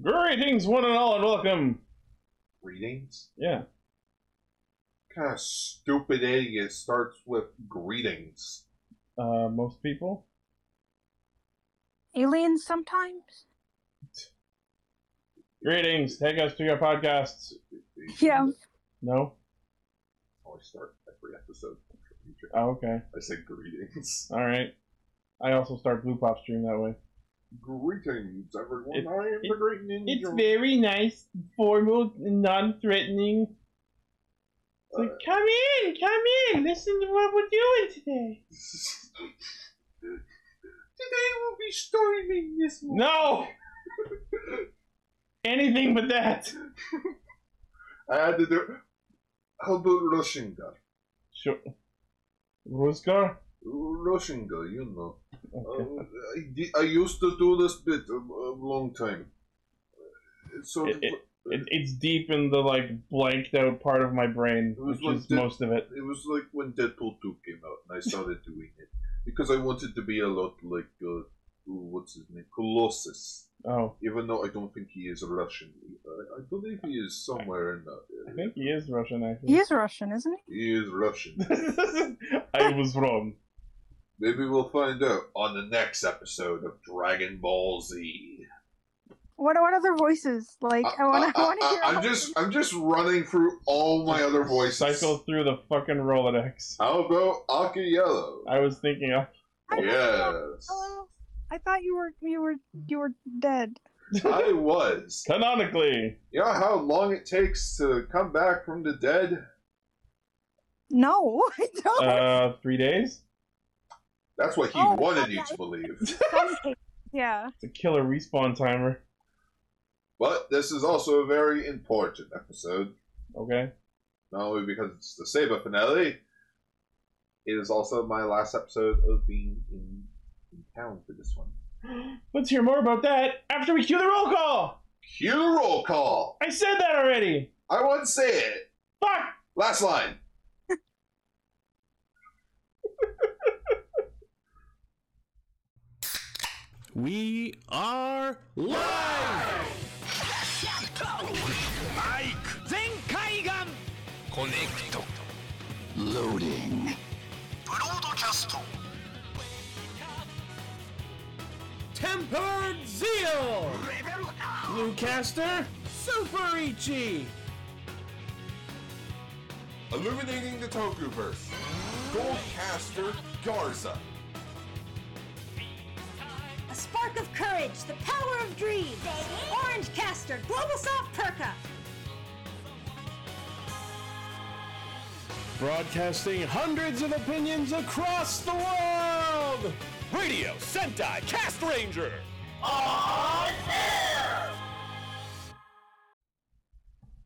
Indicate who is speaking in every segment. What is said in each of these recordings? Speaker 1: Greetings, one and all, and welcome.
Speaker 2: Greetings?
Speaker 1: Yeah.
Speaker 2: kind of stupid idiot starts with greetings?
Speaker 1: Uh, most people.
Speaker 3: Aliens sometimes?
Speaker 1: Greetings. Take us to your podcasts.
Speaker 3: Yeah.
Speaker 1: No.
Speaker 2: How Oh, I start every episode.
Speaker 1: Oh, okay.
Speaker 2: I said greetings.
Speaker 1: All right. I also start Blue Pop stream that way.
Speaker 2: Greetings, everyone.
Speaker 1: It-
Speaker 2: I am the
Speaker 1: it-
Speaker 2: Great Ninja.
Speaker 1: very nice, formal, non-threatening. It's like, come in, come in. Listen to what we're doing today.
Speaker 2: Today we'll be storming this one.
Speaker 1: No. Anything but that.
Speaker 2: I had to do. How about Rushinga?
Speaker 1: Sure. Ruskar.
Speaker 2: Rushinga, you know.
Speaker 1: Okay.
Speaker 2: Uh, I, di- I used to do this bit a, a long time. So
Speaker 1: It- It, it's deep in the like blanked out part of my brain,
Speaker 2: Who's
Speaker 1: which
Speaker 2: one
Speaker 1: is
Speaker 2: did-
Speaker 1: most of it.
Speaker 2: It was like when Deadpool 2 came out and I started doing it. Because I wanted to be a lot like, uh, what's his name? Colossus.
Speaker 1: Oh,
Speaker 2: Even though I don't think he is Russian. I, I believe he is somewhere in that.
Speaker 1: I
Speaker 2: area.
Speaker 1: think he is Russian actually.
Speaker 3: He is Russian, isn't he?
Speaker 2: He is Russian.
Speaker 1: I was wrong.
Speaker 2: Maybe we'll find out on the next episode of Dragon Ball Z.
Speaker 3: What what other voices? Like I wanna I, wanna hear all
Speaker 2: am
Speaker 3: of
Speaker 2: just,
Speaker 3: them.
Speaker 2: I'm just running through all my other voices.
Speaker 1: Cycle through the fucking Rolodex.
Speaker 2: How about Aki Yellow?
Speaker 1: I was thinking, uh,
Speaker 3: I don't know.
Speaker 2: Yes.
Speaker 3: Hello. I thought you were you were you were dead.
Speaker 2: I was.
Speaker 1: canonically,
Speaker 2: You know how long it takes to come back from the dead?
Speaker 3: No, I don't.
Speaker 1: uh, three days.
Speaker 2: That's what he
Speaker 3: Oh,
Speaker 2: wanted you
Speaker 3: yeah.
Speaker 2: to believe.
Speaker 3: Some cases, yeah.
Speaker 1: It's a killer respawn timer.
Speaker 2: But this is also a very important episode,
Speaker 1: Okay.
Speaker 2: not only because it's the Saber finale, it is also my last episode of being in, in town for this one.
Speaker 1: Let's hear more about that after we cue the roll call.
Speaker 2: Cue the roll call!
Speaker 1: I said that already.
Speaker 2: I won't say it!
Speaker 1: Fuck.
Speaker 2: Last line!
Speaker 4: We are live!
Speaker 5: 全海岸コネクト Loading ブロードキャスト
Speaker 4: Tempered Zeal! Bluecaster, Super Ichi!
Speaker 6: Illuminating the Tokuverse, Goldcaster Garza,
Speaker 7: A spark of courage, the power of dreams. Orange Caster, Global Soft Perka.
Speaker 4: Broadcasting hundreds of opinions across the world! Radio Sentai Cast Ranger!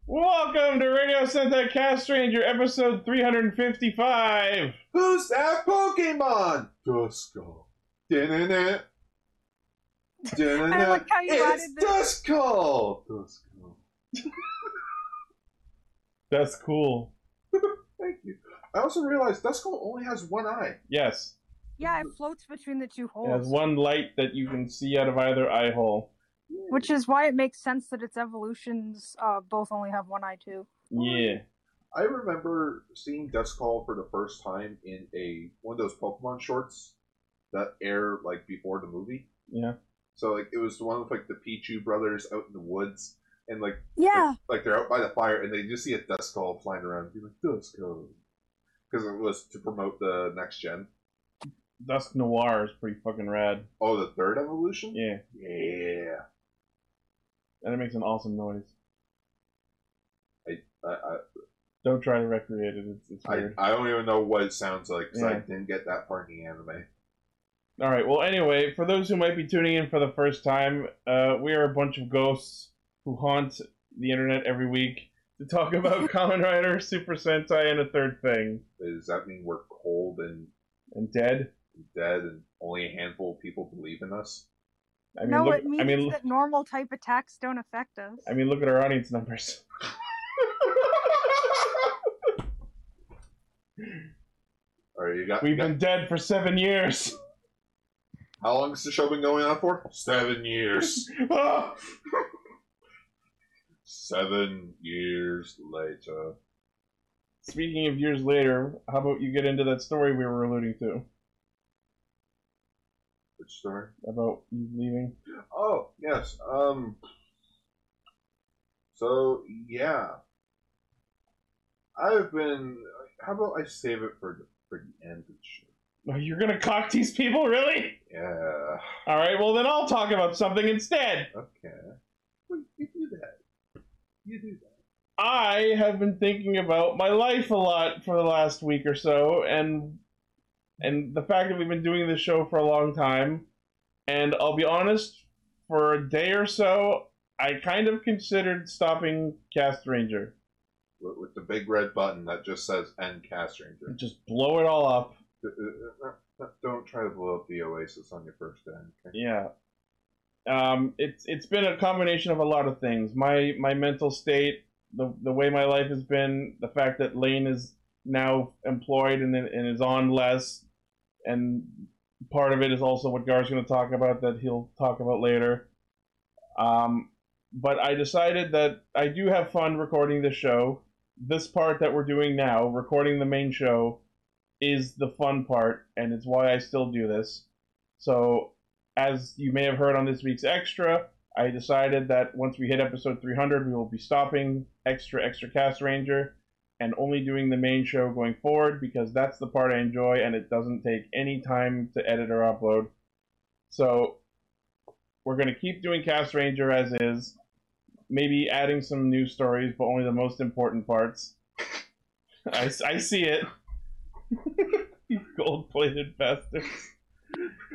Speaker 1: Welcome to Radio Sentai Cast Stranger, episode 355.
Speaker 2: Who's that Pokemon? Dusko. Didn't Didn't
Speaker 3: I like how you
Speaker 2: It's
Speaker 3: added this.
Speaker 2: Duskull! Duskull.
Speaker 1: That's cool.
Speaker 2: Thank you. I also realized Duskull only has one eye.
Speaker 1: Yes.
Speaker 3: Yeah, it floats between the two
Speaker 1: It has
Speaker 3: holes.
Speaker 1: one light that you can see out of either eye hole.
Speaker 3: Which is why it makes sense that its evolutions uh, both only have one eye too.
Speaker 1: Yeah.
Speaker 2: I remember seeing Duskull for the first time in a one of those Pokemon shorts that air like before the movie.
Speaker 1: Yeah.
Speaker 2: So like it was the one with like the Pichu brothers out in the woods and like
Speaker 3: Yeah.
Speaker 2: like, like they're out by the fire and they just see a Duskull flying around and be like Duskull because it was to promote the next gen.
Speaker 1: Dusk Noir is pretty fucking rad.
Speaker 2: Oh, the third evolution.
Speaker 1: Yeah.
Speaker 2: Yeah.
Speaker 1: And it makes an awesome noise.
Speaker 2: I, I,
Speaker 1: Don't try to recreate it. It's, it's
Speaker 2: I,
Speaker 1: weird.
Speaker 2: I don't even know what it sounds like because I
Speaker 1: Yeah.
Speaker 2: didn't get that part in the anime.
Speaker 1: All right. Well, anyway, for those who might be tuning in for the first time, uh, we are a bunch of ghosts who haunt the internet every week to talk about Common Rider, Super Sentai, and a third thing.
Speaker 2: Does that mean we're cold and
Speaker 1: And dead.
Speaker 2: dead and only a handful of people believe in us?
Speaker 1: I mean,
Speaker 3: no,
Speaker 1: look,
Speaker 3: it means
Speaker 1: I mean,
Speaker 3: that normal type attacks don't affect us.
Speaker 1: I mean, look at our audience numbers.
Speaker 2: All right, you got.
Speaker 1: We've
Speaker 2: you got-
Speaker 1: been dead for seven years.
Speaker 2: how long has the show been going on for? Seven years.
Speaker 1: Ah!
Speaker 2: Seven years later.
Speaker 1: Speaking of years later, how about you get into that story we were alluding to
Speaker 2: Which story?
Speaker 1: about you leaving?
Speaker 2: Oh, yes. Um. So, yeah. I've been. How about I save it for the, for the end of the show?
Speaker 1: Oh, You're gonna cock these people, really?
Speaker 2: Yeah.
Speaker 1: All right, well then I'll talk about something instead.
Speaker 2: Okay. Well, you do that. You do that.
Speaker 1: I have been thinking about my life a lot for the last week or so, and and the fact that we've been doing this show for a long time. And I'll be honest, for a day or so, I kind of considered stopping Cast Ranger.
Speaker 2: With, with the big red button that just says end cast ranger.
Speaker 1: Just blow it all up.
Speaker 2: Uh, uh, uh, uh, Don't try to blow up the oasis on your first day. Okay?
Speaker 1: Yeah. Um, it's it's been a combination of a lot of things. My my mental state, the the way my life has been, the fact that Lane is now employed and and is on less, and part of it is also what Gar's going to talk about that he'll talk about later. Um, but I decided that I do have fun recording the show. This part that we're doing now, recording the main show, is the fun part, and it's why I still do this. So as you may have heard on this week's extra, I decided that once we hit episode 300, we will be stopping extra, extra cast ranger and only doing the main show going forward because that's the part I enjoy and it doesn't take any time to edit or upload. So we're going to keep doing cast ranger as is, maybe adding some new stories, but only the most important parts. I, I see it. you gold plated bastard.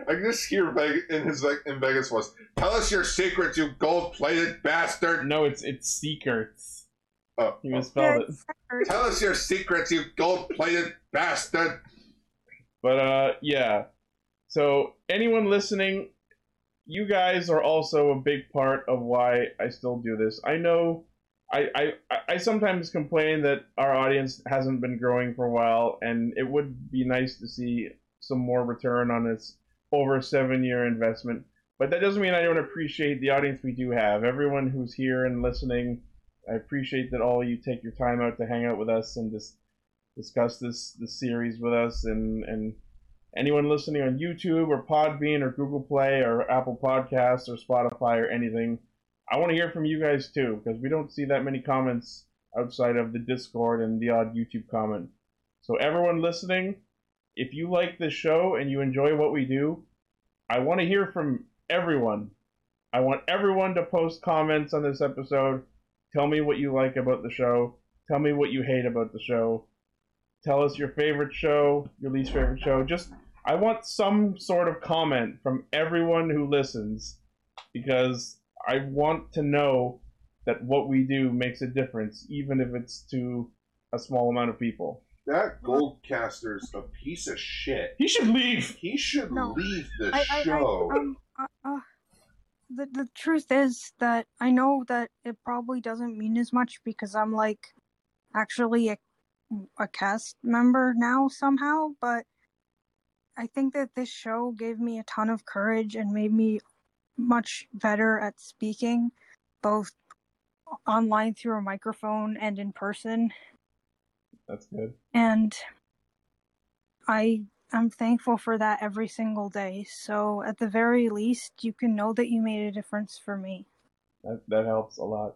Speaker 2: I can just hear Veg- in his Veg- in Vegas was, "Tell us your secrets, you gold-plated bastard."
Speaker 1: No, it's it's secrets.
Speaker 2: Oh,
Speaker 1: You misspelled it.
Speaker 3: Or-
Speaker 2: Tell us your secrets, you gold-plated bastard.
Speaker 1: But uh, yeah. So anyone listening, you guys are also a big part of why I still do this. I know. I, I, I- I sometimes complain that our audience hasn't been growing for a while, and it would be nice to see some more return on this over seven year investment. But that doesn't mean I don't appreciate the audience we do have. Everyone who's here and listening, I appreciate that all you take your time out to hang out with us and just discuss this this series with us and and anyone listening on YouTube or Podbean or Google Play or Apple Podcasts or Spotify or anything. I want to hear from you guys too because we don't see that many comments outside of the Discord and the odd YouTube comment. So everyone listening, if you like this show and you enjoy what we do, I want to hear from everyone. I want everyone to post comments on this episode. Tell me what you like about the show. Tell me what you hate about the show tell us your favorite show, your least favorite show. Just I want some sort of comment from everyone who listens because I want to know that what we do makes a difference, even if it's to a small amount of people.
Speaker 2: That goldcaster's a piece of shit.
Speaker 1: He should leave.
Speaker 2: He should
Speaker 3: No.
Speaker 2: leave the
Speaker 3: I, I, I,
Speaker 2: show.
Speaker 3: um, uh, uh, the the truth is that I know that it probably doesn't mean as much because I'm like actually a, a cast member now somehow, but I think that this show gave me a ton of courage and made me much better at speaking, both online through a microphone and in person
Speaker 1: That's good.
Speaker 3: and I am thankful for that every single day. So at the very least, you can know that you made a difference for me.
Speaker 1: That, that helps a lot.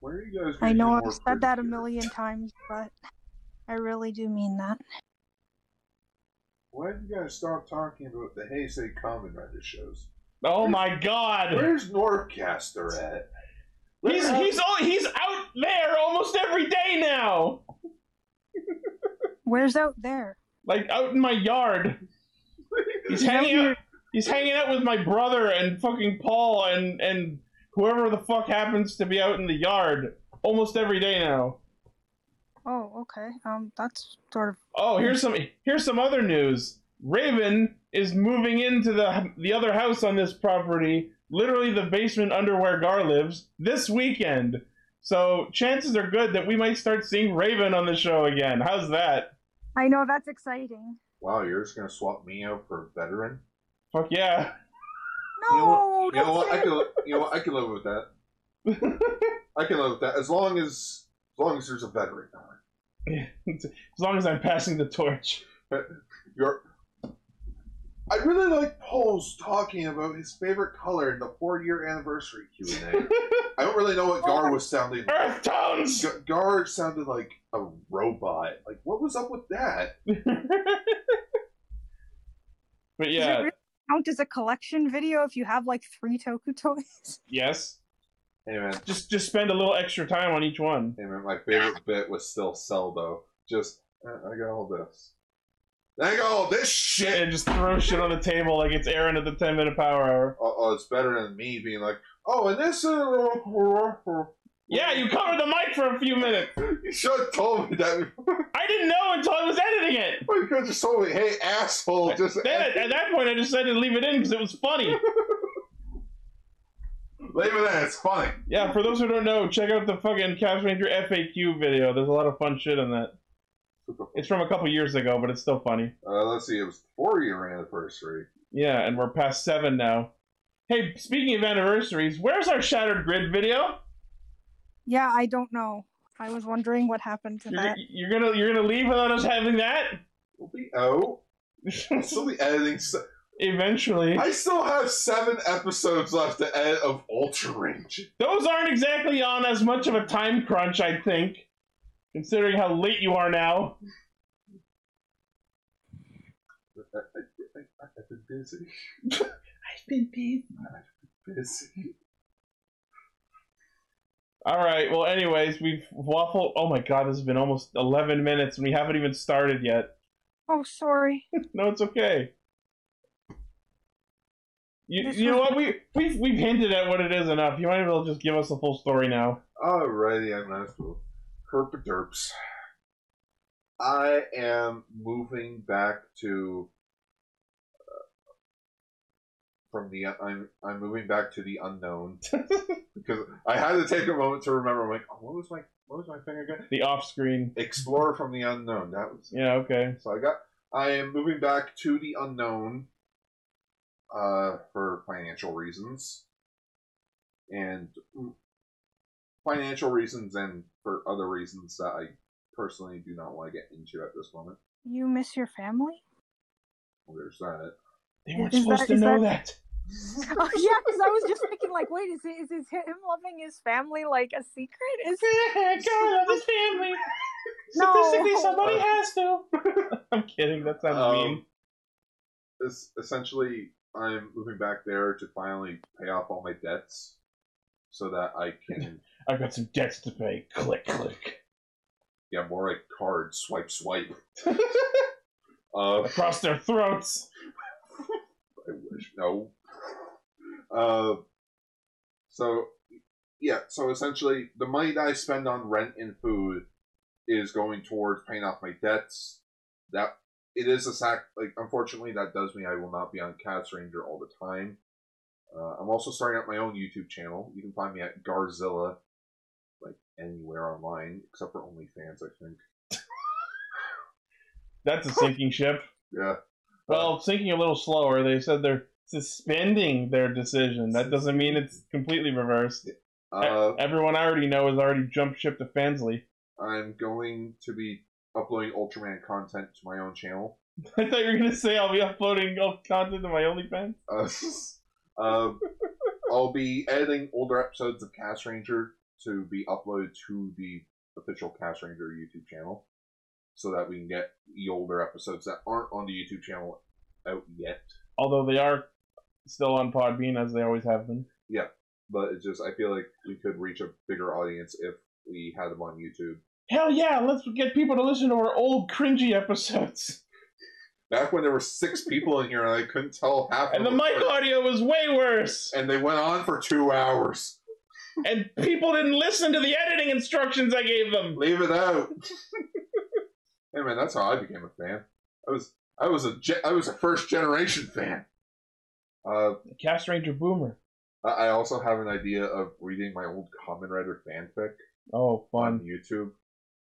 Speaker 2: Where are you guys?
Speaker 3: I
Speaker 2: gonna
Speaker 3: know
Speaker 2: do
Speaker 3: I've
Speaker 2: more
Speaker 3: said that a
Speaker 2: previews?
Speaker 3: million times, but I really do mean that.
Speaker 2: Why did you guys stop talking about the Heisei Common Rider shows?
Speaker 1: Oh my God!
Speaker 2: Where's Norcaster at? Where
Speaker 1: He's
Speaker 2: have-
Speaker 1: he's all, he's out there almost every day now.
Speaker 3: Where's out there?
Speaker 1: Like out in my yard. He's hanging out. He's hanging out with my brother and fucking Paul and and whoever the fuck happens to be out in the yard almost every day now.
Speaker 3: Oh, okay. Um, that's sort of
Speaker 1: Oh, here's some here's some other news. Raven is moving into the the other house on this property, literally the basement under where Gar lives, this weekend. So chances are good that we might start seeing Raven on the show again. How's that?
Speaker 3: I know that's exciting.
Speaker 2: Wow, you're just gonna swap me out for a veteran?
Speaker 1: Fuck yeah.
Speaker 3: No,
Speaker 2: You know what? You know
Speaker 3: don't
Speaker 2: what?
Speaker 3: say
Speaker 2: I
Speaker 3: it.
Speaker 2: can. You know what? I can live with that. I can live with that as long as as long as there's a veteran on it.
Speaker 1: As long as I'm passing the torch.
Speaker 2: You're. I really like Paul's talking about his favorite color in the four-year anniversary Q and A. I don't really know what Gar was sounding. like.
Speaker 1: Earth tones!
Speaker 2: G- Gar sounded like a robot. Like, what was up with that?
Speaker 1: but
Speaker 3: Does it
Speaker 1: yeah,
Speaker 3: really count as a collection video if you have like three Toku toys?
Speaker 1: yes.
Speaker 2: Hey man,
Speaker 1: Just just spend a little extra time on each one.
Speaker 2: hey man, my favorite bit was still Cell though. Just "Eh, I got all this. I got all this shit.
Speaker 1: And just throw shit on the table like it's Aaron at the 10 minute power hour.
Speaker 2: Oh, oh, it's better than me being like, oh, and this is.
Speaker 1: Yeah, you covered the mic for a few minutes.
Speaker 2: You should have told me that before.
Speaker 1: I didn't know until I was editing it.
Speaker 2: You could have just told me, hey, asshole, just
Speaker 1: Then at, at that point, I decided to leave it in because it was funny.
Speaker 2: leave it in. It's funny.
Speaker 1: Yeah, for those who don't know, check out the fucking Cash Ranger FAQ video. There's a lot of fun shit in that. It's from a couple years ago, but it's still funny.
Speaker 2: Uh, let's see, it was four year anniversary.
Speaker 1: Yeah, and we're past seven now. Hey, speaking of anniversaries, where's our Shattered Grid video?
Speaker 3: Yeah, I don't know. I was wondering what happened to
Speaker 1: You're,
Speaker 3: that.
Speaker 1: you're gonna you're gonna leave without us having that?
Speaker 2: We'll be out. We'll still be editing. s
Speaker 1: Eventually,
Speaker 2: I I still have seven episodes left to edit of Ultra Range.
Speaker 1: those aren't exactly on as much of a time crunch, I think, considering how late you are now.
Speaker 2: I, I, I, I've been busy.
Speaker 1: I've been busy.
Speaker 2: Busy.
Speaker 1: All right. Well, anyways, we've waffled. Oh my god, this has been almost eleven minutes, and we haven't even started yet.
Speaker 3: Oh, sorry.
Speaker 1: No, it's okay. You,
Speaker 3: This
Speaker 1: you know
Speaker 3: was-
Speaker 1: what? We we've we've hinted at what it is enough. You might as well just give us the full story now.
Speaker 2: Alrighty, I'm not cool. Herp derps. I am moving back to uh, from the I'm I'm moving back to the unknown because I had to take a moment to remember. I'm like, oh, what was my what was my thing again?
Speaker 1: The off screen.
Speaker 2: Explorer from the unknown. That was
Speaker 1: Yeah. Okay.
Speaker 2: so I got I am moving back to the unknown uh for financial reasons. And mm, financial reasons and for other reasons that I personally do not want to get into at this moment.
Speaker 3: You miss your family?
Speaker 2: Well, there's that.
Speaker 1: They weren't
Speaker 3: Is
Speaker 1: supposed
Speaker 3: that-
Speaker 1: to
Speaker 3: is
Speaker 1: know that.
Speaker 3: oh, yeah, because I was just thinking, like, wait, is, it, is, is him loving his family like a secret? Is it?
Speaker 1: God, love his family.
Speaker 3: No.
Speaker 1: Statistically, somebody has to. I'm kidding. That sounds
Speaker 2: Um,
Speaker 1: mean.
Speaker 2: Es- essentially I'm moving back there to finally pay off all my debts so that I can
Speaker 1: I've got some debts to pay. Click, click.
Speaker 2: get more like card swipe swipe. uh
Speaker 1: Across their throats.
Speaker 2: I wish. No. Uh, so, yeah, so essentially, the money that I spend on rent and food is going towards paying off my debts. That it is a sac like unfortunately that does mean I will not be on Cats Ranger all the time. Uh, I'm also starting up my own YouTube channel. You can find me at Garzilla, like anywhere online except for OnlyFans, I think.
Speaker 1: That's a sinking ship.
Speaker 2: Yeah,
Speaker 1: Well, sinking a little slower. They said they're suspending their decision. That doesn't mean it's completely reversed.
Speaker 2: uh,
Speaker 1: Everyone I already know has already jumped ship to Fansley.
Speaker 2: I'm going to be uploading Ultraman content to my own channel.
Speaker 1: I thought you were gonna say I'll be uploading all content to my OnlyFans.
Speaker 2: Uh, um, I'll be editing older episodes of Cast Ranger to be uploaded to the official Cast Ranger YouTube channel, so that we can get the older episodes that aren't on the YouTube channel out yet.
Speaker 1: Although they are still on Podbean as they always have been.
Speaker 2: But it's just I feel like we could reach a bigger audience if we had them on YouTube.
Speaker 1: Hell yeah! Let's get people to listen to our old cringy episodes.
Speaker 2: Back when there were six people in here and I couldn't tell half. of
Speaker 1: And the
Speaker 2: them
Speaker 1: mic
Speaker 2: apart,
Speaker 1: audio was way worse.
Speaker 2: And they went on for two hours.
Speaker 1: And people didn't listen to the editing instructions I gave them.
Speaker 2: Leave it out. hey man, that's how I became a fan. I was I was a ge- I was a first generation fan. Uh,
Speaker 1: Cast Ranger Boomer.
Speaker 2: I I also have an idea of reading my old Common Rider fanfic
Speaker 1: Oh,
Speaker 2: on
Speaker 1: fun.
Speaker 2: YouTube,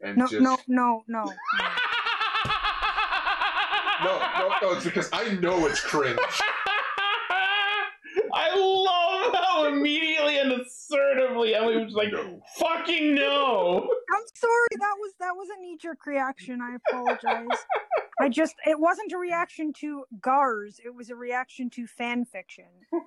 Speaker 2: and
Speaker 3: No,
Speaker 2: just
Speaker 3: no, no, no.
Speaker 2: no, no, no, it's because I know it's cringe.
Speaker 1: I love how immediately and assertively Emily. Emily was like,
Speaker 2: No.
Speaker 1: "Fucking no!"
Speaker 3: I'm sorry. That was that was a knee jerk reaction. I apologize. I just it wasn't a reaction to Gars. It was a reaction to fan fiction.
Speaker 2: It-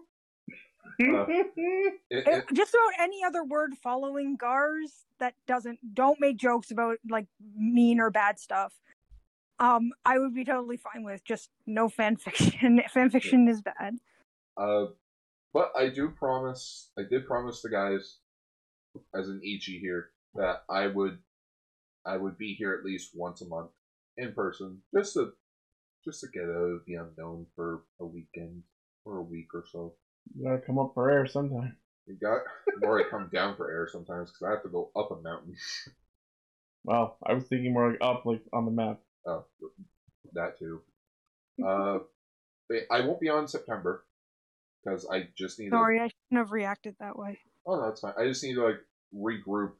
Speaker 3: It,
Speaker 2: it-
Speaker 3: just about any other word following Gars that doesn't don't make jokes about like mean or bad stuff. Um, I would be totally fine with just no fan fiction. fan fiction is bad.
Speaker 2: uh, but I do promise, I did promise the guys, as an Ichi here, that I would, I would be here at least once a month in person, just to, just to get out of the unknown for a weekend or a week or so.
Speaker 1: You gotta come up for air sometime.
Speaker 2: You got, or I come down for air sometimes because I have to go up a mountain.
Speaker 1: Well, I was thinking more like up, like on the map.
Speaker 2: Uh, that too. Uh, I- I won't be on September because I just need. to-
Speaker 3: Sorry, I shouldn't have reacted that way.
Speaker 2: Oh no, it's fine. I just need to like regroup,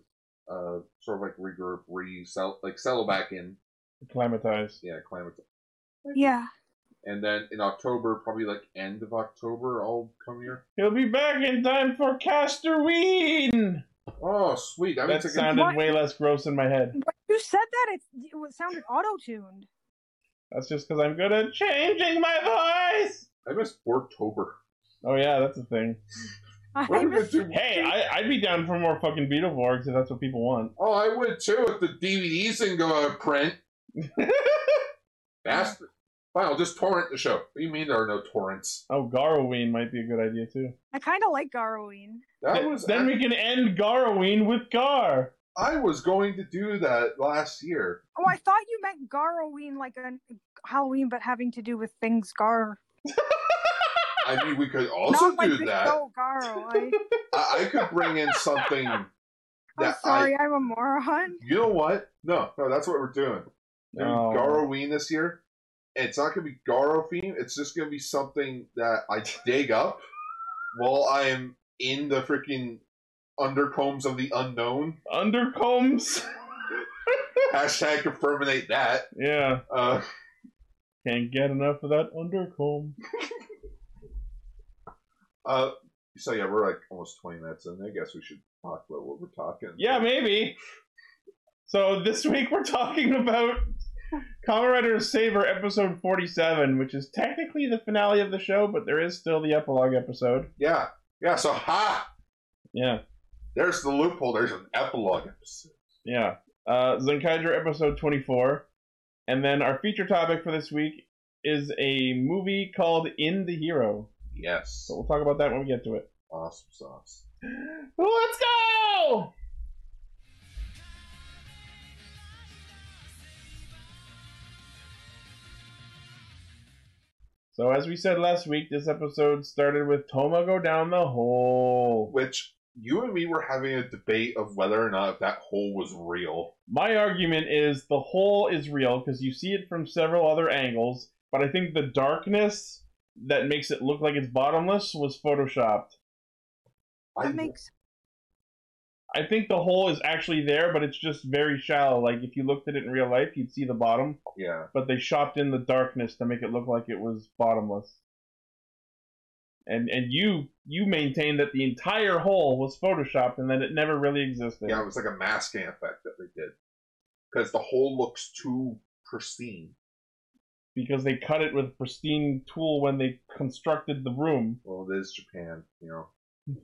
Speaker 2: uh, sort of like regroup, resell, like settle back in.
Speaker 1: Acclimatized.
Speaker 2: Yeah, climate.
Speaker 3: Yeah.
Speaker 2: And then in October, probably like end of October, I'll come here.
Speaker 1: He'll be back in time for Castor Ween!
Speaker 2: Oh, sweet! I'm
Speaker 1: That
Speaker 2: taking.
Speaker 1: sounded
Speaker 3: What?
Speaker 1: way less gross in my head.
Speaker 3: When you said that, it, it was- sounded auto tuned.
Speaker 1: That's just because I'm good at changing my voice!
Speaker 2: I miss Borktober.
Speaker 1: Oh, yeah, that's a thing.
Speaker 2: What
Speaker 3: I
Speaker 2: am I
Speaker 3: was,
Speaker 2: doing?
Speaker 1: Hey, I, I'd be down for more fucking Beetleborgs if that's what people want.
Speaker 2: Oh, I would too if the DVDs didn't go out of print. Bastard. Fine, I'll just torrent the show. What do you mean there are no torrents?
Speaker 1: Oh, Garoween might be a good idea, too.
Speaker 3: I kind of like Garoween.
Speaker 2: That
Speaker 1: Th-
Speaker 2: was
Speaker 1: then we can end Garoween with Gar!
Speaker 2: I was going to do that last year.
Speaker 3: Oh, I thought you meant Garoween like an Halloween, but having to do with things Gar.
Speaker 2: I mean, we could also
Speaker 3: Not like
Speaker 2: do
Speaker 3: the
Speaker 2: that.
Speaker 3: show Garo. I,
Speaker 2: I, I could bring in something
Speaker 3: I'm
Speaker 2: that I.
Speaker 3: sorry, I... am a moron.
Speaker 2: You know what? No, no, that's what we're doing. We're doing
Speaker 1: Oh.
Speaker 2: Garoween this year. And it's not going to be Garo theme. It's just going to be something that I dig up while I am in the freaking undercombs of the unknown.
Speaker 1: Undercombs!
Speaker 2: Hashtag confirminate that.
Speaker 1: yeah,
Speaker 2: Uh,
Speaker 1: can't get enough of that undercomb.
Speaker 2: uh, so yeah, we're like almost 20 minutes in. I guess we should talk about what we're talking.
Speaker 1: Yeah, maybe. So this week we're talking about Kamen Rider Saber episode 47, which is technically the finale of the show, but there is still the epilogue episode.
Speaker 2: Yeah. Yeah. So ha,
Speaker 1: Yeah,
Speaker 2: there's the loophole. There's an epilogue episode.
Speaker 1: yeah. Uh, Zenkaiger episode 24. And then our feature topic for this week is a movie called In the Hero.
Speaker 2: Yes.
Speaker 1: So we'll talk about that when we get to it.
Speaker 2: Awesome sauce.
Speaker 1: Let's go! So, as we said last week, this episode started with Toma go down the hole.
Speaker 2: Which you and me were having a debate of whether or not that hole was real.
Speaker 1: My argument is the hole is real because you see it from several other angles, but I think the darkness that makes it look like it's bottomless was photoshopped.
Speaker 2: I,
Speaker 3: That makes
Speaker 1: I think the hole is actually there, but it's just very shallow. Like, if you looked at it in real life, you'd see the bottom.
Speaker 2: yeah.
Speaker 1: but they shopped in the darkness to make it look like it was bottomless. And and you you maintain that the entire hole was photoshopped and that it never really existed.
Speaker 2: Yeah, it was like a masking effect that they did. Because the hole looks too pristine.
Speaker 1: Because they cut it with pristine tool when they constructed the room.
Speaker 2: Well, it is Japan, you know.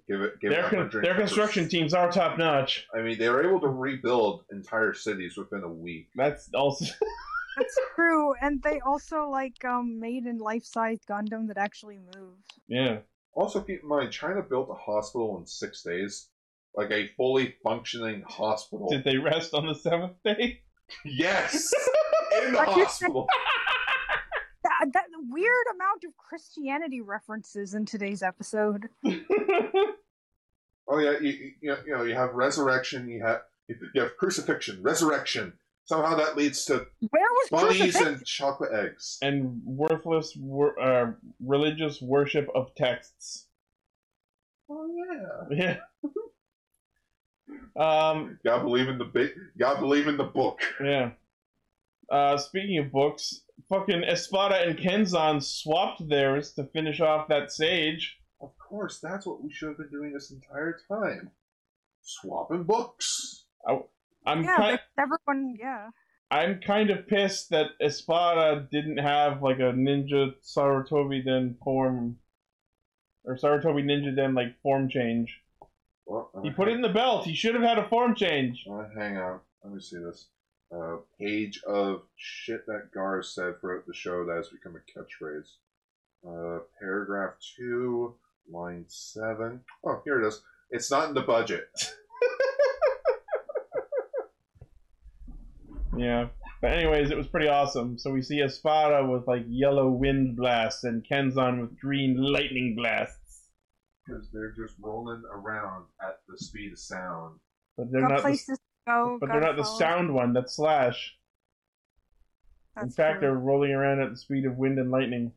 Speaker 2: Give it, give it
Speaker 1: Their, con-
Speaker 2: 100
Speaker 1: their construction teams are top notch.
Speaker 2: I mean, they were able to rebuild entire cities within a week.
Speaker 1: That's also
Speaker 3: that's true. And they also like um made in life size Gundam that actually moved.
Speaker 1: yeah.
Speaker 2: Also, keep in mind, China built a hospital in six days, like a fully functioning hospital.
Speaker 1: Did they rest on the seventh day?
Speaker 2: yes, in the
Speaker 3: Are you-
Speaker 2: hospital.
Speaker 3: That, that weird amount of Christianity references in today's episode.
Speaker 2: Oh yeah, you, you, you know- you know you have resurrection, you have you have crucifixion, resurrection. Somehow that leads to
Speaker 3: Where was
Speaker 2: bunnies
Speaker 3: crucifixion?
Speaker 2: and chocolate eggs.
Speaker 1: and worthless wor- uh, religious worship of texts.
Speaker 2: Oh yeah,
Speaker 1: Yeah. um,
Speaker 2: y'all believe in the big, y'all believe in the book.
Speaker 1: Yeah. Uh, speaking of books, fucking Espada and Kenzan swapped theirs to finish off that sage.
Speaker 2: Of course, that's what we should have been doing this entire time. swapping books.
Speaker 1: I'm
Speaker 3: yeah,
Speaker 1: kind
Speaker 3: but everyone, yeah.
Speaker 1: I'm kind of pissed that Espada didn't have like a ninja Sarutobi Den form or Sarutobi Ninja Den like form change.
Speaker 2: Well, uh,
Speaker 1: He put it in the belt. He should have had a form change.
Speaker 2: uh, hang on. Let me see this. Uh, page of shit that Gar said throughout the show that has become a catchphrase. Uh, paragraph two, line seven. Oh, here it is. It's not in the budget.
Speaker 1: Yeah. But anyways, it was pretty awesome. So we see Espada with like yellow wind blasts and Kenzan with green lightning blasts.
Speaker 2: Because they're just rolling around at the speed of sound.
Speaker 1: But they're
Speaker 3: got
Speaker 1: not the,
Speaker 3: places to go.
Speaker 1: but they're
Speaker 3: Oh, gotta
Speaker 1: not the
Speaker 3: follow.
Speaker 1: sound one, that's Slash.
Speaker 3: That's
Speaker 1: in fact,
Speaker 3: true.
Speaker 1: they're rolling around at the speed of wind and lightning.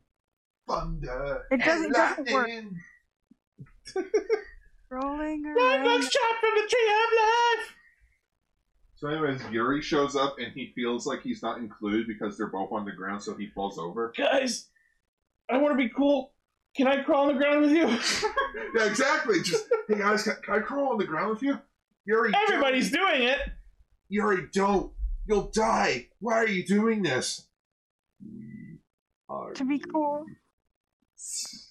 Speaker 2: Thunder!
Speaker 3: It doesn't-
Speaker 2: and
Speaker 3: it doesn't work.
Speaker 2: lightning!
Speaker 3: rolling
Speaker 1: One
Speaker 3: around.
Speaker 1: looks shot from the tree of life.
Speaker 2: So, anyways, Yuri shows up and he feels like he's not included because they're both on the ground, so he falls over.
Speaker 1: Guys, I want to be cool. Can I crawl on the ground with you?
Speaker 2: yeah, exactly. Just hey guys, can, can I crawl on the ground with you? Yuri, don't.
Speaker 1: Everybody's doing it.
Speaker 2: Yuri, don't. You'll die. Why are you doing this?
Speaker 3: To be cool.
Speaker 1: So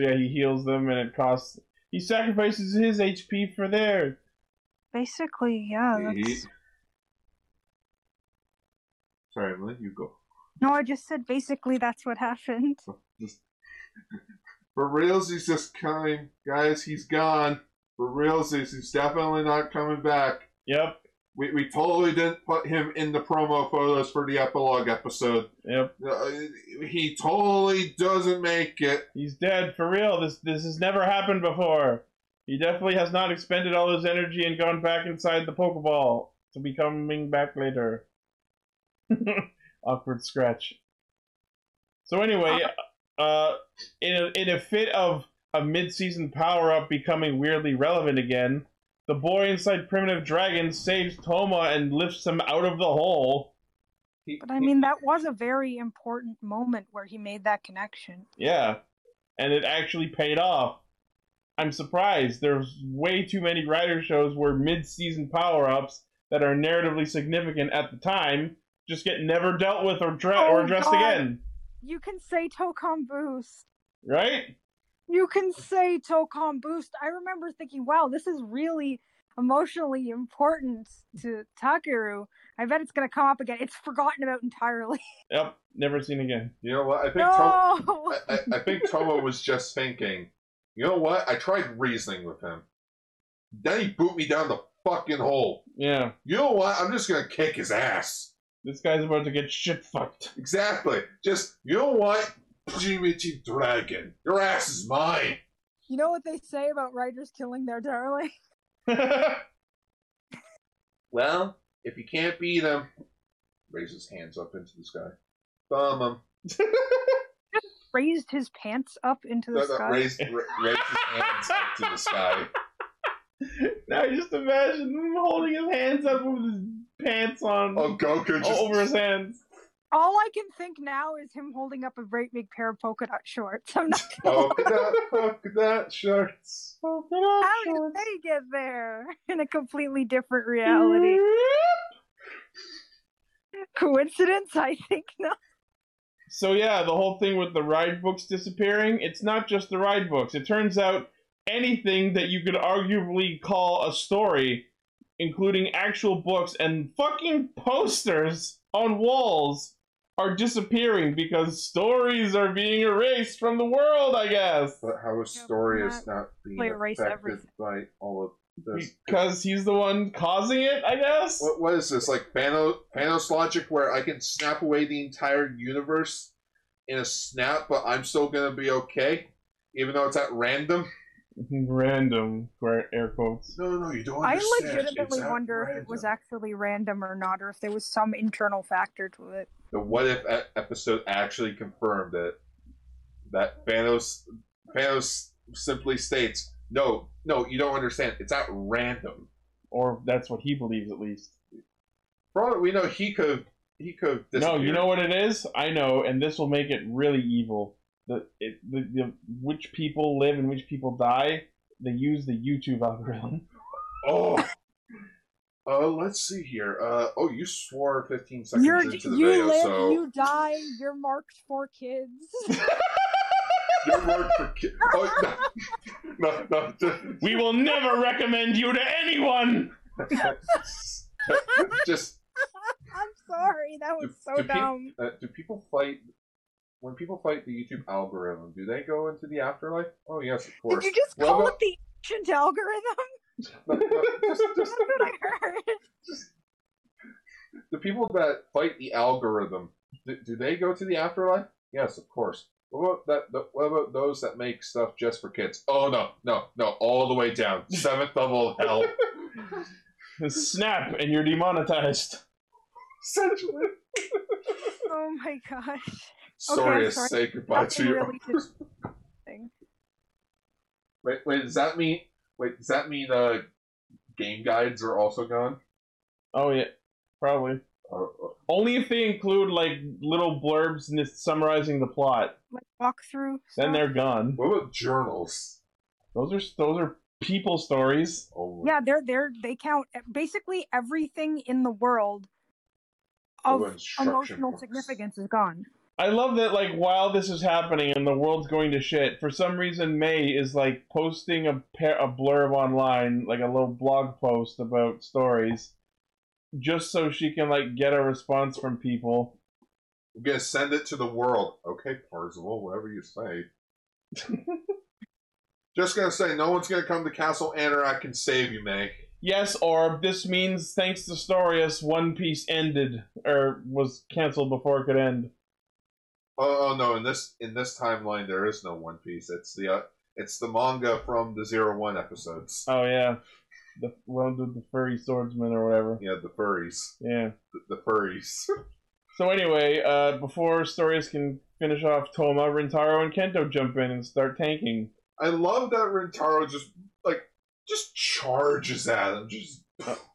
Speaker 1: yeah, he heals them, and it costs. He sacrifices his HP for theirs.
Speaker 3: Basically, yeah. That's...
Speaker 2: Sorry, I'm letting you go.
Speaker 3: No, I just said basically that's what happened.
Speaker 2: For reals, he's just coming, guys. He's gone. For reals, he's definitely not coming back.
Speaker 1: Yep,
Speaker 2: We, we totally didn't put him in the promo photos for the epilogue episode.
Speaker 1: yep.
Speaker 2: Uh, he totally doesn't make it.
Speaker 1: He's dead for real. This this has never happened before. He definitely has not expended all his energy and gone back inside the Pokeball to be coming back later. Awkward scratch. So anyway, uh, in a, in a fit of a mid-season power-up becoming weirdly relevant again, the boy inside Primitive Dragon saves Toma and lifts him out of the hole.
Speaker 3: But I mean, that was a very important moment where he made that connection.
Speaker 1: Yeah. And it actually paid off. I'm surprised. There's way too many writer shows where mid season power ups that are narratively significant at the time just get never dealt with or, dre- or
Speaker 3: Oh,
Speaker 1: addressed
Speaker 3: God.
Speaker 1: again.
Speaker 3: You can say Tocom Boost.
Speaker 1: Right?
Speaker 3: You can say Tocom Boost. I remember thinking, wow, this is really emotionally important to Takeru. I bet it's going to come up again. It's forgotten about entirely.
Speaker 1: Yep. Never seen again.
Speaker 2: You know what? I think Tom-
Speaker 3: No!
Speaker 2: I, I- I think Tomo was just thinking, you know what? I tried reasoning with him. Then he boot me down the fucking hole.
Speaker 1: Yeah.
Speaker 2: You know what? I'm just gonna kick his ass.
Speaker 1: This guy's about to get shit fucked.
Speaker 2: Exactly. Just you know what? Jimichi Dragon, your ass is mine.
Speaker 3: You know what they say about writers killing their darling?
Speaker 2: Well, if you can't beat him, raises hands up into the sky. Thumb him.
Speaker 3: Raised his pants up into the
Speaker 2: No, no,
Speaker 3: sky.
Speaker 2: raise, ra- raise his hands up to the sky.
Speaker 1: now I just imagine him holding his hands up with his pants on
Speaker 2: Oh, Goku just
Speaker 1: over his hands.
Speaker 3: All I can think now is him holding up a great big pair of polka dot shorts. I'm not
Speaker 2: Poke Oh, that, poke that shorts.
Speaker 3: how did they get there in a completely different reality.
Speaker 8: Mm-hmm.
Speaker 3: Coincidence? I think not.
Speaker 1: So yeah, the whole thing with the ride books disappearing, it's not just the ride books. It turns out anything that you could arguably call a story, including actual books and fucking posters on walls, are disappearing because stories are being erased from the world, I guess.
Speaker 2: But how a story is not being
Speaker 3: Like, erase
Speaker 2: affected
Speaker 3: everything.
Speaker 2: by all of this.
Speaker 1: Because he's the one causing it, I guess?
Speaker 2: What, what is this, like Thanos, Thanos logic where I can snap away the entire universe in a snap, but I'm still going to be okay? Even though it's at random?
Speaker 1: Random, air quotes.
Speaker 2: No, no, you don't
Speaker 3: I
Speaker 2: understand.
Speaker 3: legitimately
Speaker 2: It's at
Speaker 3: wonder if it was
Speaker 2: random.
Speaker 3: actually random or not, or if there was some internal factor to it.
Speaker 2: The What If e- episode actually confirmed it. That Thanos, Thanos simply states, no, no, you don't understand. It's at random.
Speaker 1: Or that's what he believes, at least.
Speaker 2: For all that we know, he could he could.
Speaker 1: No, you know what it is? I know, and this will make it really evil. The, it, the, the which people live and which people die, they use the YouTube algorithm.
Speaker 2: Oh. Uh, let's see here. Uh, oh, you swore 15 seconds
Speaker 8: You're,
Speaker 2: into the
Speaker 8: you
Speaker 2: video,
Speaker 8: live,
Speaker 2: so
Speaker 8: you die. You're marked for kids.
Speaker 2: you're marked for ki- Oh, no, no, no,
Speaker 1: We will never recommend you to anyone.
Speaker 2: just, just
Speaker 8: I'm sorry, that was
Speaker 2: Do-
Speaker 8: so
Speaker 2: do peop-
Speaker 8: dumb.
Speaker 2: uh, do people fight? When people fight the YouTube algorithm, do they go into the afterlife? Oh yes, of course.
Speaker 8: Did you just
Speaker 2: Well,
Speaker 8: call
Speaker 2: no-
Speaker 8: it the ancient algorithm?
Speaker 2: no, no, just, just
Speaker 8: That's what I heard.
Speaker 2: the people that fight the algorithm, do, do they go to the afterlife? Yes, of course. What about that? The, what about those that make stuff just for kids? Oh no, no, no! All the way down, seventh level of hell.
Speaker 1: Snap, and you're demonetized.
Speaker 2: Essentially.
Speaker 8: Oh my gosh.
Speaker 2: Sorry,
Speaker 8: I'm sorry.
Speaker 2: to say goodbye to
Speaker 8: Nothing
Speaker 2: you.
Speaker 8: really did anything.
Speaker 2: Wait, wait. Does that mean? Wait, does that mean uh, game guides are also gone?
Speaker 1: Oh yeah, probably.
Speaker 2: Or, or-
Speaker 1: Only if they include like little blurbs in this summarizing the plot,
Speaker 8: Like walkthrough.
Speaker 1: then
Speaker 8: stuff.
Speaker 1: they're gone.
Speaker 2: what about journals?
Speaker 1: Those are those are people stories.
Speaker 2: Oh,
Speaker 8: Yeah, they're they're they count e, basically everything in the world
Speaker 2: Oh,
Speaker 8: of
Speaker 2: instruction
Speaker 8: emotional
Speaker 2: books.
Speaker 8: significance is gone.
Speaker 1: I love that like while this is happening and the world's going to shit, for some reason May is like posting a pair, a blurb online, like a little blog post about stories, just so she can like get a response from people.
Speaker 2: I'm gonna send it to the world. Okay, Parzival, whatever you say. Just gonna say, no one's gonna come to Castle Anorak and save you, May.
Speaker 1: Yes, Orb, this means thanks to Storius, One Piece ended, or was cancelled before it could end.
Speaker 2: Oh, oh, no, in this in this timeline, there is no One Piece. It's the uh, it's the manga from the Zero One episodes.
Speaker 1: Oh, yeah. The, well, the, the furry swordsman or whatever.
Speaker 2: yeah, the furries,
Speaker 1: Yeah.
Speaker 2: the, the furries.
Speaker 1: So, anyway, uh, before Storius can finish off Toma, Rintaro and Kento jump in and start tanking.
Speaker 2: I love that Rintaro just like just charges at him. Just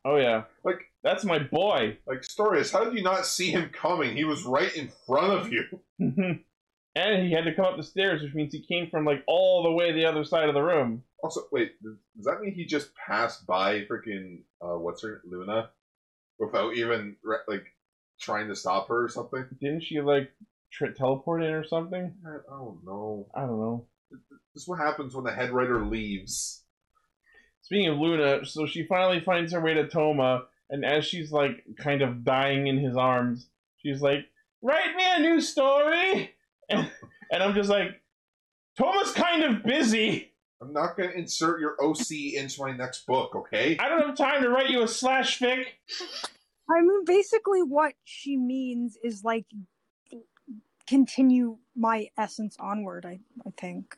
Speaker 1: Oh, yeah.
Speaker 2: Like-
Speaker 1: that's my boy.
Speaker 2: like Storius, how did you not see him coming? He was right in front of you.
Speaker 1: and he had to come up the stairs, which means he came from, like, all the way the other side of the room.
Speaker 2: Also, wait, th- does that mean he just passed by freaking uh, what's her Luna without even re- like trying to stop her or something?
Speaker 1: Didn't she, like, tri teleport in or something?
Speaker 2: I I don't know.
Speaker 1: I don't know.
Speaker 2: This is what happens when the head writer leaves.
Speaker 1: Speaking of Luna, so she finally finds her way to Toma, and as she's like kind of dying in his arms, she's like, "Write me a new story," and, and I'm just like, "Toma's kind of busy.
Speaker 2: I'm not gonna insert your OC into my next book, okay?
Speaker 1: I don't have time to write you a slash fic."
Speaker 8: I mean basically what she means is like continue my essence onward, I, I think.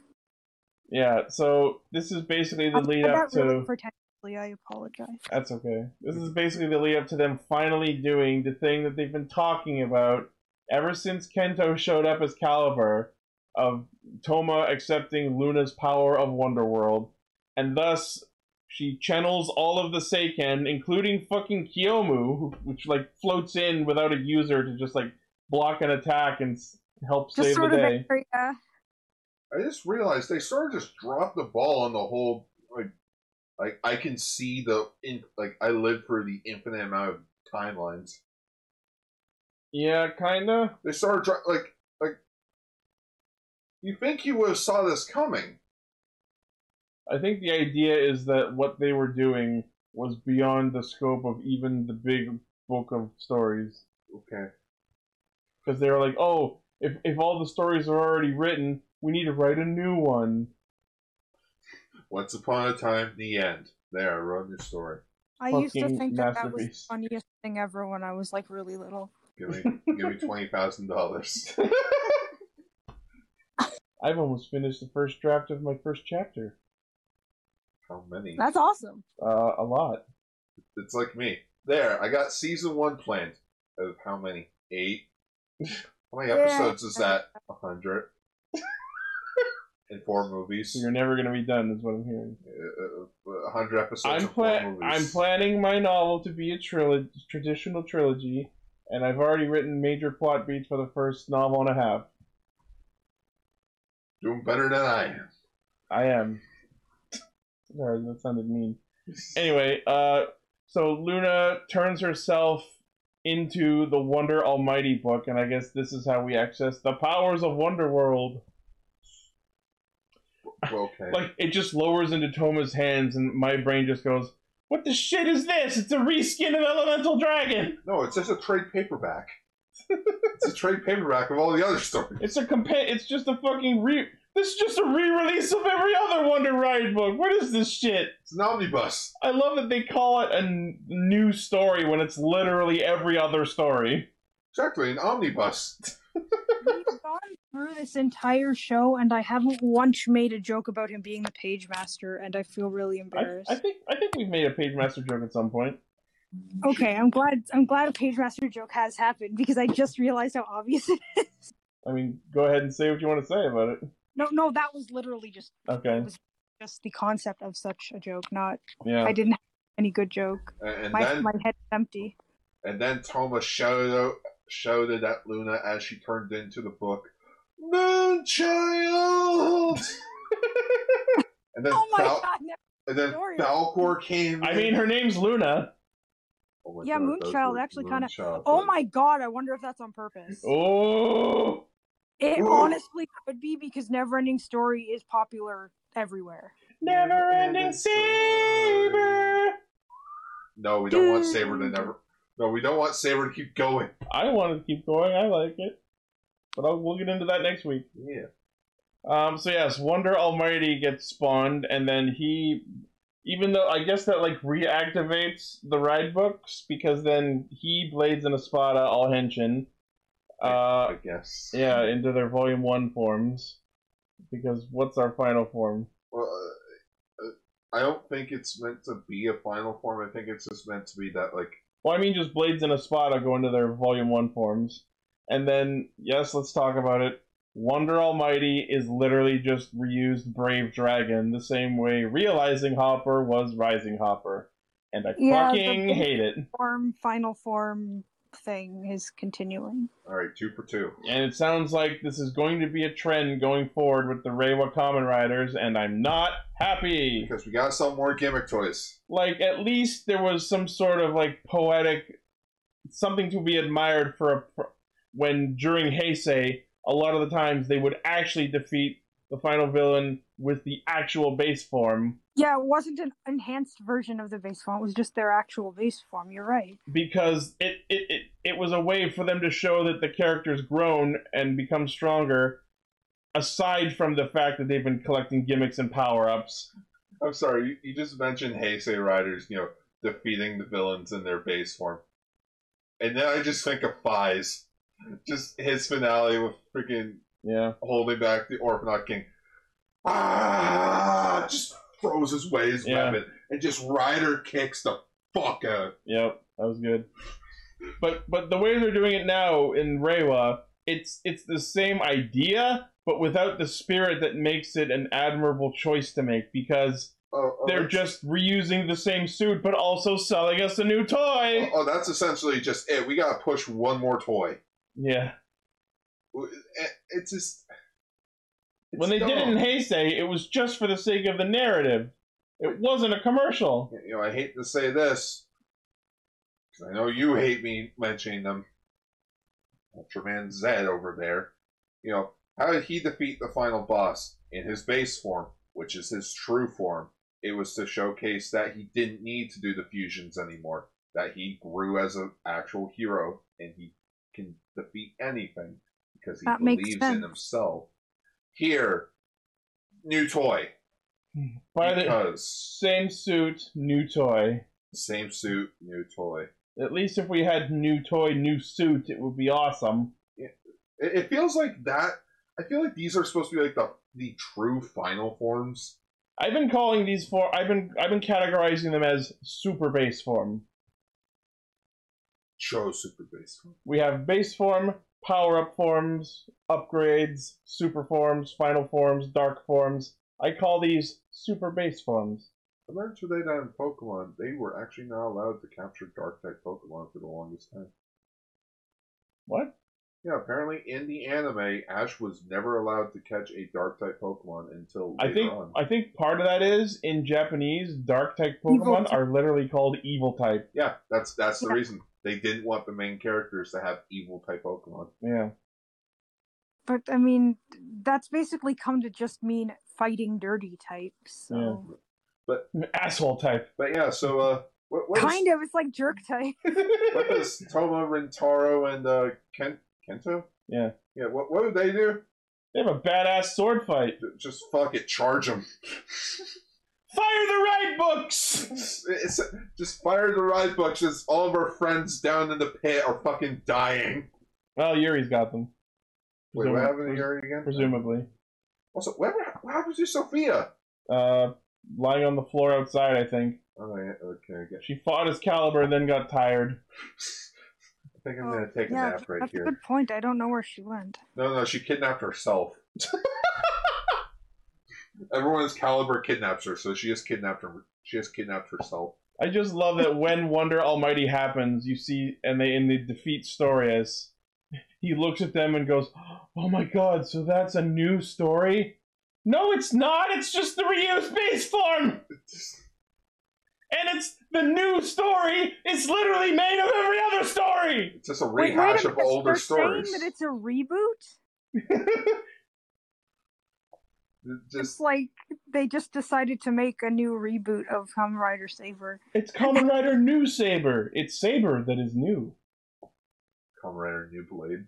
Speaker 1: Yeah, so this is basically the
Speaker 8: I-
Speaker 1: lead
Speaker 8: I
Speaker 1: up
Speaker 8: got really
Speaker 1: to.
Speaker 8: pretentiously, I apologize.
Speaker 1: That's okay. This is basically the lead up to them finally doing the thing that they've been talking about ever since Kento showed up as Caliber of Toma accepting Luna's power of Wonderworld, and thus she channels all of the Seiken, including fucking Kiyomu, who- which like floats in without a user to just like block an attack and s- help
Speaker 8: Just
Speaker 1: save the
Speaker 8: sort of
Speaker 1: day.
Speaker 8: a, yeah.
Speaker 2: I just realized they sort of just dropped the ball on the whole like like I can see the in like I live for the infinite amount of timelines.
Speaker 1: yeah, kinda.
Speaker 2: They started dri- like like. You think you would have saw this coming?
Speaker 1: I think the idea is that what they were doing was beyond the scope of even the big book of stories.
Speaker 2: Okay.
Speaker 1: because they were like, oh, if, if all the stories are already written, we need to write a new one.
Speaker 2: Once upon a time, the end. There, I wrote your story.
Speaker 8: I used to
Speaker 1: Fucking
Speaker 8: think that that was the
Speaker 1: masterpiece.
Speaker 8: funniest thing ever when I was like really little.
Speaker 2: Give me, give me twenty thousand dollars.
Speaker 1: I've almost finished the first draft of my first chapter.
Speaker 2: How many?
Speaker 8: That's awesome.
Speaker 1: Uh, a lot.
Speaker 2: It's like me. There, I got season one planned. Of how many? Eight. How many
Speaker 8: Yeah.
Speaker 2: episodes is that? A hundred. In four movies.
Speaker 1: So you're never gonna be done, is what I'm hearing.
Speaker 2: Uh, uh, A hundred episodes.
Speaker 1: I'm
Speaker 2: in four
Speaker 1: pla-
Speaker 2: movies.
Speaker 1: I'm planning my novel to be a trilo- traditional trilogy, and I've already written major plot beats for the first novel and a half.
Speaker 2: Doing better than I am.
Speaker 1: I am. Sorry, that sounded mean. Anyway, uh, so Luna turns herself into the Wonder Almighty book, and I guess this is how we access the powers of Wonder World.
Speaker 2: Okay.
Speaker 1: Like it just lowers into Toma's hands, and my brain just goes, "What the shit is this? It's a reskin of Elemental Dragon.
Speaker 2: no, it's just a trade paperback. it's a trade paperback of all the other stories.
Speaker 1: It's a compa- It's just a fucking re. This is just a re-release of every other Wonder Ride book. What is this shit?"
Speaker 2: It's an omnibus.
Speaker 1: I love that they call it a n- new story when it's literally every other story.
Speaker 2: Exactly, an omnibus.
Speaker 3: We've gone through this entire show, and I haven't once made a joke about him being the page master, and I feel really
Speaker 1: I,
Speaker 3: embarrassed.
Speaker 1: I think I think we've made a page master joke at some point.
Speaker 3: Okay, I'm glad. I'm glad a page master joke has happened because I just realized how obvious it is.
Speaker 1: I mean, go ahead and say what you want to say about it.
Speaker 3: No, no, that was literally just
Speaker 1: Okay.
Speaker 3: just the concept of such a joke. Not
Speaker 1: Yeah.
Speaker 3: I didn't have any good joke.
Speaker 2: And, and
Speaker 3: My
Speaker 2: then
Speaker 3: my head's empty.
Speaker 2: and then Toma shouted out, shouted at Luna as she turned into the book, Moonchild. and then
Speaker 3: Oh my
Speaker 2: Fal-
Speaker 3: god! No.
Speaker 2: and then
Speaker 3: story.
Speaker 2: Falcor came.
Speaker 1: I
Speaker 2: in.
Speaker 1: mean, her name's Luna.
Speaker 2: Oh my
Speaker 3: Yeah,
Speaker 2: God, those
Speaker 3: Moonchild
Speaker 2: were-
Speaker 3: actually kinda-
Speaker 2: Moonchild.
Speaker 3: Oh my god! I wonder if that's on purpose.
Speaker 1: Oh.
Speaker 3: It
Speaker 2: Whoa.
Speaker 3: honestly could be because Neverending Story is popular everywhere.
Speaker 1: Never ending saber.
Speaker 2: No, we don't want Saber to never. No, we don't want Saber to keep going.
Speaker 1: I want to keep going. I like it, but I'll, we'll get into that next week.
Speaker 2: Yeah.
Speaker 1: Um, so yes, Wonder Almighty gets spawned, and then he, even though I guess that like reactivates the ride books because then he blades and Espada all henshin, uh,
Speaker 2: I guess.
Speaker 1: yeah, into their volume one forms. Because what's our final form?
Speaker 2: Well, uh, I don't think it's meant to be a final form. I think it's just meant to be that like
Speaker 1: Well, I mean, just blades and Espada go into their volume one forms, and then yes, let's talk about it. Wonder Almighty is literally just reused Brave Dragon the same way Realizing Hopper was Rising Hopper, and I
Speaker 3: Yeah, the
Speaker 1: fucking
Speaker 3: big-
Speaker 1: hate it.
Speaker 3: Form final form thing is continuing.
Speaker 2: all right, two for two.
Speaker 1: And it sounds like this is going to be a trend going forward with the Reiwa Common Riders, and I'm not happy.
Speaker 2: Because we gotta sell more gimmick toys.
Speaker 1: Like, at least there was some sort of like poetic something to be admired for a for- when during Heisei, a lot of the times they would actually defeat the final villain with the actual base form
Speaker 3: Yeah, it wasn't an enhanced version of the base form. It was just their actual base form. You're right.
Speaker 1: because it, it, it, it was a way for them to show that the character's grown and become stronger aside from the fact that they've been collecting gimmicks and power-ups
Speaker 2: I'm sorry, you, you just mentioned Heisei Riders, you know, defeating the villains in their base form. And now I just think of Fies. Just his finale with freaking
Speaker 1: yeah
Speaker 2: holding back the Orphanot King. Ah! Just throws his way his
Speaker 1: Yeah.
Speaker 2: weapon and just Rider kicks the fuck out.
Speaker 1: Yep, that was good. But but the way they're doing it now in Reiwa, it's it's the same idea, but without the spirit that makes it an admirable choice to make because
Speaker 2: Oh, oh,
Speaker 1: they're
Speaker 2: that's-
Speaker 1: just reusing the same suit but also selling us a new toy.
Speaker 2: Oh, that's essentially just it. We gotta push one more toy.
Speaker 1: Yeah.
Speaker 2: It- It's just. it's
Speaker 1: When they did it in
Speaker 2: dumb.
Speaker 1: Heisei, it was just for the sake of the narrative. It wasn't a commercial.
Speaker 2: you know, I hate to say this, 'cause I know you hate me mentioning them. Ultraman Zed over there. You know, how did he defeat the final boss in his base form, which is his true form? It was to showcase that he didn't need to do the fusions anymore, that he grew as an actual hero and he can defeat anything because he
Speaker 3: That makes
Speaker 2: believes in
Speaker 3: sense.
Speaker 2: himself. Here, new toy.
Speaker 1: By the
Speaker 2: because
Speaker 1: same suit, new toy.
Speaker 2: same suit, new toy.
Speaker 1: At least if we had new toy, new suit, it would be awesome.
Speaker 2: It, it feels like that. I feel like these are supposed to be like the the true final forms.
Speaker 1: I've been calling these four. I've been I've been categorizing them as super base form.
Speaker 2: Show super base. form.
Speaker 1: We have base form, power up forms, upgrades, super forms, final forms, dark forms. I call these super base forms.
Speaker 2: I learned today that in Pokemon they were actually not allowed to capture dark type Pokemon for the longest time.
Speaker 1: What?
Speaker 2: Yeah, apparently in the anime, Ash was never allowed to catch a dark type Pokemon until later
Speaker 1: I think
Speaker 2: on.
Speaker 1: I think part of that is in Japanese, dark type Pokemon are literally called evil type.
Speaker 2: Yeah, that's that's the
Speaker 3: Yeah.
Speaker 2: reason they didn't want the main characters to have evil type Pokemon.
Speaker 1: Yeah.
Speaker 3: But I mean, that's basically come to just mean fighting dirty types. So.
Speaker 1: Asshole type.
Speaker 2: But yeah, so uh, what, what,
Speaker 3: Kind of, it's like jerk type.
Speaker 2: does, what does Toma, Rintaro, and uh, Ken, Kento?
Speaker 1: Yeah.
Speaker 2: Yeah, what what do they do?
Speaker 1: They have a badass sword fight.
Speaker 2: Just fuck it, charge them.
Speaker 1: Fire the right books!
Speaker 2: It's, just fire the ride books as all of our friends down in the pit are fucking dying.
Speaker 1: Well, Yuri's got them.
Speaker 2: Wait, what
Speaker 1: Presumably-
Speaker 2: happened to Yuri again?
Speaker 1: Presumably.
Speaker 2: Also, what happened, what happened to Sophia?
Speaker 1: Uh, lying on the floor outside, I think.
Speaker 2: Oh, yeah, okay, I guess.
Speaker 1: She fought as Caliber, then got tired.
Speaker 2: I think I'm
Speaker 3: Oh,
Speaker 2: gonna take a
Speaker 3: yeah,
Speaker 2: nap right
Speaker 3: that's a
Speaker 2: here.
Speaker 3: good point. I don't know where she went.
Speaker 2: No, no, she kidnapped herself. Everyone's caliber kidnaps her, so she just kidnapped her. She just kidnapped herself.
Speaker 1: I just love that when Wonder Almighty happens, you see, and they in the defeat story as he looks at them and goes, "Oh my God! So that's a new story? No, it's not. It's just the reused base form, and it's the new story. It's literally made of every other story.
Speaker 2: It's just a
Speaker 3: Wait,
Speaker 2: rehash
Speaker 3: wait a
Speaker 2: of
Speaker 3: minute,
Speaker 2: older
Speaker 3: they're
Speaker 2: stories.
Speaker 3: saying that it's a reboot? It's
Speaker 2: Just
Speaker 3: like they just decided to make a new reboot of Kamen Rider Saber.
Speaker 1: It's Kamen Rider New Saber. It's Saber that is new.
Speaker 2: Comrade New Blade.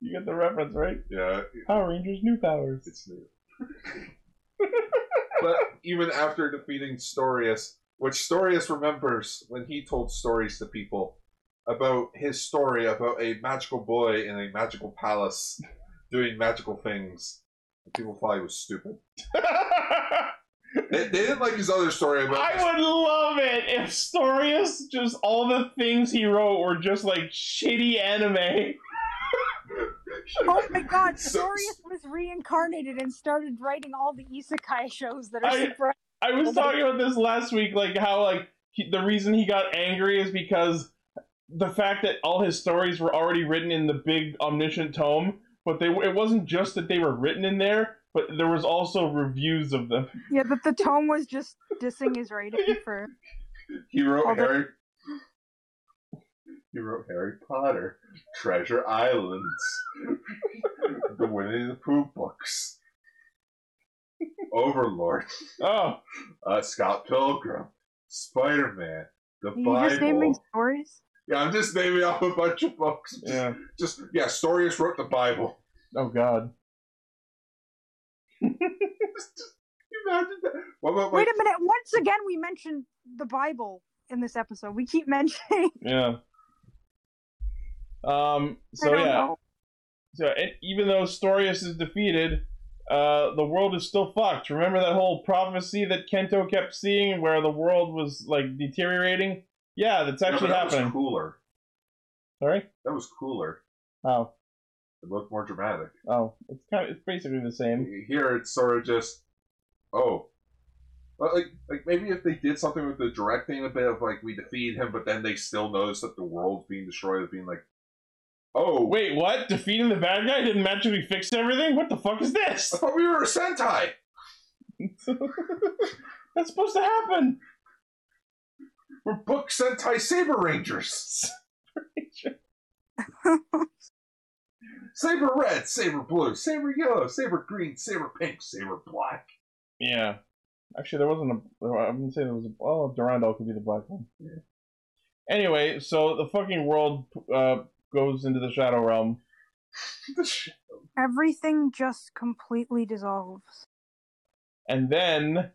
Speaker 1: you get the reference, right?
Speaker 2: Yeah,
Speaker 1: Power Rangers New Powers.
Speaker 2: It's new. but even after defeating Storius, which Storius remembers when he told stories to people about his story about a magical boy in a magical palace doing magical things. And people thought he was stupid. They, they didn't like his other story about
Speaker 1: I would love it if Storius just all the things he wrote were just like shitty anime.
Speaker 3: Oh my god,
Speaker 2: So-
Speaker 3: Sorius was reincarnated and started writing all the isekai shows that are
Speaker 1: I-
Speaker 3: super.
Speaker 1: I
Speaker 3: Oh
Speaker 1: was talking about this last week, like how like he, the reason he got angry is because the fact that all his stories were already written in the big omniscient tome, but they it wasn't just that they were written in there, but there was also reviews of them.
Speaker 3: Yeah, that the tome was just dissing his rating for.
Speaker 2: he wrote
Speaker 3: Although-
Speaker 2: Harry He wrote Harry Potter, Treasure Islands, the Winnie the Pooh books, Overlord.
Speaker 1: Oh,
Speaker 2: uh, Scott Pilgrim, Spider Man, the
Speaker 3: You just naming
Speaker 2: Bible.
Speaker 3: stories?
Speaker 2: Yeah, I'm just naming off a bunch of books.
Speaker 1: yeah.
Speaker 2: Just yeah, Storius wrote the Bible.
Speaker 1: Oh god.
Speaker 2: Imagine that. What about
Speaker 3: Wait
Speaker 2: like,
Speaker 3: a minute, once again, we mentioned the Bible in this episode. We keep mentioning.
Speaker 1: Yeah. Um.
Speaker 3: I
Speaker 1: So
Speaker 3: don't
Speaker 1: yeah.
Speaker 3: know.
Speaker 1: So and even though Storius is defeated, uh, the world is still fucked. Remember that whole prophecy that Kento kept seeing, where the world was like deteriorating? Yeah, that's
Speaker 2: No, but
Speaker 1: actually
Speaker 2: that
Speaker 1: happening.
Speaker 2: Was cooler.
Speaker 1: Sorry.
Speaker 2: That was cooler.
Speaker 1: Oh,
Speaker 2: It looked more dramatic.
Speaker 1: oh, it's kind of it's basically the same.
Speaker 2: Here it's sort of just oh. But like, like maybe if they did something with the directing a bit of like we defeat him, but then they still notice that the world's being destroyed, being like, oh,
Speaker 1: Wait, what? Defeating the bad guy didn't magically fix everything? What the fuck is
Speaker 2: I
Speaker 1: this?
Speaker 2: thought we were a Sentai.
Speaker 1: That's supposed to happen.
Speaker 2: We're book Sentai Saber Rangers. Saber red, saber blue, saber yellow, saber green, saber pink, saber black.
Speaker 1: Yeah. Actually, there wasn't a. there- I wouldn't say there was a. Oh, Durandal could be the black one. Anyway, so the fucking world uh, goes into the Shadow Realm.
Speaker 3: Everything just completely dissolves.
Speaker 1: And then,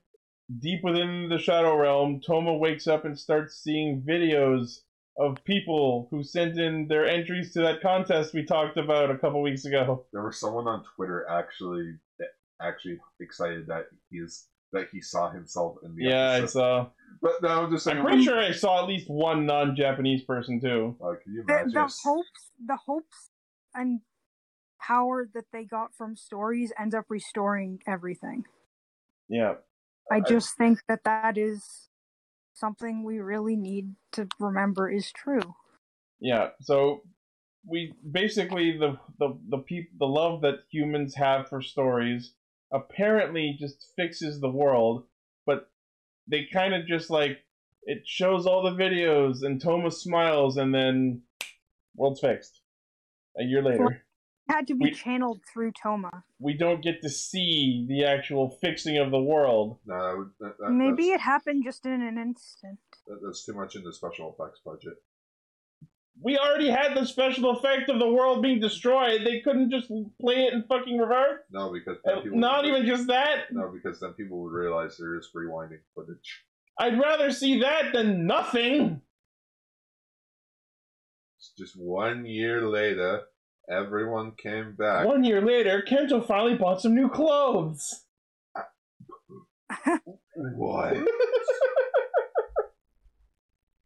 Speaker 1: deep within the Shadow Realm, Toma wakes up and starts seeing videos of people who sent in their entries to that contest we talked about a couple weeks ago.
Speaker 2: There was someone on Twitter actually that actually excited that he's that he saw himself in the
Speaker 1: Yeah, I
Speaker 2: episode.
Speaker 1: saw.
Speaker 2: But no, I'm just saying.
Speaker 1: I'm pretty sure I saw at least one non Japanese person, too.
Speaker 2: Uh, can you
Speaker 3: The,
Speaker 2: imagine?
Speaker 3: the
Speaker 2: if-
Speaker 3: hopes, the hopes, and power that they got from stories ends up restoring everything.
Speaker 1: Yeah.
Speaker 3: I just think that that is something we really need to remember is true.
Speaker 1: Yeah. So we basically the the the peop, the love that humans have for stories apparently just fixes the world, but they kind of just like it shows all the videos and Thomas smiles and then world's fixed. A year later,
Speaker 3: had to be
Speaker 1: We-
Speaker 3: channeled through Toma.
Speaker 1: we don't get to see the actual fixing of the world.
Speaker 2: No, that would- that, that,
Speaker 3: Maybe
Speaker 2: that's,
Speaker 3: it happened just in an instant.
Speaker 2: that- that's too much in the special effects budget.
Speaker 1: We already had the special effect of the world being destroyed. They couldn't just play it in fucking reverse.
Speaker 2: No, because then
Speaker 1: Uh,
Speaker 2: people
Speaker 1: Not
Speaker 2: would-
Speaker 1: even just that.
Speaker 2: No, because then people would realize there is rewinding footage.
Speaker 1: I'd rather see that than nothing.
Speaker 2: It's just one year later, everyone came back.
Speaker 1: One year later, Kento finally bought some new clothes.
Speaker 2: What?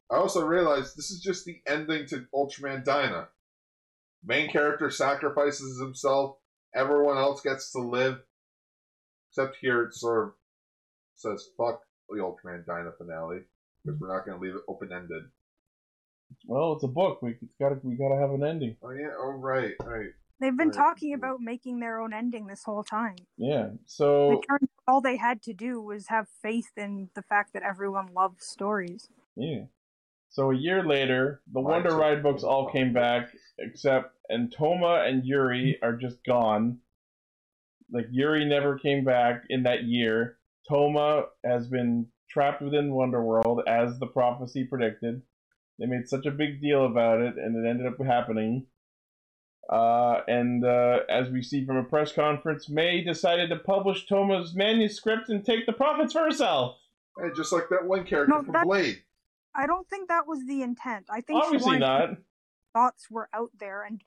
Speaker 2: I also realized this is just the ending to Ultraman Dyna. Main character sacrifices himself. Everyone else gets to live. Except here, it sort of says "fuck the Ultraman Dyna finale" because we're not going to leave it open ended.
Speaker 1: well, it's a book. We it's gotta we gotta have an ending.
Speaker 2: Oh yeah, oh right, right.
Speaker 3: They've been
Speaker 2: Right.
Speaker 3: talking about making their own ending this whole time.
Speaker 1: Yeah.
Speaker 3: It
Speaker 1: So
Speaker 3: turned out all they had to do was have faith in the fact that everyone loves stories.
Speaker 1: yeah. So a year later, the
Speaker 2: Right,
Speaker 1: Wonder
Speaker 2: so-
Speaker 1: Ride books all came back, except and Toma and Yuri are just gone. Like Yuri never came back in that year. Toma has been trapped within Wonderworld as the prophecy predicted. They made such a big deal about it, and it ended up happening. Uh, and uh, as we see from a press conference, May decided to publish Toma's manuscript and take the profits for herself.
Speaker 2: Hey, just like that one character
Speaker 3: No,
Speaker 2: from
Speaker 3: that-
Speaker 2: Blade.
Speaker 3: I don't think that was the intent. I think she
Speaker 1: Obviously
Speaker 3: wanted
Speaker 1: not.
Speaker 3: thoughts were out there, and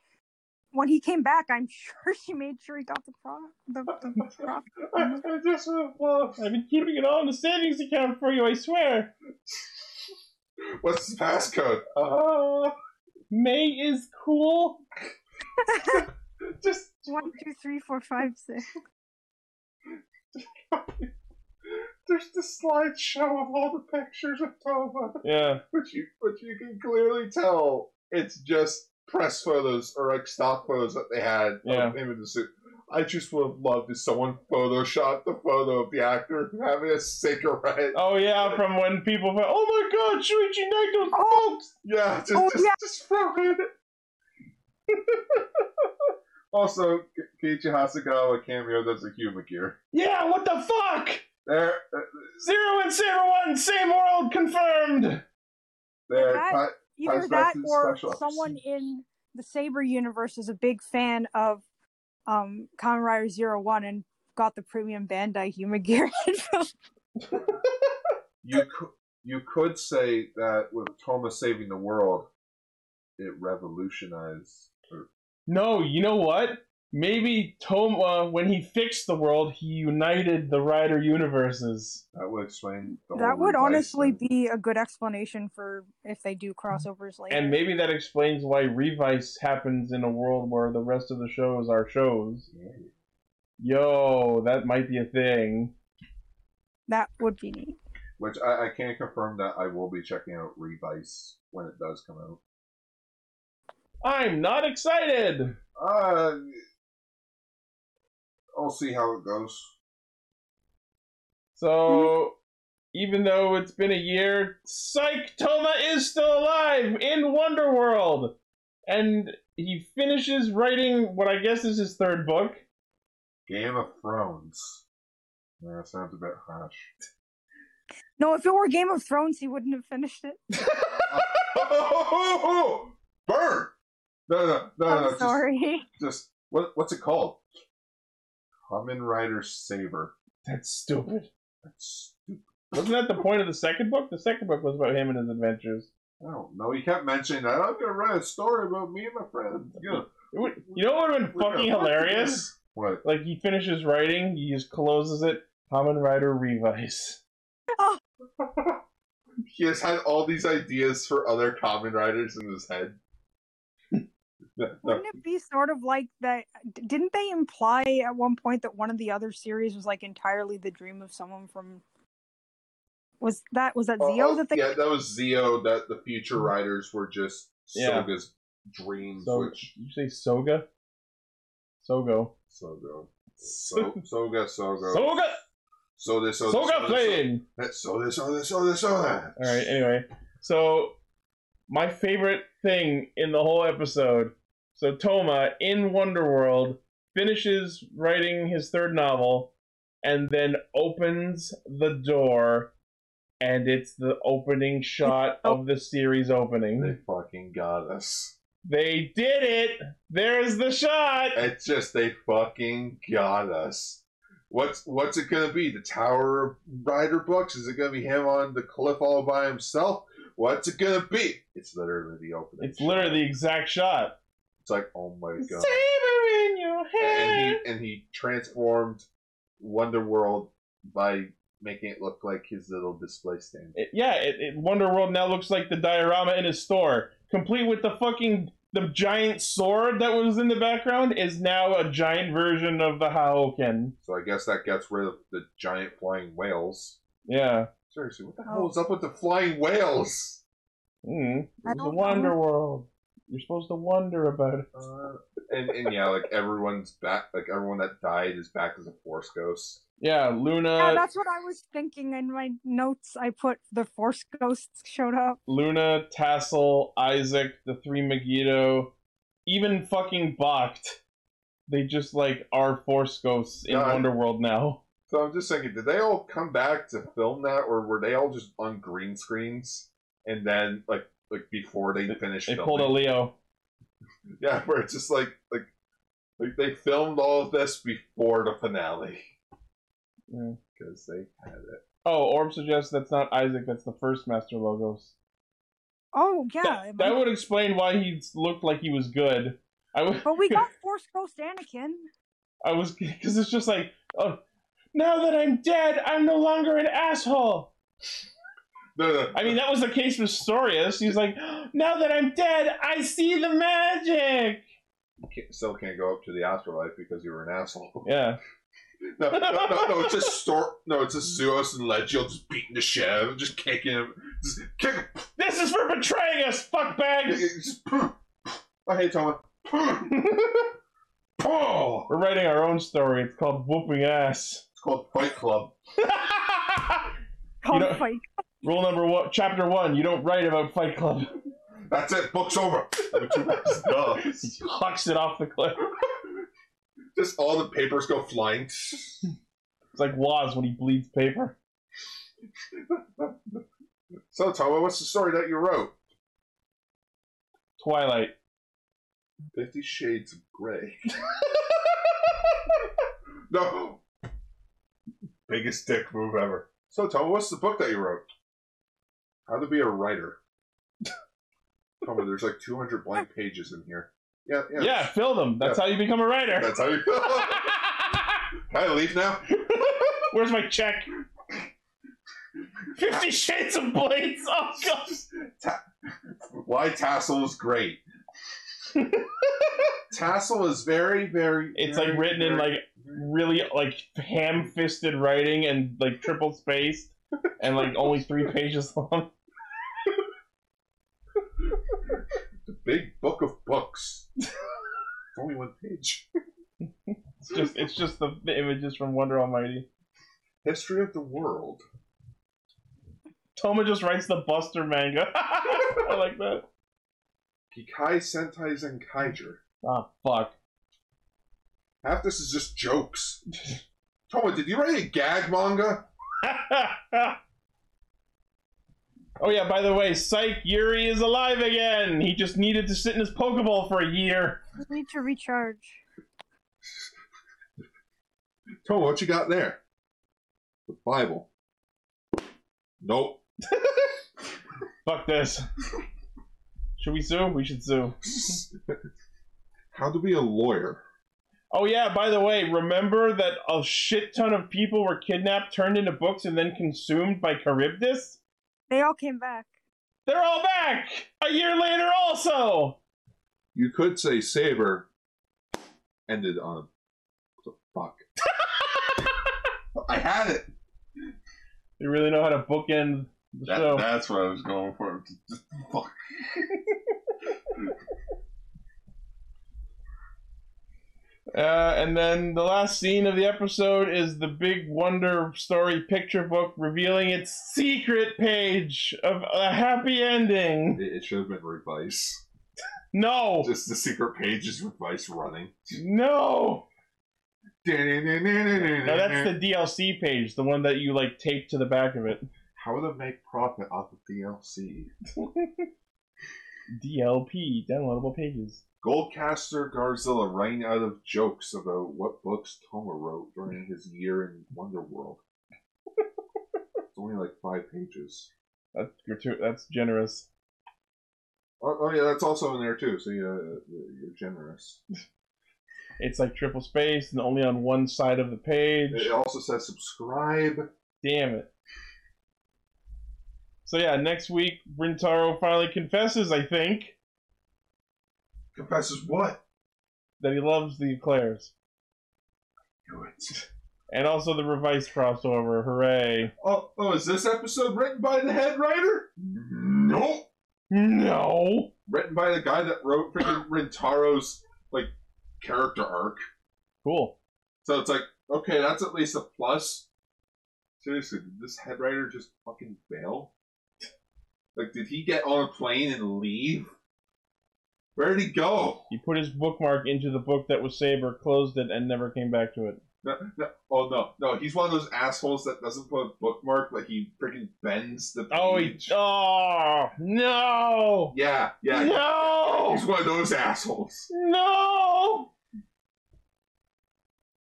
Speaker 3: when he came back, I'm sure she made sure he got the pro the, the, the pro-
Speaker 1: I just lost. I've been keeping it all in the savings account for you. I swear.
Speaker 2: What's his passcode?
Speaker 1: Uh, May is cool.
Speaker 2: Just
Speaker 3: one, two, three, four, five, six.
Speaker 2: there's the slideshow of all the pictures of Toma.
Speaker 1: Yeah.
Speaker 2: But you, but you can clearly tell it's just press photos or like stock photos that they had
Speaker 1: Yeah.
Speaker 2: of him in the suit. I just would have loved if someone photoshopped the photo of the actor having a cigarette.
Speaker 1: Oh yeah. From when people went, oh my god, Shuichi Naito.
Speaker 3: Oh,
Speaker 2: Yeah, just,
Speaker 3: Oh,
Speaker 2: just,
Speaker 3: yeah.
Speaker 2: just throw it. also, Ke- Keiichi Hasegawa cameo does a human gear.
Speaker 1: Yeah. What the fuck?
Speaker 2: There,
Speaker 1: Zero and Saber One, same world confirmed.
Speaker 2: there.
Speaker 3: That-
Speaker 2: Ti-
Speaker 3: either
Speaker 2: Ties back to
Speaker 3: that
Speaker 2: the
Speaker 3: or
Speaker 2: special
Speaker 3: someone in the Saber universe is a big fan of um Kamen Rider Zero One and got the premium Bandai Huma gear.
Speaker 2: Oh, you could you could say that with Thomas saving the world, it revolutionized. Or,
Speaker 1: No, you know what? Maybe Toma, when he fixed the world, he united the Rider universes.
Speaker 2: that would explain. The
Speaker 3: that
Speaker 2: whole
Speaker 3: would
Speaker 2: revival.
Speaker 3: honestly be a good explanation for if they do crossovers later.
Speaker 1: And maybe that explains why Revice happens in a world where the rest of the shows are shows. Yo, that might be a thing.
Speaker 3: that would be neat.
Speaker 2: Which I, I can confirm that I will be checking out Revice when it does come out.
Speaker 1: I'm not excited.
Speaker 2: Uh, I'll see how it goes. Mm-hmm.
Speaker 1: So, even though it's been a year, Psych Toma is still alive in Wonderworld, and he finishes writing what I guess is his third book.
Speaker 2: Game of Thrones. Yeah, that sounds a bit harsh.
Speaker 3: No, if it were Game of Thrones, he wouldn't have finished it.
Speaker 2: Burn! No, no, no, no.
Speaker 3: I'm
Speaker 2: Uh, just-
Speaker 3: sorry.
Speaker 2: just what what's it called? Common Rider Saber.
Speaker 1: That's stupid.
Speaker 2: That's stupid.
Speaker 1: Wasn't that the point of the second book? The second book was about him and his adventures.
Speaker 2: I don't know. He kept mentioning that I'm gonna write a story about me and my friend. You know,
Speaker 1: It would, you know what would have been
Speaker 2: We're
Speaker 1: fucking
Speaker 2: gonna-
Speaker 1: hilarious?
Speaker 2: what?
Speaker 1: Like he finishes writing, he just closes it. Common Rider Revise.
Speaker 2: He has had all these ideas for other common writers in his head. No, no.
Speaker 3: Wouldn't it be sort of like that? Didn't they imply at one point that one of the other series was like entirely the dream of someone from? Was that was that
Speaker 2: Oh,
Speaker 3: Zio
Speaker 2: oh,
Speaker 3: that they?
Speaker 2: yeah, that was Zio. That the future writers were just
Speaker 1: Yeah.
Speaker 2: Soga's dreams,
Speaker 1: So
Speaker 2: which
Speaker 1: you say Soga? Sogo.
Speaker 2: Sogo, so Soga, Sogo,
Speaker 1: Soga!
Speaker 2: so this, so this,
Speaker 1: Soga
Speaker 2: so this,
Speaker 1: plane!
Speaker 2: so this, so this, so this, so that.
Speaker 1: All right. Anyway, so my favorite thing in the whole episode. So Toma in Wonderworld finishes writing his third novel, and then opens the door, and it's the opening shot of the series
Speaker 2: They
Speaker 1: opening.
Speaker 2: fucking got us.
Speaker 1: They did it. There's the shot.
Speaker 2: It's just they fucking got us. What's what's it gonna be? The Tower Rider books? Is it gonna be him on the cliff all by himself? What's it gonna be? It's literally the opening.
Speaker 1: It's
Speaker 2: shot.
Speaker 1: literally the exact shot.
Speaker 2: It's like oh my god.
Speaker 1: Saber in your
Speaker 2: and
Speaker 1: hand.
Speaker 2: he and he transformed Wonderworld by making it look like his little display stand.
Speaker 1: It- yeah, it, it, Wonder World now looks like the diorama in his store, complete with the fucking the giant sword that was in the background is now a giant version of the Haoken.
Speaker 2: So I guess that gets rid of the giant flying whales.
Speaker 1: Yeah,
Speaker 2: Seriously, what the
Speaker 3: Oh.
Speaker 2: hell is up with the flying whales?
Speaker 1: mm.
Speaker 3: I
Speaker 1: it's a
Speaker 3: don't
Speaker 1: Wonder World. You're supposed to wonder about it.
Speaker 2: Uh, and and yeah, like everyone's back, like everyone that died is back as a force ghost.
Speaker 1: Yeah, Luna,
Speaker 8: yeah, that's what I was thinking in my notes. I put the Force Ghosts showed up.
Speaker 1: Luna, Tassel, Isaac, the three Megiddo, even fucking Bakht. They just like are force ghosts in
Speaker 2: God.
Speaker 1: Wonder World now.
Speaker 2: So I'm just thinking, did they all come back to film that, or were they all just on green screens? And then like like before they finished,
Speaker 1: They
Speaker 2: filming?
Speaker 1: pulled a Leo.
Speaker 2: Yeah, where it's just like like like they filmed all of this before the finale.
Speaker 1: Yeah.
Speaker 2: Because they had it.
Speaker 1: Oh, Orb suggests that's not Isaac. That's the first Master Logos.
Speaker 8: Oh yeah,
Speaker 1: that,
Speaker 8: it
Speaker 1: that
Speaker 8: might-
Speaker 1: would explain why he looked like he was good. I was,
Speaker 8: but we got Force Ghost Anakin.
Speaker 1: I was, because it's just like, oh, now that I'm dead, I'm no longer an asshole.
Speaker 2: No, no.
Speaker 1: I mean, that was the case with Storius. He's like, now that I'm dead, I see the magic.
Speaker 2: you can't, still can't go up to the afterlife because you were an asshole.
Speaker 1: Yeah,
Speaker 2: No, no, no, no, it's a store. No, it's a Zeus and Legio just beating the shit out of him, just kicking him, just kick him,
Speaker 1: this is for betraying us, fuckbag.
Speaker 2: just. Oh, I hate Toma. Paul.
Speaker 1: We're writing our own story. It's called Whooping Ass.
Speaker 2: It's called Fight Club.
Speaker 1: You
Speaker 8: Called
Speaker 1: know-
Speaker 8: Fight.
Speaker 1: Rule number one, chapter one: You don't write about Fight Club.
Speaker 2: That's it. Book's over. I mean, two books, duh.
Speaker 1: He hucks it off the cliff.
Speaker 2: Just all the papers go flying.
Speaker 1: It's like Waz when he bleeds paper.
Speaker 2: So, Toma, what's the story that you wrote?
Speaker 1: Twilight.
Speaker 2: Fifty Shades of Grey. no. Biggest dick move ever. So, Tom, what's the book that you wrote? How to be a writer. Tom, there's like 200 blank pages in here. Yeah, yeah.
Speaker 1: Yeah, fill them. That's how you become a writer.
Speaker 2: That's how you. Can I leave now?
Speaker 1: Where's my check? Fifty Shades of Blades. Oh god.
Speaker 2: Why Tassel is great. Tassel is very, very.
Speaker 1: It's
Speaker 2: very,
Speaker 1: like written in
Speaker 2: very-
Speaker 1: like really like ham-fisted writing and like triple spaced and like only three pages long.
Speaker 2: the big book of books. it's only one page.
Speaker 1: It's just it's just the, the images from Wonder Almighty.
Speaker 2: History of the world.
Speaker 1: Toma just writes the Buster manga. I like that.
Speaker 2: Kikai Sentai Zenkaiger.
Speaker 1: Oh fuck.
Speaker 2: Half this is just jokes. Toma, did you write a gag manga?
Speaker 1: oh yeah, by the way, Psych Yuri is alive again. He just needed to sit in his Pokeball for a year.
Speaker 3: I need to recharge.
Speaker 2: Toma, what you got there? The Bible. Nope.
Speaker 1: Fuck this. should we sue? We should sue.
Speaker 2: How to be a lawyer.
Speaker 1: Oh yeah, by the way, remember that a shit ton of people were kidnapped, turned into books, and then consumed by Charybdis?
Speaker 8: They all came back.
Speaker 1: They're all back! A year later also!
Speaker 2: You could say Saber ended on a the fuck. I had it.
Speaker 1: They really know how to bookend the
Speaker 2: That-
Speaker 1: show.
Speaker 2: That's what I was going for. Just fuck.
Speaker 1: Uh, and then the last scene of the episode is the Big Wonder Story picture book revealing its secret page of a happy ending.
Speaker 2: It, it should have been Revice.
Speaker 1: No,
Speaker 2: Just the secret page is Revice running.
Speaker 1: no, no.
Speaker 2: No,
Speaker 1: That's the DLC page, the one that you like tape to the back of it.
Speaker 2: How to make profit off of DLC.
Speaker 1: DLP, downloadable pages.
Speaker 2: Goldcaster Garzilla ran out of jokes about what books Toma wrote during his year in Wonderworld. it's only like five pages.
Speaker 1: That's gratu- That's generous.
Speaker 2: Oh, oh yeah, that's also in there too. So yeah, you're generous.
Speaker 1: It's like triple spaced and only on one side of the page.
Speaker 2: It also says subscribe.
Speaker 1: Damn it. So yeah, next week Brintaro finally confesses, I think,
Speaker 2: Confesses what?
Speaker 1: that he loves the eclairs.
Speaker 2: Do it.
Speaker 1: And also the revised crossover. Hooray.
Speaker 2: Oh, oh, is this episode written by the head writer? Nope.
Speaker 1: No.
Speaker 2: Written by the guy that wrote freaking Rintaro's like character arc.
Speaker 1: Cool.
Speaker 2: So it's like, okay, that's at least a plus. Seriously, did this head writer just fucking bail? Like, did he get on a plane and leave? Where did he go?
Speaker 1: He put his bookmark into the book that was Saber, closed it, and never came back to it.
Speaker 2: No, no, oh no, no, he's one of those assholes that doesn't put a bookmark, but he freaking bends the
Speaker 1: Oh, he,
Speaker 2: page.
Speaker 1: oh no.
Speaker 2: yeah, yeah,
Speaker 1: no.
Speaker 2: he's one of those assholes.
Speaker 1: No!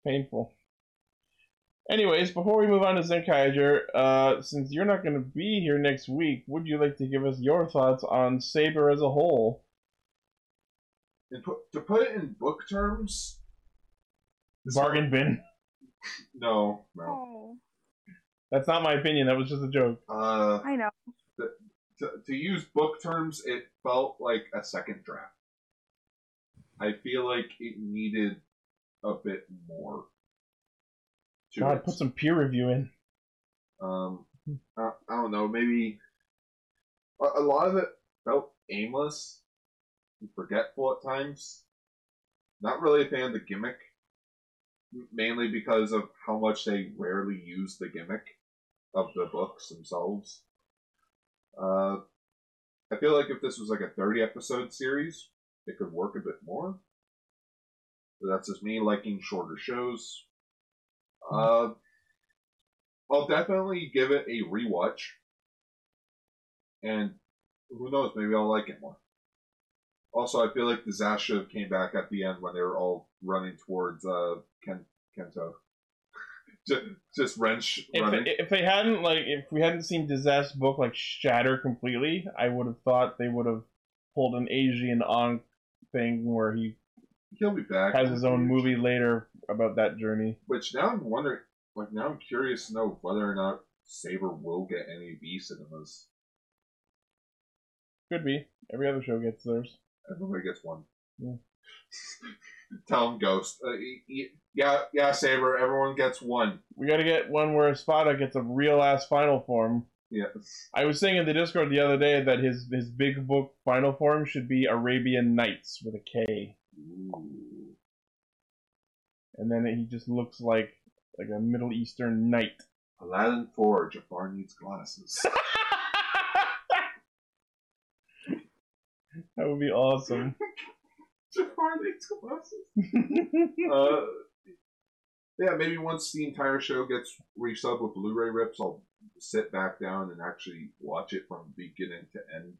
Speaker 1: Painful. Anyways, before we move on to Zenkaiger, uh, since you're not going to be here next week, would you like to give us your thoughts on Saber as a whole?
Speaker 2: And put, to put it in book terms,
Speaker 1: Bargain bin.
Speaker 2: no, no.
Speaker 3: Oh,
Speaker 1: That's not my opinion. That was just a joke.
Speaker 8: Oh,
Speaker 2: Uh,
Speaker 3: I know.
Speaker 2: to, to use book terms, it felt like a second draft. I feel like it needed a bit more. To
Speaker 1: God,
Speaker 2: it.
Speaker 1: put some Hmm. peer review in.
Speaker 2: um, I, I don't know, maybe a, a lot of it felt aimless and forgetful at times. Not really a fan of the gimmick, m- mainly because of how much they rarely use the gimmick of the books themselves. Uh, I feel like if this was like a 30 episode series, it could work a bit more. But that's just me liking shorter shows. Uh, I'll definitely give it a rewatch. And who knows, maybe I'll like it more. Also, I feel like the Zash should have came back at the end when they were all running towards uh, Ken- Kento. just, just wrench running.
Speaker 1: If, if they hadn't, like, if we hadn't seen Disaster Book, like, shatter completely, I would have thought they would have pulled an Asian on thing where he
Speaker 2: He'll be back.
Speaker 1: has his own movie later about that journey.
Speaker 2: Which now I'm wondering, like now I'm curious to know whether or not Saber will get any V cinemas.
Speaker 1: Could be. Every other show gets theirs.
Speaker 2: Everybody gets one.
Speaker 1: Yeah.
Speaker 2: Tell him Ghost. Uh, y- y- yeah, yeah, Saber. Everyone gets one.
Speaker 1: We gotta get one where Espada gets a real ass final form.
Speaker 2: Yes.
Speaker 1: I was saying in the Discord the other day that his his big book final form should be Arabian Nights with a K,
Speaker 2: Ooh.
Speaker 1: and then he just looks like like a Middle Eastern knight.
Speaker 2: Aladdin Forge. A bar needs glasses.
Speaker 1: That would be awesome.
Speaker 2: Jafar needs glasses. uh, yeah, maybe once the entire show gets resubbed with Blu-ray rips, I'll sit back down and actually watch it from beginning to end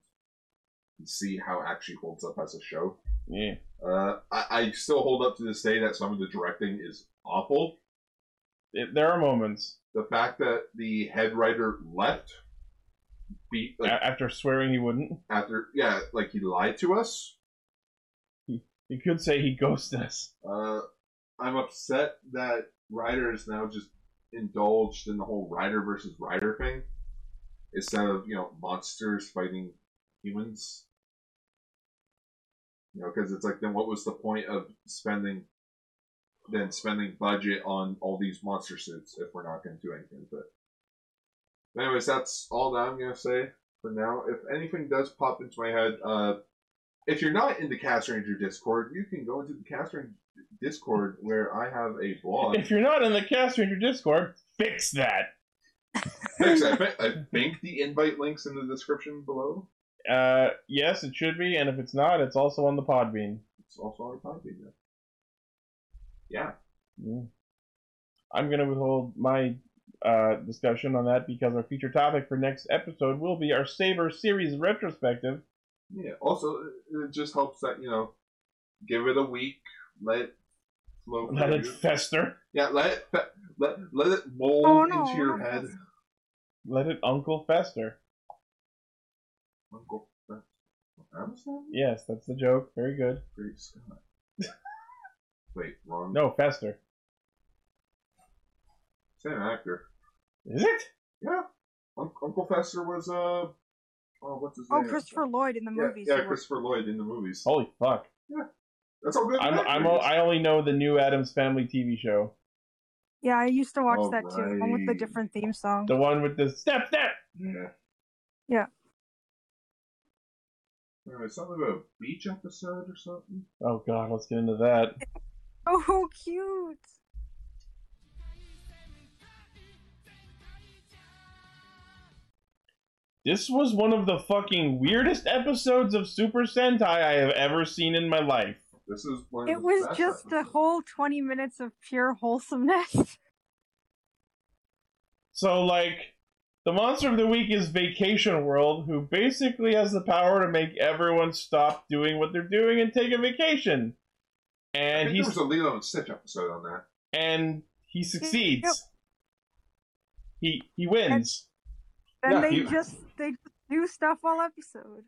Speaker 2: and see how it actually holds up as a show.
Speaker 1: yeah.
Speaker 2: Uh, I, I still hold up to this day that some of the directing is awful.
Speaker 1: It, there are moments
Speaker 2: The fact that the head writer left, beat
Speaker 1: a-
Speaker 2: like,
Speaker 1: after swearing he wouldn't.
Speaker 2: after yeah, like he lied to us.
Speaker 1: You could say he ghosted us.
Speaker 2: Uh, I'm upset that Ryder is now just indulged in the whole Ryder versus Ryder thing instead of, you know, monsters fighting humans. You know, because it's like, then what was the point of spending, then spending budget on all these monster suits if we're not going to do anything with it? But anyways, that's all that I'm going to say for now. If anything does pop into my head, uh, if you're not in the Cast Ranger Discord, you can go into the Cast Ranger Discord where I have a blog.
Speaker 1: If you're not in the Cast Ranger Discord, fix that.
Speaker 2: Thanks, I, think, I think the invite link's in the description below.
Speaker 1: Uh, yes, it should be, and if it's not, it's also on the Podbean.
Speaker 2: It's also on our Podbean. now. Yeah.
Speaker 1: Yeah. I'm going to withhold my uh, discussion on that because our feature topic for next episode will be our Saber series retrospective.
Speaker 2: Yeah. Also, it it just helps that you know, give it a week, let it flow.
Speaker 1: Let
Speaker 2: through
Speaker 1: it
Speaker 2: you.
Speaker 1: fester.
Speaker 2: yeah, let it fe- let let it mold
Speaker 3: Oh, no,
Speaker 2: into your
Speaker 3: no.
Speaker 2: head.
Speaker 1: Let it Uncle Fester.
Speaker 2: Uncle Fester. Amazon?
Speaker 1: Yes, that's the joke. Very good.
Speaker 2: Great Scott. Wait, wrong.
Speaker 1: No, Fester.
Speaker 2: same actor.
Speaker 1: Is it?
Speaker 2: Yeah, Un- Uncle Fester was uh, oh, what's his
Speaker 3: Oh,
Speaker 2: name?
Speaker 3: Christopher Lloyd in the
Speaker 2: Yeah,
Speaker 3: movies.
Speaker 2: yeah,
Speaker 3: he was-
Speaker 2: Christopher Lloyd in the movies.
Speaker 1: Holy fuck.
Speaker 2: That's all good.
Speaker 1: Oh, I'm,
Speaker 2: actor
Speaker 1: I'm,
Speaker 2: he
Speaker 1: o-
Speaker 2: is.
Speaker 1: I only know the new Adams Family TV show.
Speaker 3: yeah, I used to watch that too, the one with the
Speaker 2: Alright.
Speaker 3: different theme song.
Speaker 1: The one with the step, step!
Speaker 2: Yeah.
Speaker 3: Yeah.
Speaker 2: Alright, something about a beach episode or something.
Speaker 1: Oh god, let's get into that.
Speaker 3: Oh, cute!
Speaker 1: This was one of the fucking weirdest episodes of Super Sentai I have ever seen in my life.
Speaker 2: This is one.
Speaker 8: It
Speaker 2: of the
Speaker 8: was
Speaker 2: best
Speaker 8: just a
Speaker 2: episodes.
Speaker 8: whole 20 minutes of pure wholesomeness.
Speaker 1: So, like, the monster of the week is Vacation World, who basically has the power to make everyone stop doing what they're doing and take a vacation.
Speaker 2: I
Speaker 1: And
Speaker 2: think
Speaker 1: he's
Speaker 2: there was a Lilo and Stitch episode on that.
Speaker 1: and he succeeds.
Speaker 3: Yep.
Speaker 1: He he wins.
Speaker 3: Then
Speaker 1: Yeah,
Speaker 3: they
Speaker 1: you-
Speaker 3: just they just do stuff all episode.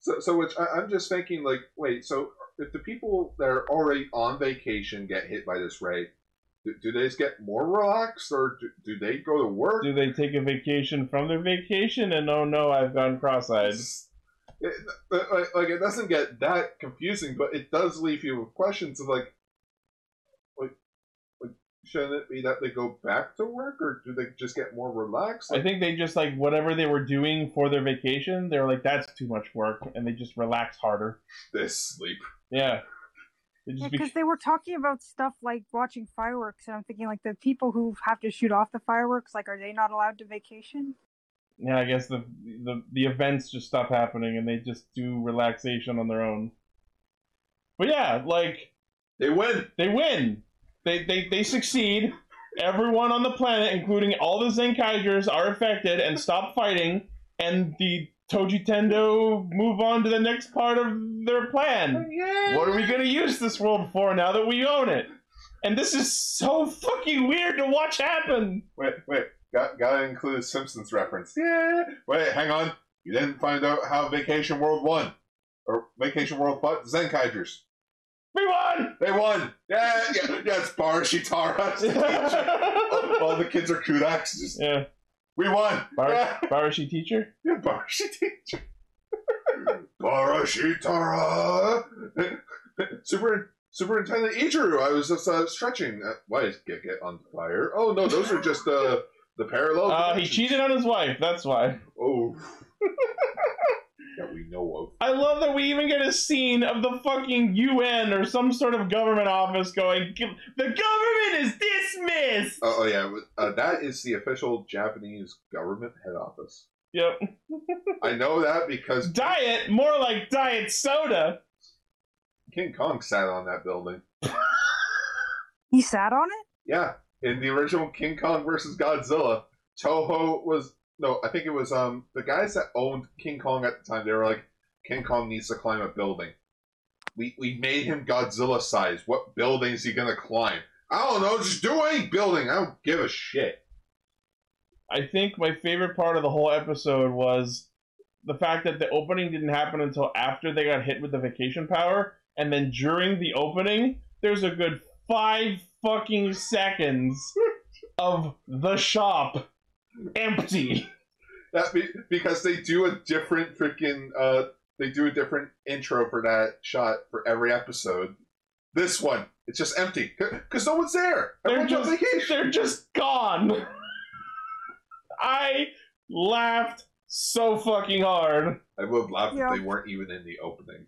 Speaker 2: So, so which I, I'm just thinking, like, wait, so if the people that are already on vacation get hit by this ray, do, do they just get more relaxed, or do, do they go to work?
Speaker 1: Do they take a vacation from their vacation? And oh no, I've gone cross-eyed.
Speaker 2: It, like, like, it doesn't get that confusing, but it does leave you with questions of like, like, like, shouldn't it be that they go back to work, or do they just get more relaxed?
Speaker 1: I think they just like whatever they were doing for their vacation, they were like, "That's too much work," and they just relax harder.
Speaker 2: this sleep.
Speaker 1: Yeah, they just
Speaker 3: Because
Speaker 1: bec-
Speaker 3: they were talking about stuff like watching fireworks, and I'm thinking like the people who have to shoot off the fireworks, like are they not allowed to vacation?
Speaker 1: yeah. I guess the the the events just stop happening, and they just do relaxation on their own. But yeah, like
Speaker 2: They win.
Speaker 1: they win. They they they succeed. Everyone on the planet, including all the Zenkaigers, are affected and stop fighting, and the Toji Tendo move on to the next part of their plan.
Speaker 2: Yeah.
Speaker 1: What are we going to use this world for now that we own it? And this is so fucking weird to watch happen.
Speaker 2: Wait, wait. Got gotta include Simpsons reference. Yeah. Wait, hang on. You didn't find out how Vacation World won, or Vacation World fought Zenkaigers.
Speaker 1: We won!
Speaker 2: They won. Yeah, yeah, yes. Barashitara. All the kids are Kudaks. Just
Speaker 1: yeah,
Speaker 2: We won!
Speaker 1: Bar-
Speaker 2: Yeah.
Speaker 1: Barashi teacher.
Speaker 2: Barashi teacher. Barashi Tara! Super, Superintendent Ichiru, I was just uh, stretching. Uh, why is Get Get on fire? Oh no, those are just uh, the parallel.
Speaker 1: Uh, he
Speaker 2: dimensions.
Speaker 1: cheated on his wife, that's why.
Speaker 2: Oh. that we know
Speaker 1: I love that we even get a scene of the fucking UN or some sort of government office going, "G- The government is dismissed!
Speaker 2: of. Oh, oh, yeah, uh, that is the official Japanese government head office.
Speaker 1: Yep.
Speaker 2: I know that because
Speaker 1: Diet, more like diet soda.
Speaker 2: King Kong sat on that building.
Speaker 3: He sat on it.
Speaker 2: Yeah, in the original King Kong versus Godzilla, Toho was no, I think it was um the guys that owned King Kong at the time. They were like, King Kong needs to climb a building. We we made him Godzilla size. What building is he gonna climb? I don't know. Just do any building. I don't give a shit.
Speaker 1: I think my favorite part of the whole episode was the fact that the opening didn't happen until after they got hit with the vacation power, and then during the opening, there's a good five fucking seconds of the shop empty.
Speaker 2: That be, because they do a different freaking uh they do a different intro for that shot for every episode. This one, it's just empty because no one's there.
Speaker 1: They're
Speaker 2: Everyone's on
Speaker 1: just-
Speaker 2: vacation.
Speaker 1: They're just gone. I laughed so fucking hard.
Speaker 2: I would have laughed
Speaker 3: Yeah.
Speaker 2: if they weren't even in the opening.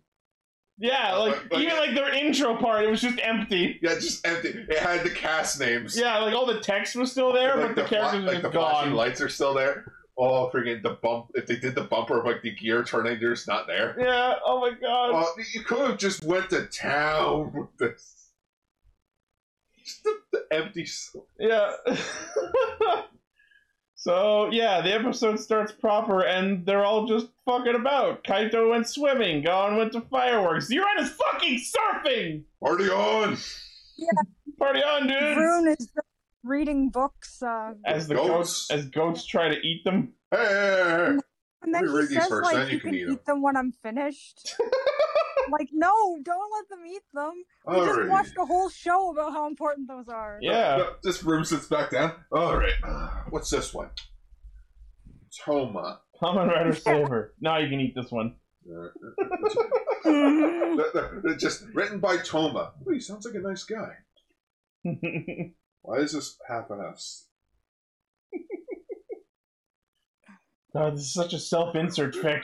Speaker 1: Yeah, like
Speaker 2: But- but-
Speaker 1: even like their intro part, it was just empty.
Speaker 2: Yeah, just empty. It had the cast names.
Speaker 1: Yeah, like all the text was still there,
Speaker 2: like
Speaker 1: but the,
Speaker 2: fla-
Speaker 1: characters were
Speaker 2: like the
Speaker 1: just
Speaker 2: flashing
Speaker 1: gone.
Speaker 2: lights are still there. Oh, freaking the bump! If they did the bumper of like the gear turning, they're just not there.
Speaker 1: Yeah. Oh my god.
Speaker 2: Oh, you could have just went to town with this. Just the, the empty. s-
Speaker 1: Yeah. so yeah, the episode starts proper, and they're all just fucking about. Kaito went swimming. Gon went to fireworks. Ziran is fucking surfing.
Speaker 2: Party on!
Speaker 1: Party on, dudes!
Speaker 8: Rune is reading books. Uh,
Speaker 1: As the
Speaker 2: Goats.
Speaker 1: goats. as goats try to eat them.
Speaker 2: Hey, hey, hey,
Speaker 8: and
Speaker 2: Let
Speaker 8: then
Speaker 2: me read
Speaker 8: he
Speaker 2: these
Speaker 8: says,
Speaker 2: first,
Speaker 8: like,
Speaker 2: then you
Speaker 8: you
Speaker 2: can
Speaker 8: can
Speaker 2: eat
Speaker 8: eat
Speaker 2: 'em."
Speaker 8: them. when I'm finished. like, no, don't let them eat them. We
Speaker 2: All
Speaker 8: just
Speaker 2: right.
Speaker 8: watched a whole show about how important those are.
Speaker 1: Yeah.
Speaker 2: No, This room sits back down. All right. uh, What's this one? Toma.
Speaker 1: Common Rider Silver. Now you can eat this one.
Speaker 2: Th- th- th- just written by Toma. Oh, he sounds like a nice guy. Why is this happen us?
Speaker 1: God, this is such a self-insert fic.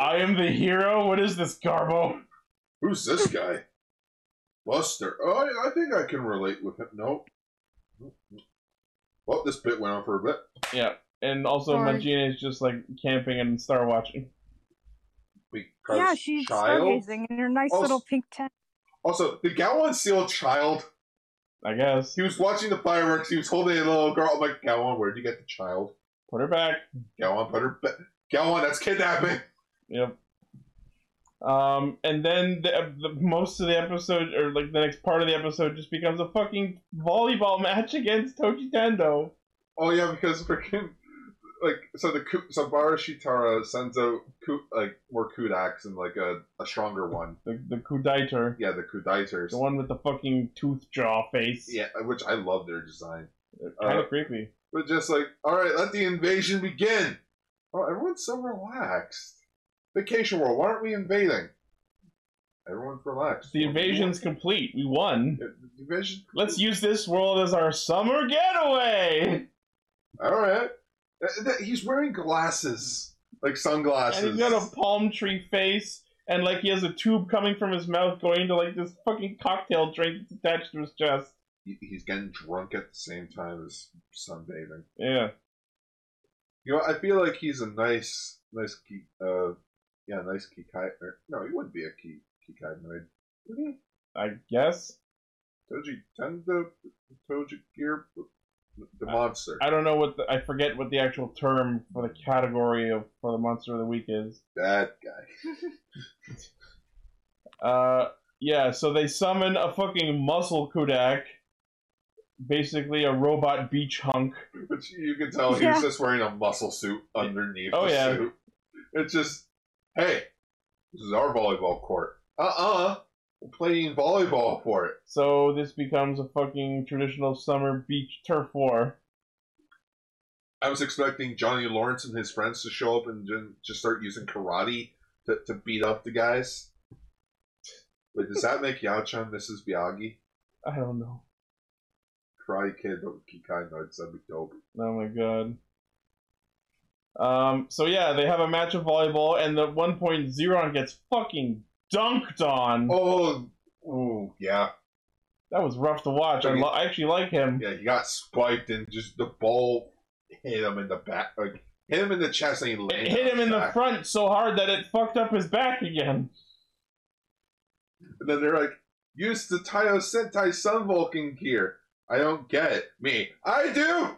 Speaker 1: I am the hero. What is this, Garbo?
Speaker 2: Who's this guy? Buster. Oh, I, I think I can relate with him. No. Well, this bit went on for a bit.
Speaker 1: Yeah. And also,
Speaker 3: Sorry.
Speaker 1: Magina is just like camping and star watching.
Speaker 2: Because
Speaker 8: Yeah, she's
Speaker 2: child.
Speaker 8: stargazing in her nice
Speaker 2: Oh,
Speaker 8: little
Speaker 2: s-
Speaker 8: pink tent.
Speaker 2: Also, the Gowan sealed child.
Speaker 1: I guess.
Speaker 2: He was watching the fireworks. He was holding a little girl. I'm like, Gowan, where'd you get the child?
Speaker 1: Put her back.
Speaker 2: Gowan, put her. Ba- Gowan, that's kidnapping.
Speaker 1: Yep. Um, and then the, the most of the episode, or like the next part of the episode, just becomes a fucking volleyball match against Tochi Tendo.
Speaker 2: Oh yeah, because freaking like so the Ku- so Barashitara sends out Ku- like more Kudaks and like a, a stronger one.
Speaker 1: The the Kudaiter,
Speaker 2: Yeah, the Kudaiters.
Speaker 1: the one with the fucking tooth jaw face.
Speaker 2: Yeah, which I love their design.
Speaker 1: kind
Speaker 2: Uh,
Speaker 1: of creepy.
Speaker 2: But just like, all right, let the invasion begin. Oh, everyone's so relaxed. Vacation world, why aren't we invading? Everyone's relaxed.
Speaker 1: The invasion's complete. We won.
Speaker 2: Yeah, the invasion.
Speaker 1: Let's use this world as our summer getaway.
Speaker 2: All right. Th- th- He's wearing glasses, like sunglasses.
Speaker 1: And he's got a palm tree face, and like he has a tube coming from his mouth going into like this fucking cocktail drink that's attached to his chest.
Speaker 2: He- He's getting drunk at the same time as sunbathing.
Speaker 1: Yeah.
Speaker 2: You know, I feel like he's a nice, nice key. Uh, yeah, nice key or No, he wouldn't be a key key would he?
Speaker 1: I guess.
Speaker 2: Toji Tendo, Toji Gear, the monster.
Speaker 1: Uh, I don't know what the, I forget what the actual term for the category of for the monster of the week is.
Speaker 2: that guy.
Speaker 1: Uh, yeah. So they summon a fucking muscle kudak, basically a robot beach hunk.
Speaker 2: Which you can tell he
Speaker 8: Yeah.
Speaker 2: was just wearing a muscle suit underneath
Speaker 1: Oh,
Speaker 2: the
Speaker 1: yeah.
Speaker 2: suit. It's just, hey, this is our volleyball court. Uh uh-uh, uh, we are playing volleyball for it.
Speaker 1: So this becomes a fucking traditional summer beach turf war.
Speaker 2: I was expecting Johnny Lawrence and his friends to show up and then just start using karate to, to beat up the guys. But does that make Yao-chan Mrs. Miyagi?
Speaker 1: I don't know.
Speaker 2: Karate Kid, but with Kikai Knights, that'd be dope.
Speaker 1: Oh my god. Um. So yeah, they have a match of volleyball, and the one point Zeron gets fucking dunked on.
Speaker 2: Oh, ooh, yeah.
Speaker 1: That was rough to watch. I, lo- I actually like him.
Speaker 2: Yeah, he got spiked and just the ball hit him in the back, like hit him in the chest and he
Speaker 1: It
Speaker 2: landed.
Speaker 1: hit
Speaker 2: on
Speaker 1: him in the
Speaker 2: back.
Speaker 1: front so hard that it fucked up his back again.
Speaker 2: And then they're like, "Use the Taio Sentai Sun Vulcan gear." I don't get it. Me, I do.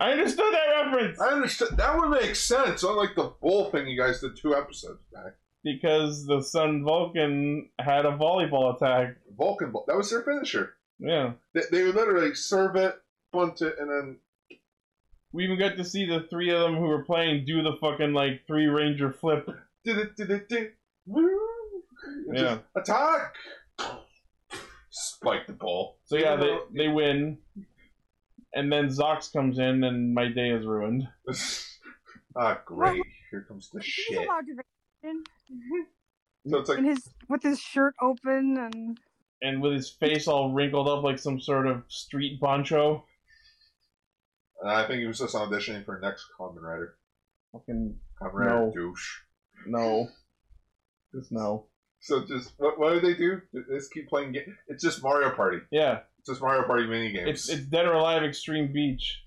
Speaker 1: I understood that reference
Speaker 2: I understand. That would make sense. Unlike the bull thing you guys did two episodes back.
Speaker 1: because the Sun Vulcan had a volleyball attack.
Speaker 2: Vulcan ball. That was their finisher.
Speaker 1: Yeah,
Speaker 2: They, they would literally serve it, bunt it, and then
Speaker 1: we even got to see the three of them who were playing do the fucking like three ranger flip.
Speaker 2: did it, did it, did. Woo! Just
Speaker 1: Yeah.
Speaker 2: Attack. Spike the ball.
Speaker 1: So yeah, they they win, and then Zox comes in and my day is ruined.
Speaker 2: ah, great. Here comes the
Speaker 8: He's
Speaker 2: Oh, shit.
Speaker 8: allowed to vacation
Speaker 2: So it's like,
Speaker 8: in his with his shirt open and
Speaker 1: And with his face all wrinkled up like some sort of street boncho,
Speaker 2: and I think he was just auditioning for next Common Rider.
Speaker 1: fucking
Speaker 2: Common Rider
Speaker 1: No.
Speaker 2: douche.
Speaker 1: no, just no.
Speaker 2: So just what what do they do? Just keep playing. Ga- it's just Mario Party.
Speaker 1: Yeah,
Speaker 2: It's just Mario Party mini
Speaker 1: it's
Speaker 2: games.
Speaker 1: it's Dead or Alive Extreme Beach.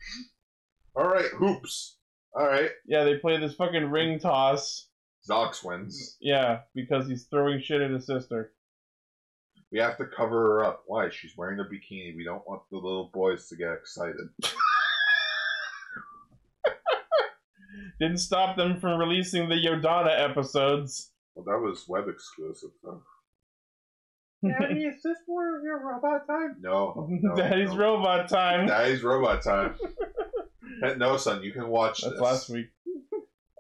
Speaker 2: All right, hoops. All right,
Speaker 1: Yeah, they play this fucking ring toss.
Speaker 2: Zox wins.
Speaker 1: Yeah, because he's throwing shit at his sister.
Speaker 2: We have to cover her up. Why? She's wearing a bikini. We don't want the little boys to get excited.
Speaker 1: Didn't stop them from releasing the Yodana episodes.
Speaker 2: Well, that was web exclusive. Huh?
Speaker 1: Daddy,
Speaker 2: is this more your robot time? No, no
Speaker 1: Daddy's
Speaker 2: Oh, no.
Speaker 1: robot time.
Speaker 2: Daddy's robot time. Hey, no, son, you can watch
Speaker 1: That's
Speaker 2: this.
Speaker 1: last week.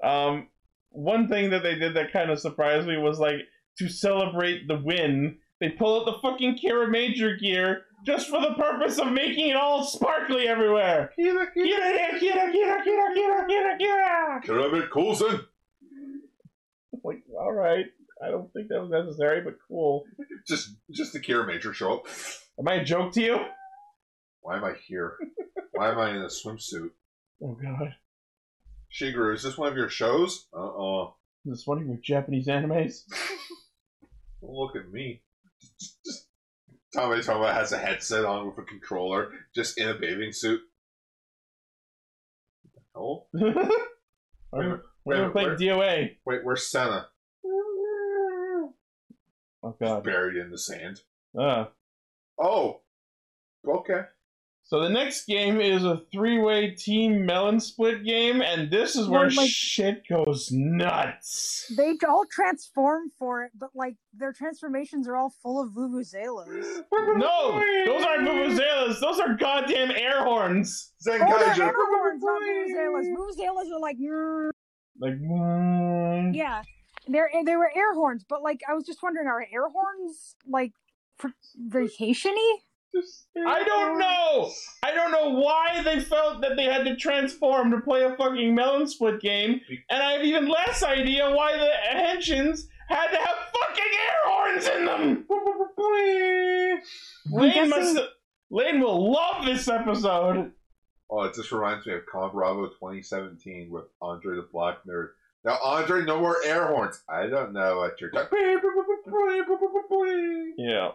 Speaker 1: Um, one thing that they did that kind of surprised me was like to celebrate the win, they pull out the fucking Kira Major gear just for the purpose of making it all sparkly everywhere. Kira, Kira, Kira, Kira, Kira, Kira, Kira, Kira.
Speaker 2: Kermit Coulson.
Speaker 1: Like, all right, I don't think that was necessary, but cool.
Speaker 2: Just, just the Kira Major show up.
Speaker 1: Am I a joke to you?
Speaker 2: Why am I here? Why am I in a swimsuit?
Speaker 1: Oh god,
Speaker 2: Shigeru, is this one of your shows? Uh uh
Speaker 1: is this one of your Japanese animes?
Speaker 2: Don't look at me. Just, just, Tommy Toma has a headset on with a controller, just in a bathing suit. Oh,
Speaker 1: We're gonna
Speaker 2: Wait,
Speaker 1: play
Speaker 2: where-
Speaker 1: DOA.
Speaker 2: wait, where's Senna?
Speaker 1: Oh
Speaker 2: Just
Speaker 1: god.
Speaker 2: buried in the sand.
Speaker 1: Uh.
Speaker 2: Oh, okay.
Speaker 1: So the next game is a three-way team melon split game, and this is where
Speaker 3: Well, like-
Speaker 1: shit goes nuts.
Speaker 3: They all transform for it, but like their transformations are all full of vuvuzelas.
Speaker 1: No, those aren't vuvuzelas. Those are goddamn air horns.
Speaker 3: Oh, they're
Speaker 2: Zenkaiger.
Speaker 3: air horns, not vuvuzelas. Vuvuzelas are like, "Mm."
Speaker 1: Like, mm,
Speaker 3: yeah, they're eh, they were air horns, but like I was just wondering, are air horns like pr- vacationy?
Speaker 1: I don't know. I don't know why they felt that they had to transform to play a fucking melon split game, and I have even less idea why the henshins had to have fucking air horns in them. Lane, must, Lane will love this episode.
Speaker 2: Oh, it just reminds me of Con Bravo 2017 with Andre the Black Nerd. Now, Andre, no more air horns. I don't know what you're talking.
Speaker 1: Yeah.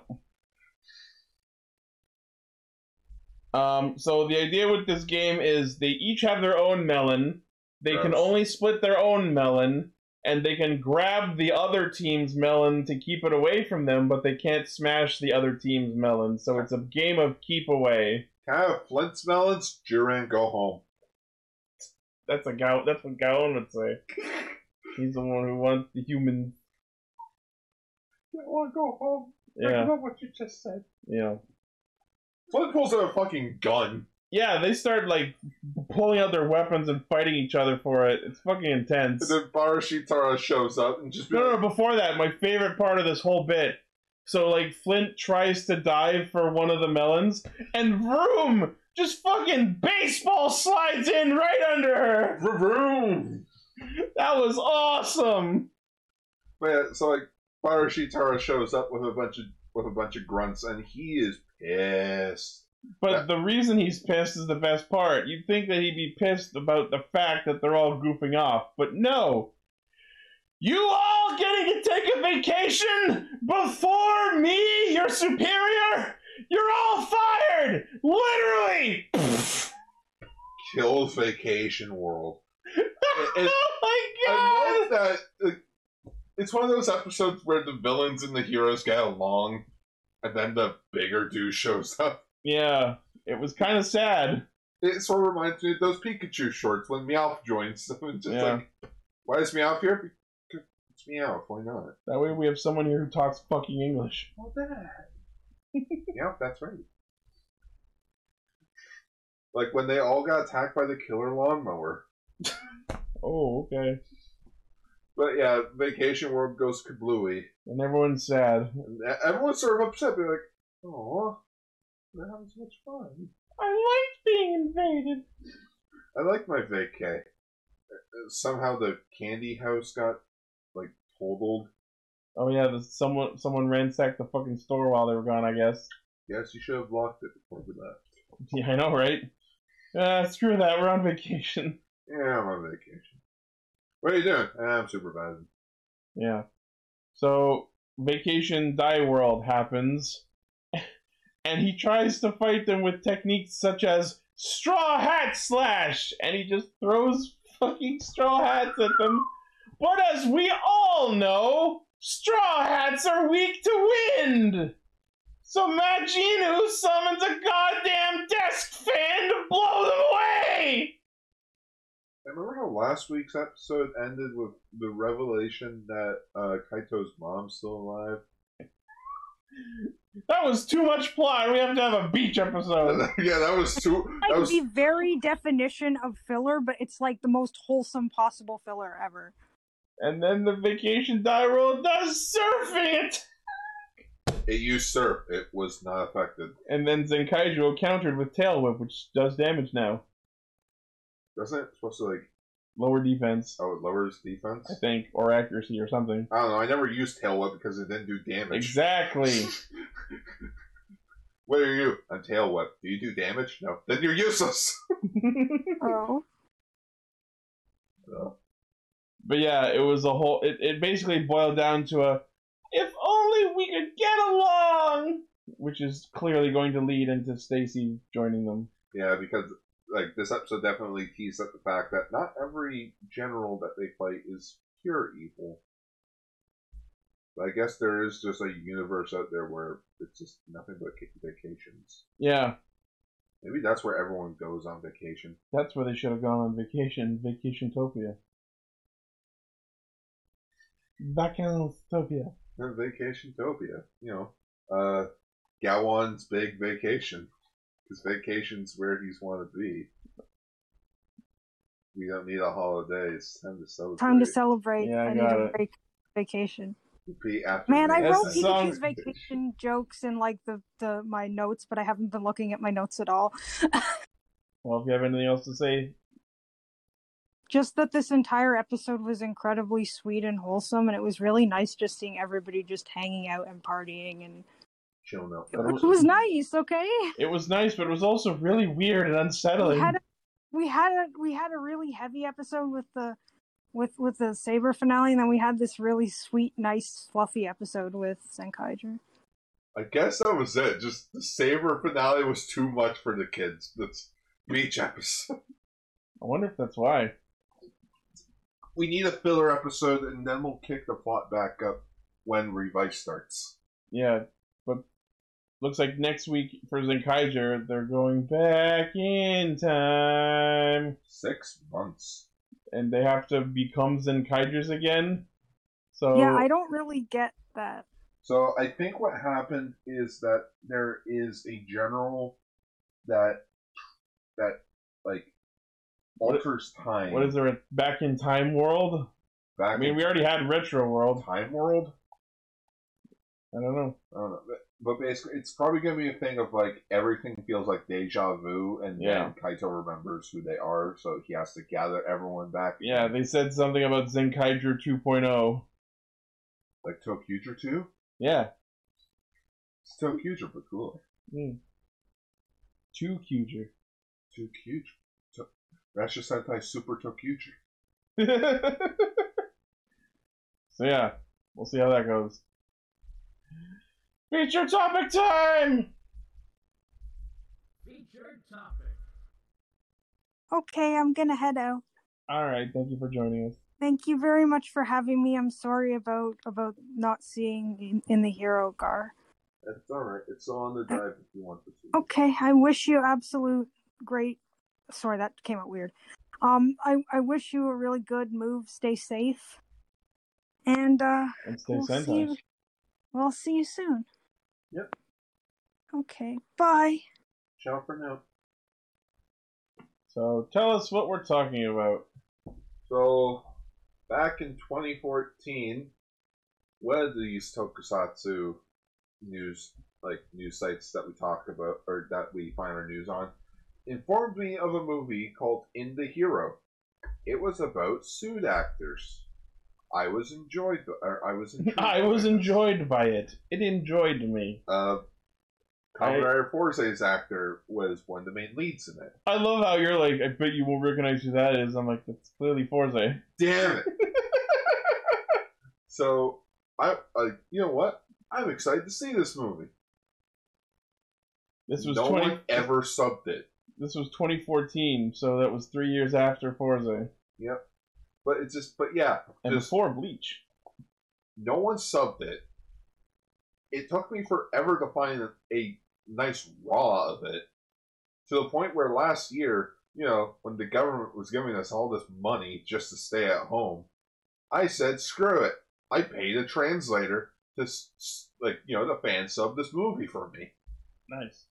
Speaker 1: Um, so the idea with this game is they each have their own melon. They can
Speaker 2: Gross.
Speaker 1: only split their own melon, and they can grab the other team's melon to keep it away from them, but they can't smash the other team's melon. So it's a game of keep away.
Speaker 2: Can I have Flint's melons? Duran, go home.
Speaker 1: That's a Gao. That's what Gaon would say. He's the one who wants the human.
Speaker 2: I want to go home.
Speaker 1: Yeah,
Speaker 2: about what you just said.
Speaker 1: yeah.
Speaker 2: Flint pulls out a fucking gun.
Speaker 1: Yeah, they start like pulling out their weapons and fighting each other for it. It's fucking
Speaker 2: And
Speaker 1: intense.
Speaker 2: then Barashitara shows up and just be
Speaker 1: No,
Speaker 2: like,
Speaker 1: no, before that, my favorite part of this whole bit. So like Flint tries to dive for one of the melons, and vroom! Just fucking baseball slides in right under her.
Speaker 2: vroom.
Speaker 1: That was awesome.
Speaker 2: But yeah, so like Barashitara shows up with a bunch of with a bunch of grunts and he is pissed.
Speaker 1: But the reason he's pissed is the best part. You'd think that he'd be pissed about the fact that they're all goofing off, but no. You all getting to take a vacation before me, your superior? You're all fired! Literally!
Speaker 2: Kill Vacation World. it-
Speaker 1: oh
Speaker 2: I
Speaker 1: my
Speaker 2: love that. like, It's one of those episodes where the villains and the heroes get along, and then the bigger dude shows up.
Speaker 1: Yeah, it was kind of sad.
Speaker 2: It sort of reminds me of those Pikachu shorts when Meowth joins them. And just
Speaker 1: Yeah.
Speaker 2: like, why is Meowth here? Because it's Meowth. Why not?
Speaker 1: That way we have someone here who talks fucking English.
Speaker 2: Well, that. yep, that's right. Like when they all got attacked by the killer lawnmower.
Speaker 1: Oh, okay.
Speaker 2: But yeah, Vacation World goes kablooey.
Speaker 1: And everyone's sad.
Speaker 2: And e-, everyone's sort of upset, be like, "Oh, that was much fun.
Speaker 1: I like being invaded.
Speaker 2: I like my vacay." Uh, Somehow the candy house got like totaled.
Speaker 1: Oh yeah, the, someone someone ransacked the fucking store while they were gone. I guess.
Speaker 2: Yes, you should have locked it before we left.
Speaker 1: Yeah, I know, right? Uh, screw that. We're on vacation.
Speaker 2: Yeah, I'm on vacation. What are you doing? "Ah, I'm supervising.
Speaker 1: Yeah. So Vacation Die World happens, and he tries to fight them with techniques such as Straw Hat Slash, and he just throws fucking straw hats at them. But as we all know, straw hats are weak to wind! So Maginu summons a goddamn desk fan to blow them away!
Speaker 2: Remember how last week's episode ended with the revelation that uh, Kaito's mom's still alive?
Speaker 1: That was too much plot. We have to have a beach episode.
Speaker 2: yeah, that was too. That
Speaker 3: Like
Speaker 2: was
Speaker 3: the very definition of filler, but it's like the most wholesome possible filler ever.
Speaker 1: And then the vacation die roll does surfing it.
Speaker 2: it usurped. It was not affected.
Speaker 1: And then Zenkaijo countered with Tail Whip, which does damage now.
Speaker 2: Doesn't it supposed to like
Speaker 1: Lower defense,
Speaker 2: oh it lowers defense?
Speaker 1: I think, or accuracy or something.
Speaker 2: I don't know. I never used tail whip because it didn't do damage.
Speaker 1: Exactly.
Speaker 2: What are you? I'm tail whip. Do you do damage? No. Then you're useless.
Speaker 9: Oh,
Speaker 1: But yeah, it was a whole. It, it basically boiled down to a. If only we could get along! Which is clearly going to lead into Stacy joining them.
Speaker 2: yeah, because like this episode definitely teased at the fact that not every general that they fight is pure evil. But I guess there is just a universe out there where it's just nothing but ca- vacations.
Speaker 1: Yeah,
Speaker 2: Maybe that's where everyone goes on vacation.
Speaker 1: that's where they should have gone on vacation. Vacation Topia. Vacances Topia.
Speaker 2: Vacation Topia, you know, uh, Gawan's big vacation. His vacation's where he's wanted to be. We don't need a holiday. It's time to celebrate.
Speaker 3: Time to celebrate.
Speaker 1: Yeah, I
Speaker 3: I, need
Speaker 1: got
Speaker 3: a
Speaker 1: it.
Speaker 3: break. Vacation.
Speaker 2: Repeat after
Speaker 3: Man, I
Speaker 2: me.
Speaker 1: That's
Speaker 3: wrote
Speaker 1: the song.
Speaker 3: Pikachu's vacation jokes in like the, the my notes, but I haven't been looking at my notes at all.
Speaker 1: Well, if you have anything else to say,
Speaker 3: Just that this entire episode was incredibly sweet and wholesome, and it was really nice just seeing everybody just hanging out and partying, and
Speaker 2: Chilling out.
Speaker 1: But
Speaker 3: it was nice. Okay,
Speaker 1: it was nice, but it was also really weird and
Speaker 3: we
Speaker 1: unsettling.
Speaker 3: had a, we had a we had a really heavy episode with the with with the saber finale, and then we had this really sweet, nice, fluffy episode with Senkaiger.
Speaker 2: I guess that was it. Just the Saber finale was too much for the kids. That's beach episode.
Speaker 1: I wonder if that's why.
Speaker 2: We need a filler episode, and then we'll kick the plot back up when Revive starts.
Speaker 1: Yeah, but looks like next week for Zenkaiger, they're going back in time,
Speaker 2: Six months.
Speaker 1: and they have to become Zenkaigers again. So
Speaker 3: Yeah, I don't really get that.
Speaker 2: So I think what happened is that there is a general that that like
Speaker 1: What-
Speaker 2: alters time.
Speaker 1: what is there a back in time world? I
Speaker 2: Back
Speaker 1: mean, we already had retro world.
Speaker 2: time world.
Speaker 1: I don't know.
Speaker 2: I don't know, but- but basically, it's probably gonna be a thing of like everything feels like deja vu, and
Speaker 1: Yeah.
Speaker 2: then Kaito remembers who they are, so he has to gather everyone back.
Speaker 1: Yeah, they said something about Zenkaiger 2.0.
Speaker 2: like to a future too.
Speaker 1: Yeah,
Speaker 2: It's to a future, but cool.
Speaker 1: two Cuger.
Speaker 2: Too cute. To- That's just anti super Tokuger.
Speaker 1: so yeah, we'll see how that goes. Feature topic time.
Speaker 3: Okay, I'm gonna head out.
Speaker 1: All right, thank you for joining us.
Speaker 3: Thank you very much for having me. I'm sorry about about not seeing in, in the Hero Gar.
Speaker 2: That's all right. It's all on the drive if you want to see.
Speaker 3: Okay, I wish you absolute great. Sorry, that came out weird. Um, I I wish you a really good move. Stay safe, and uh,
Speaker 1: And stay
Speaker 3: we'll see
Speaker 1: sentai.
Speaker 3: you. We'll see you soon.
Speaker 2: Yep.
Speaker 3: Okay. Bye.
Speaker 2: Ciao for now.
Speaker 1: So tell us what we're talking about.
Speaker 2: So, back in 2014, one of these tokusatsu news, like news sites that we talk about or that we find our news on, informed me of a movie called In the Hero. It was about suit actors. I was enjoyed, or I was intrigued.
Speaker 1: I was
Speaker 2: by it.
Speaker 1: enjoyed by it. It enjoyed me.
Speaker 2: Uh,
Speaker 1: I-
Speaker 2: Commodore Forze's actor was one of the main leads in it.
Speaker 1: I love how you're like. I bet you won't recognize who that is. I'm like, that's clearly Forza.
Speaker 2: Damn it. so I, I, you know what? I'm excited to see this movie.
Speaker 1: This was
Speaker 2: no
Speaker 1: 20,
Speaker 2: one ever subbed it,
Speaker 1: this was 2014, so that was three years after Forza
Speaker 2: but it's just, but yeah,
Speaker 1: and
Speaker 2: just
Speaker 1: before Bleach.
Speaker 2: no one subbed it. It took me forever to find a, a nice raw of it, to the point where last year, you know, when the government was giving us all this money just to stay at home, I said, "Screw it! I paid a translator to, s- s- like, you know, the fan sub this movie for me."
Speaker 1: Nice.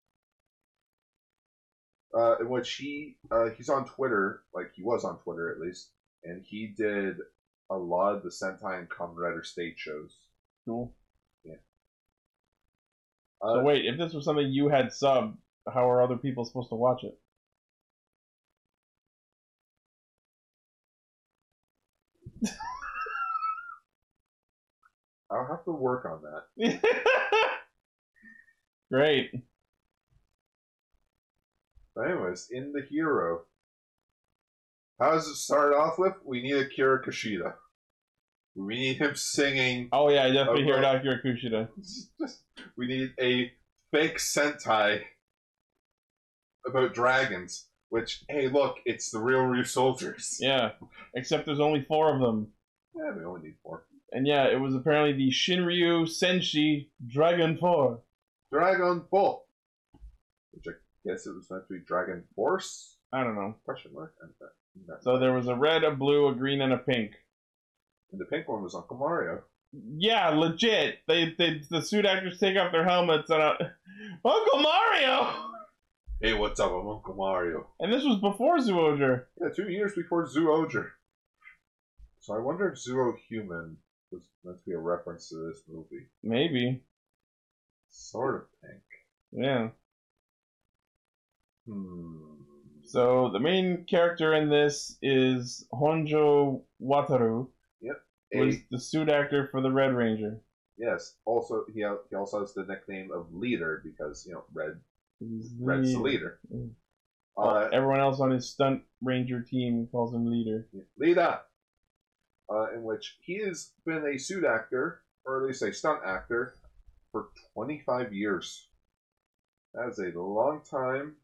Speaker 2: uh, in which he uh, he's on Twitter, like he was on Twitter at least, and he did a lot of the Sentai and Kamen Rider stage shows.
Speaker 1: Cool.
Speaker 2: Uh,
Speaker 1: so wait, if this was something you had subbed, how are other people supposed to watch it?
Speaker 2: I'll have to work on that.
Speaker 1: Great.
Speaker 2: But anyways, in the hero, how does it start off with? We need Akira Kushida. We need him singing.
Speaker 1: Oh yeah, I definitely
Speaker 2: Oh,
Speaker 1: hear it
Speaker 2: well.
Speaker 1: Akira Kushida.
Speaker 2: we need a fake Sentai about dragons. Which, hey, look, it's the real Ryu soldiers.
Speaker 1: Yeah. Except there's only four of them.
Speaker 2: yeah, we only need four.
Speaker 1: And yeah, it was apparently the Shinryu Senshi Dragon 4.
Speaker 2: Dragon Ball. Which I guess it was meant to be Dragon Force?
Speaker 1: I don't know.
Speaker 2: Question mark? And that, and that-
Speaker 1: So there was a red, a blue, a green, and a pink.
Speaker 2: and the pink one was Uncle Mario.
Speaker 1: Yeah, legit. They, they the suit actors take off their helmets and uh, Uncle Mario.
Speaker 2: Hey, what's up? I'm Uncle Mario.
Speaker 1: And this was before Zoojer.
Speaker 2: Yeah, two years before Zoojer. So I wonder if Zero Human was meant to be a reference to this movie.
Speaker 1: Maybe.
Speaker 2: Sort of pink.
Speaker 1: Yeah.
Speaker 2: Hmm.
Speaker 1: So the main character in this is Honjo Wataru, was
Speaker 2: A-
Speaker 1: the suit actor for the Red Ranger.
Speaker 2: yes. Also, he al- he also has the nickname of Leader because you know Red
Speaker 1: He's
Speaker 2: Red's the
Speaker 1: lead-
Speaker 2: leader.
Speaker 1: Mm.
Speaker 2: Uh,
Speaker 1: Everyone else on his stunt ranger team calls him leader.
Speaker 2: Lita, uh, in which he has been a suit actor, or at least a stunt actor, for 25 years. That is a long time.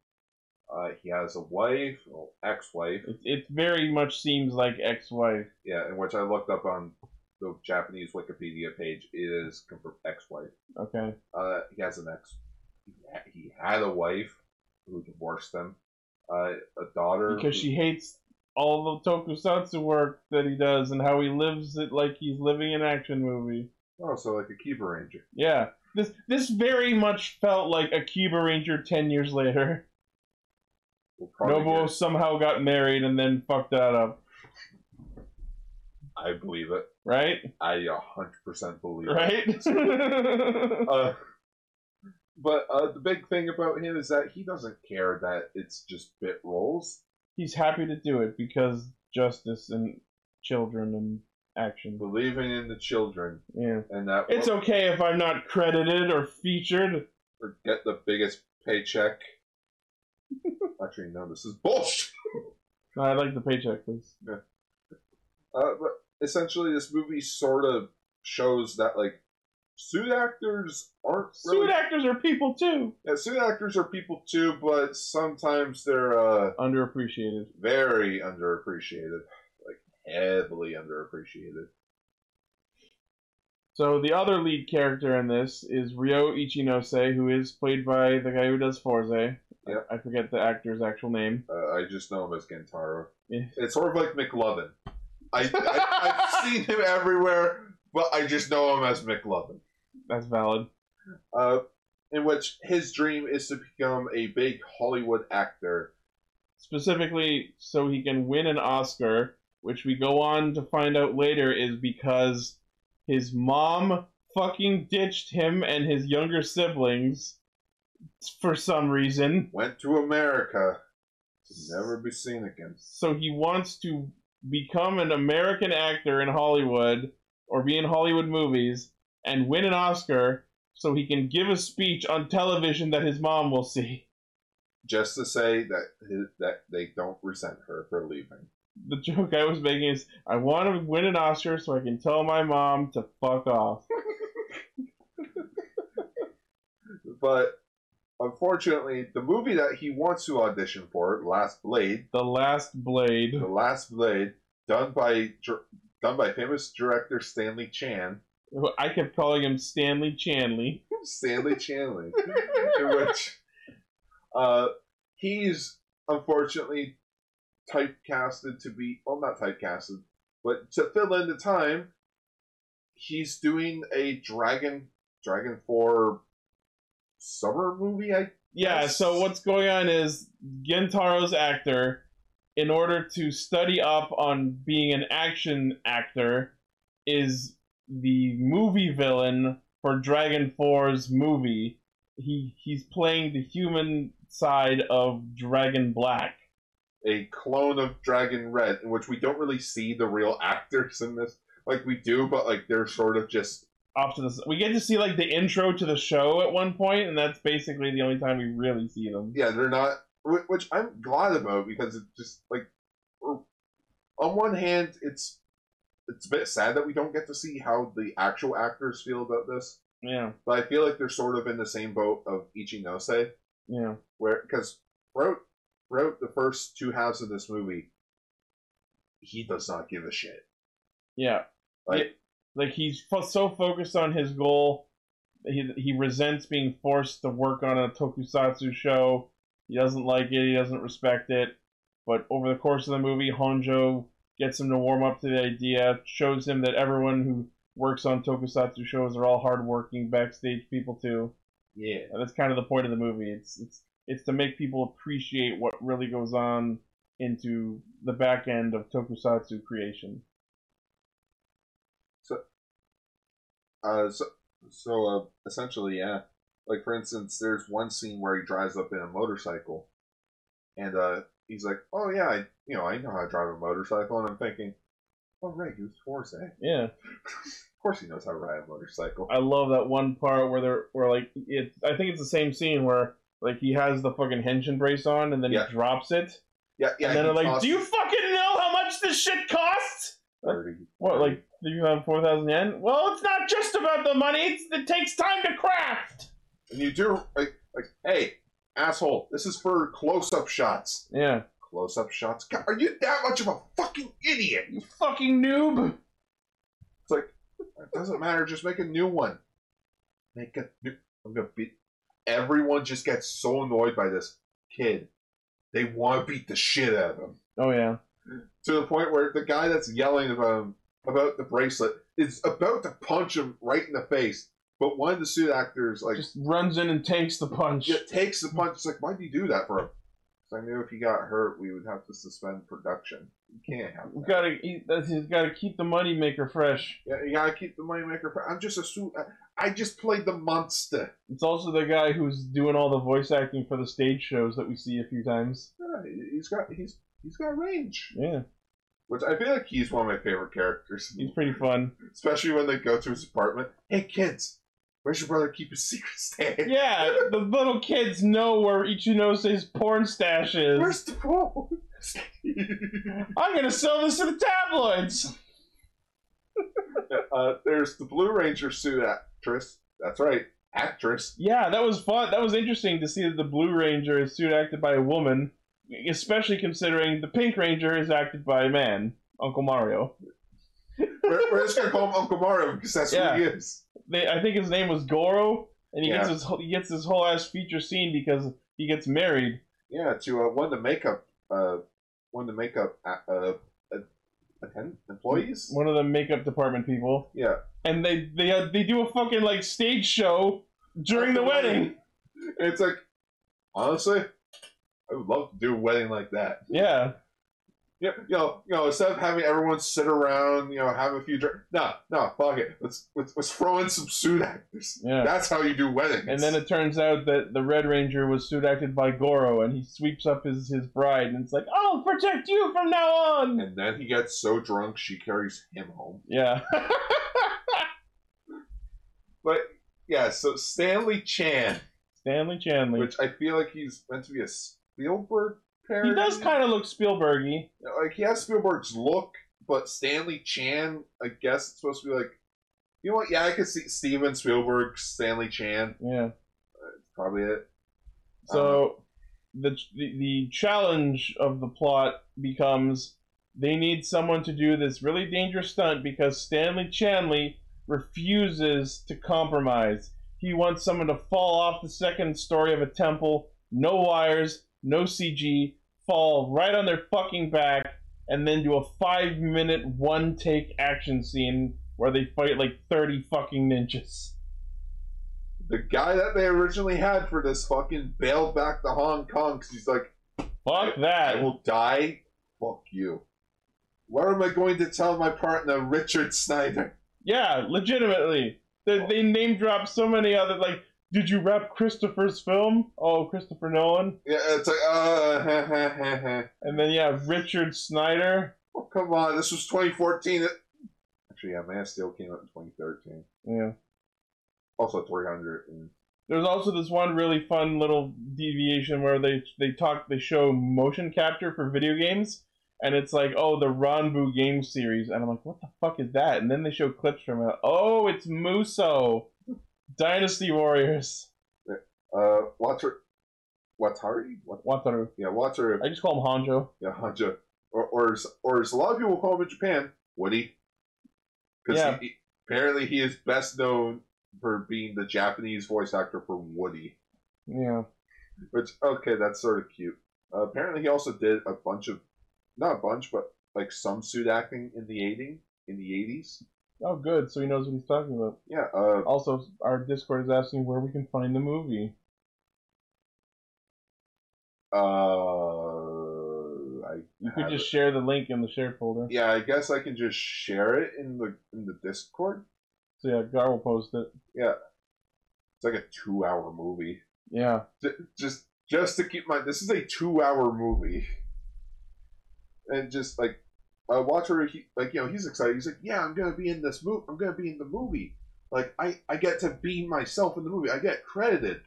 Speaker 2: Uh, he has a wife, well, ex-wife,
Speaker 1: It, it very much seems like ex-wife.
Speaker 2: yeah, in which I looked up on the Japanese Wikipedia page. It is confirmed ex-wife.
Speaker 1: Okay.
Speaker 2: Uh, he has an ex. He had a wife who divorced him. Uh, a daughter
Speaker 1: Because
Speaker 2: who-
Speaker 1: she hates all the tokusatsu work that he does and how he lives it like he's living an action movie.
Speaker 2: Oh, so like a Kiba Ranger.
Speaker 1: Yeah. This this very much felt like a Kiba Ranger ten years later.
Speaker 2: We'll probably
Speaker 1: Nobuo
Speaker 2: get-
Speaker 1: somehow got married and then fucked that up.
Speaker 2: I believe it.
Speaker 1: Right?
Speaker 2: I 100% believe it.
Speaker 1: Right?
Speaker 2: Uh, but uh, the big thing about him is that he doesn't care that it's just bit roles.
Speaker 1: he's happy to do it because justice and children and action.
Speaker 2: Believing in the children
Speaker 1: Yeah.
Speaker 2: and that
Speaker 1: It's okay if I'm not credited or featured.
Speaker 2: or get the biggest paycheck. Actually, no, this is bullshit.
Speaker 1: No, I'd like the paycheck, please.
Speaker 2: Uh, but essentially, this movie sort of shows that like suit actors aren't really
Speaker 1: Suit actors are people too.
Speaker 2: yeah, suit actors are people too, but sometimes they're uh,
Speaker 1: Underappreciated.
Speaker 2: very underappreciated, like heavily underappreciated.
Speaker 1: So the other lead character in this is Ryo Ichinose, who is played by the guy who does Forze.
Speaker 2: Yep.
Speaker 1: I forget the actor's actual name.
Speaker 2: Uh, I just know him as Gentaro.
Speaker 1: Yeah.
Speaker 2: It's sort of like McLovin. I, I, I've seen him everywhere, but I just know him as McLovin.
Speaker 1: That's valid.
Speaker 2: Uh, in which his dream is to become a big Hollywood actor.
Speaker 1: Specifically, so he can win an Oscar, which we go on to find out later is because his mom fucking ditched him and his younger siblings for some reason.
Speaker 2: Went to America to never be seen again.
Speaker 1: so he wants to become an American actor in Hollywood or be in Hollywood movies and win an Oscar so he can give a speech on television that his mom will see.
Speaker 2: Just to say that his, that they don't resent her for leaving.
Speaker 1: the joke I was making is I want to win an Oscar so I can tell my mom to fuck off.
Speaker 2: But unfortunately, the movie that he wants to audition for, Last Blade,
Speaker 1: The Last Blade.
Speaker 2: The Last Blade, done by dir- done by famous director Stanley Chan,
Speaker 1: I kept calling him Stanley Chanley.
Speaker 2: Stanley Chanley, in which uh, he's unfortunately typecasted to be well, not typecasted, but to fill in the time, he's doing a Dragon Dragon Four summer movie. I
Speaker 1: Yeah,
Speaker 2: Yes.
Speaker 1: so what's going on is Gentaro's actor, in order to study up on being an action actor, is the movie villain for Dragon 4's movie. He he's playing the human side of Dragon Black.
Speaker 2: a clone of Dragon Red, in which we don't really see the real actors in this. Like we do, but like they're sort of just
Speaker 1: Off to the s- we get to see like the intro to the show at one point, and that's basically the only time we really see them.
Speaker 2: yeah, they're not. whi- Which I'm glad about because it's just like, on one hand, it's it's a bit sad that we don't get to see how the actual actors feel about this,
Speaker 1: Yeah,
Speaker 2: but I feel like they're sort of in the same boat of Ichinose,
Speaker 1: yeah.
Speaker 2: where because wrote wrote the first two halves of this movie, he does not give a shit.
Speaker 1: Yeah.
Speaker 2: Like-
Speaker 1: Yeah. Like, he's fo- so focused on his goal. He, he resents being forced to work on a tokusatsu show. He doesn't like it. He doesn't respect it. But over the course of the movie, Honjo gets him to warm up to the idea, shows him that everyone who works on tokusatsu shows are all hardworking backstage people too.
Speaker 2: Yeah,
Speaker 1: And that's kind of the point of the movie. It's it's it's to make people appreciate what really goes on into the back end of tokusatsu creation.
Speaker 2: Uh, so, so uh, essentially, yeah. Like for instance, there's one scene where he drives up in a motorcycle, and uh, he's like, "Oh yeah, I, you know, I know how to drive a motorcycle." And I'm thinking, "Oh right, he was forced. Eh? Of
Speaker 1: Yeah.
Speaker 2: course, he knows how to ride a motorcycle."
Speaker 1: I love that one part where they're where like it. I think it's the same scene where like he has the fucking henshin brace on and then
Speaker 2: Yeah.
Speaker 1: he drops it,
Speaker 2: yeah, yeah.
Speaker 1: and then
Speaker 2: he
Speaker 1: they're like,
Speaker 2: costs
Speaker 1: "Do you fucking know how much this shit costs?"
Speaker 2: 30,
Speaker 1: What like you have four thousand yen? Well, it's not just about the money. It's, it takes time to craft.
Speaker 2: And you do like, like, hey, asshole, this is for close-up shots.
Speaker 1: Yeah,
Speaker 2: Close-up shots. God, are you that much of a fucking idiot?
Speaker 1: you fucking noob.
Speaker 2: It doesn't matter. Just make a new one. Make a new. I'm gonna beat. Everyone just gets so annoyed by this kid. They want to beat the shit out of him
Speaker 1: Oh yeah,
Speaker 2: to the point where the guy that's yelling about him about the bracelet is about to punch him right in the face. But one of the suit actors like
Speaker 1: just runs in and takes the punch.
Speaker 2: yeah, takes the punch. It's like, why'd you do that for him? 'Cause I knew if he got hurt, we would have to suspend production. You can't have
Speaker 1: We
Speaker 2: that.
Speaker 1: gotta he, that's- he's gotta keep the money maker fresh.
Speaker 2: Yeah, you gotta keep the moneymaker. fr- I'm just a suit. I- I just played the monster.
Speaker 1: It's also the guy who's doing all the voice acting for the stage shows that we see a few times.
Speaker 2: Yeah, he's got he's he's got range.
Speaker 1: Yeah,
Speaker 2: Which I feel like he's one of my favorite characters.
Speaker 1: he's pretty fun.
Speaker 2: Especially when they go to his apartment. Hey kids, where's your brother keep his secrets stay?
Speaker 1: Yeah, the little kids know where Ichinose's porn stash is.
Speaker 2: Where's the pool?
Speaker 1: I'm gonna sell this to the tabloids.
Speaker 2: uh, there's the Blue Ranger suit actress. That's right, actress.
Speaker 1: Yeah, that was fun. That was interesting to see that the Blue Ranger is suit acted by a woman, especially considering the Pink Ranger is acted by a man, Uncle Mario.
Speaker 2: We're, we're just gonna call him Uncle Mario because that's
Speaker 1: Yeah.
Speaker 2: who he is.
Speaker 1: They, I think his name was Goro, and he
Speaker 2: Yeah.
Speaker 1: gets his whole- he gets his whole ass feature scene because he gets married.
Speaker 2: Yeah, to uh, one of the makeup, uh, one of the makeup uh, uh, attend- employees.
Speaker 1: One of the makeup department people,
Speaker 2: Yeah,
Speaker 1: and they they uh, they do a fucking like stage show during the wedding.
Speaker 2: And it's like, honestly, I would love to do a wedding like that.
Speaker 1: Yeah.
Speaker 2: Yeah, you know, you know, instead of having everyone sit around, you know, have a few drinks. No, no, fuck it. Let's let's, let's throw in some suit actors.
Speaker 1: Yeah.
Speaker 2: That's how you do weddings.
Speaker 1: And then it turns out that the Red Ranger was suit acted by Goro, and he sweeps up his, his bride, and it's like, I'll protect you from now on!
Speaker 2: and then he gets so drunk she carries him home.
Speaker 1: Yeah.
Speaker 2: But yeah, so Stanley Chan,
Speaker 1: Stanley Chanley.
Speaker 2: which I feel like he's meant to be a Spielberg
Speaker 1: He
Speaker 2: parody.
Speaker 1: does kind of look Spielbergy.
Speaker 2: like he has Spielberg's look, but Stanley Chan, I guess it's supposed to be like, you know what? Yeah, I could see Steven Spielberg, Stanley Chan,
Speaker 1: Yeah.
Speaker 2: probably it.
Speaker 1: So the, the the challenge of the plot becomes they need someone to do this really dangerous stunt because Stanley Chanley refuses to compromise. He wants someone to fall off the second story of a temple, no wires, no CG, fall right on their fucking back, and then do a five minute one take action scene where they fight like thirty fucking ninjas.
Speaker 2: The guy that they originally had for this fucking bailed back to Hong Kong because he's like,
Speaker 1: Fuck
Speaker 2: I
Speaker 1: that.
Speaker 2: will die. Fuck you. Where am I going to tell my partner Richard Snyder?
Speaker 1: Yeah, legitimately. They, they name drop so many other like. Did you rep Christopher's film? Oh, Christopher Nolan.
Speaker 2: Yeah, it's like, uh,
Speaker 1: And then yeah, Richard Snyder.
Speaker 2: oh, come on. This was 2014. It- Actually, yeah, Man of Steel came out in 2013.
Speaker 1: Yeah.
Speaker 2: Also 300. And
Speaker 1: There's also this one really fun little deviation where they they talk they show motion capture for video games, and it's like oh the Ranbu game series, and I'm like what the fuck is that? And then they show clips from it. Oh, it's Muso, Dynasty Warriors.
Speaker 2: Uh, Water, Watari? Wat-
Speaker 1: Wataru.
Speaker 2: yeah, Wataru.
Speaker 1: I just call him Hanjo.
Speaker 2: yeah, Hanja. Or, or, as, or as a lot of people call him in Japan, Woody. Because
Speaker 1: Yeah.
Speaker 2: he, apparently he is best known for being the Japanese voice actor for Woody.
Speaker 1: Yeah.
Speaker 2: Which, okay, that's sort of cute. Uh, apparently he also did a bunch of, not a bunch, but like some suit acting in the 80s. In the 80s.
Speaker 1: Oh, good. So he knows what he's talking about.
Speaker 2: Yeah, uh,
Speaker 1: Also, our Discord is asking where we can find the movie.
Speaker 2: uh, I
Speaker 1: You could
Speaker 2: have
Speaker 1: just share the link in the share folder.
Speaker 2: it. Yeah, I guess I can just share it in the in the Discord.
Speaker 1: So yeah, Gar will post it.
Speaker 2: It's like a two-hour movie.
Speaker 1: Yeah.
Speaker 2: J- just just to keep my this is a two hour movie and just like uh watcher he, like you know he's excited he's like yeah i'm gonna be in this movie i'm gonna be in the movie like i i get to be myself in the movie i get credited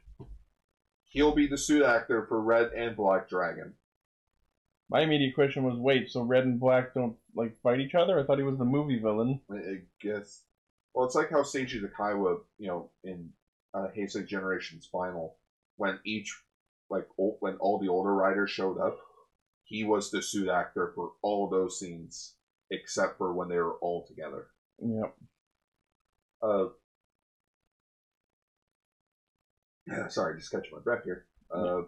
Speaker 2: he'll be the suit actor for red and black dragon
Speaker 1: My immediate question was, wait, so Red and Black don't like fight each other? I thought he was the movie villain.
Speaker 2: i, I guess well it's like how seiji takaiwa you know in uh heisei generations final when each like old, when all the older writers showed up he was the suit actor for all those scenes except for when they were all together.
Speaker 1: Yep.
Speaker 2: Uh, sorry, just catching my breath here. Uh,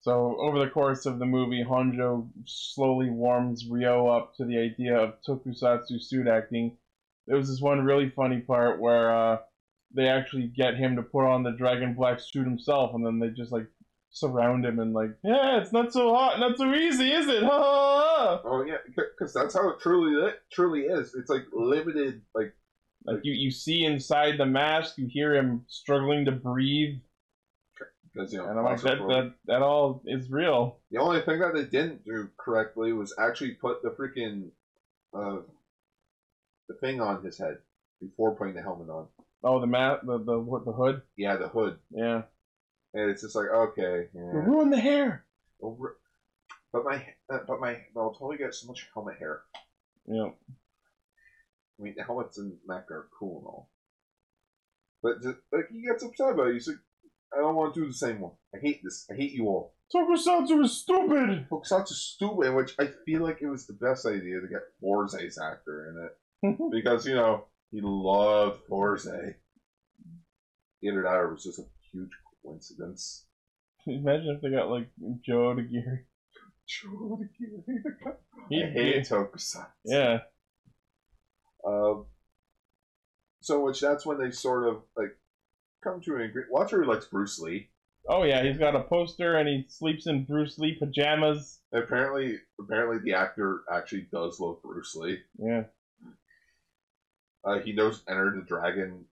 Speaker 1: So over the course of the movie, Honjo slowly warms Ryo up to the idea of tokusatsu suit acting. There was this one really funny part where uh, they actually get him to put on the Dragon Black suit himself, and then they just like surround him and like, yeah, it's not so hot, not so easy, is it? Ha, ha, ha."
Speaker 2: oh yeah, because that's how it truly li- truly is. It's like limited, like
Speaker 1: Like you, you see inside the mask, you hear him struggling to breathe,
Speaker 2: because you know.
Speaker 1: and I'm like, that,
Speaker 2: claustrophobic.
Speaker 1: that, that all is real.
Speaker 2: The only thing that they didn't do correctly was actually put the freaking uh, the thing on his head before putting the helmet on.
Speaker 1: Oh, the ma- the the what, the hood,
Speaker 2: Yeah, the hood,
Speaker 1: yeah.
Speaker 2: and it's just like okay.
Speaker 1: You
Speaker 2: yeah.
Speaker 1: ruin the hair.
Speaker 2: Over- But my, uh, but my, but I'll totally get so much helmet hair.
Speaker 1: Yeah.
Speaker 2: I mean, the helmets and Mac are cool and all, but just, like he gets upset about it. He's like, I don't want to do the same one. I hate this. I hate you all.
Speaker 1: Tokusatsu is stupid.
Speaker 2: Tokusatsu stupid, which I feel like it was the best idea to get Forze's actor in it because you know he loved Forze. Either that, or it was just a huge coincidence.
Speaker 1: Imagine if they got like Joe to Geary.
Speaker 2: I
Speaker 1: He'd
Speaker 2: hate
Speaker 1: be-
Speaker 2: Tokusatsu.
Speaker 1: Yeah.
Speaker 2: Um, so which that's when they sort of like come to an agreement. Watcher likes Bruce Lee.
Speaker 1: Oh yeah, he's got a poster and he sleeps in Bruce Lee pajamas.
Speaker 2: Apparently, apparently the actor actually does love Bruce Lee.
Speaker 1: Yeah.
Speaker 2: Uh, he knows Enter the Dragon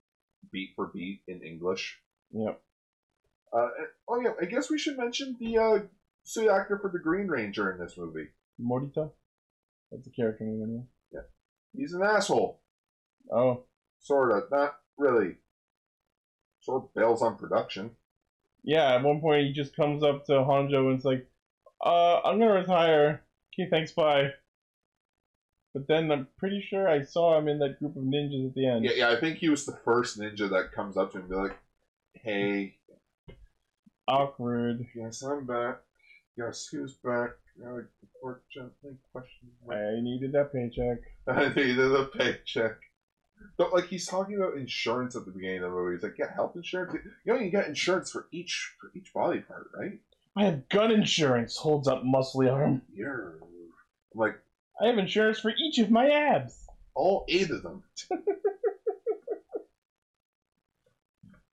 Speaker 2: beat for beat in English.
Speaker 1: Yep.
Speaker 2: Uh, and- oh yeah, I guess we should mention the uh, suit actor for the Green Ranger in this movie.
Speaker 1: Morita. That's the character name. Anyway.
Speaker 2: He's an asshole,
Speaker 1: Oh.
Speaker 2: sort of. Not really. Sort of bails on production.
Speaker 1: Yeah, at one point he just comes up to Hanjo and it's like, uh, I'm gonna retire. Okay, thanks, bye. But then I'm pretty sure I saw him in that group of ninjas at the end.
Speaker 2: Yeah, yeah, I think he was the first ninja that comes up to him and be like, hey,
Speaker 1: Awkward.
Speaker 2: yes, I'm back. Yes, who's back? I would unfortunately question my
Speaker 1: I needed that paycheck.
Speaker 2: I needed a paycheck. But like he's talking about insurance at the beginning of the movie. He's like, yeah, health insurance. You know, you get insurance for each for each body part, right?
Speaker 1: I have gun insurance. Holds up muscly arm.
Speaker 2: Yeah. I'm like
Speaker 1: I have insurance for each of my abs.
Speaker 2: all eight of them.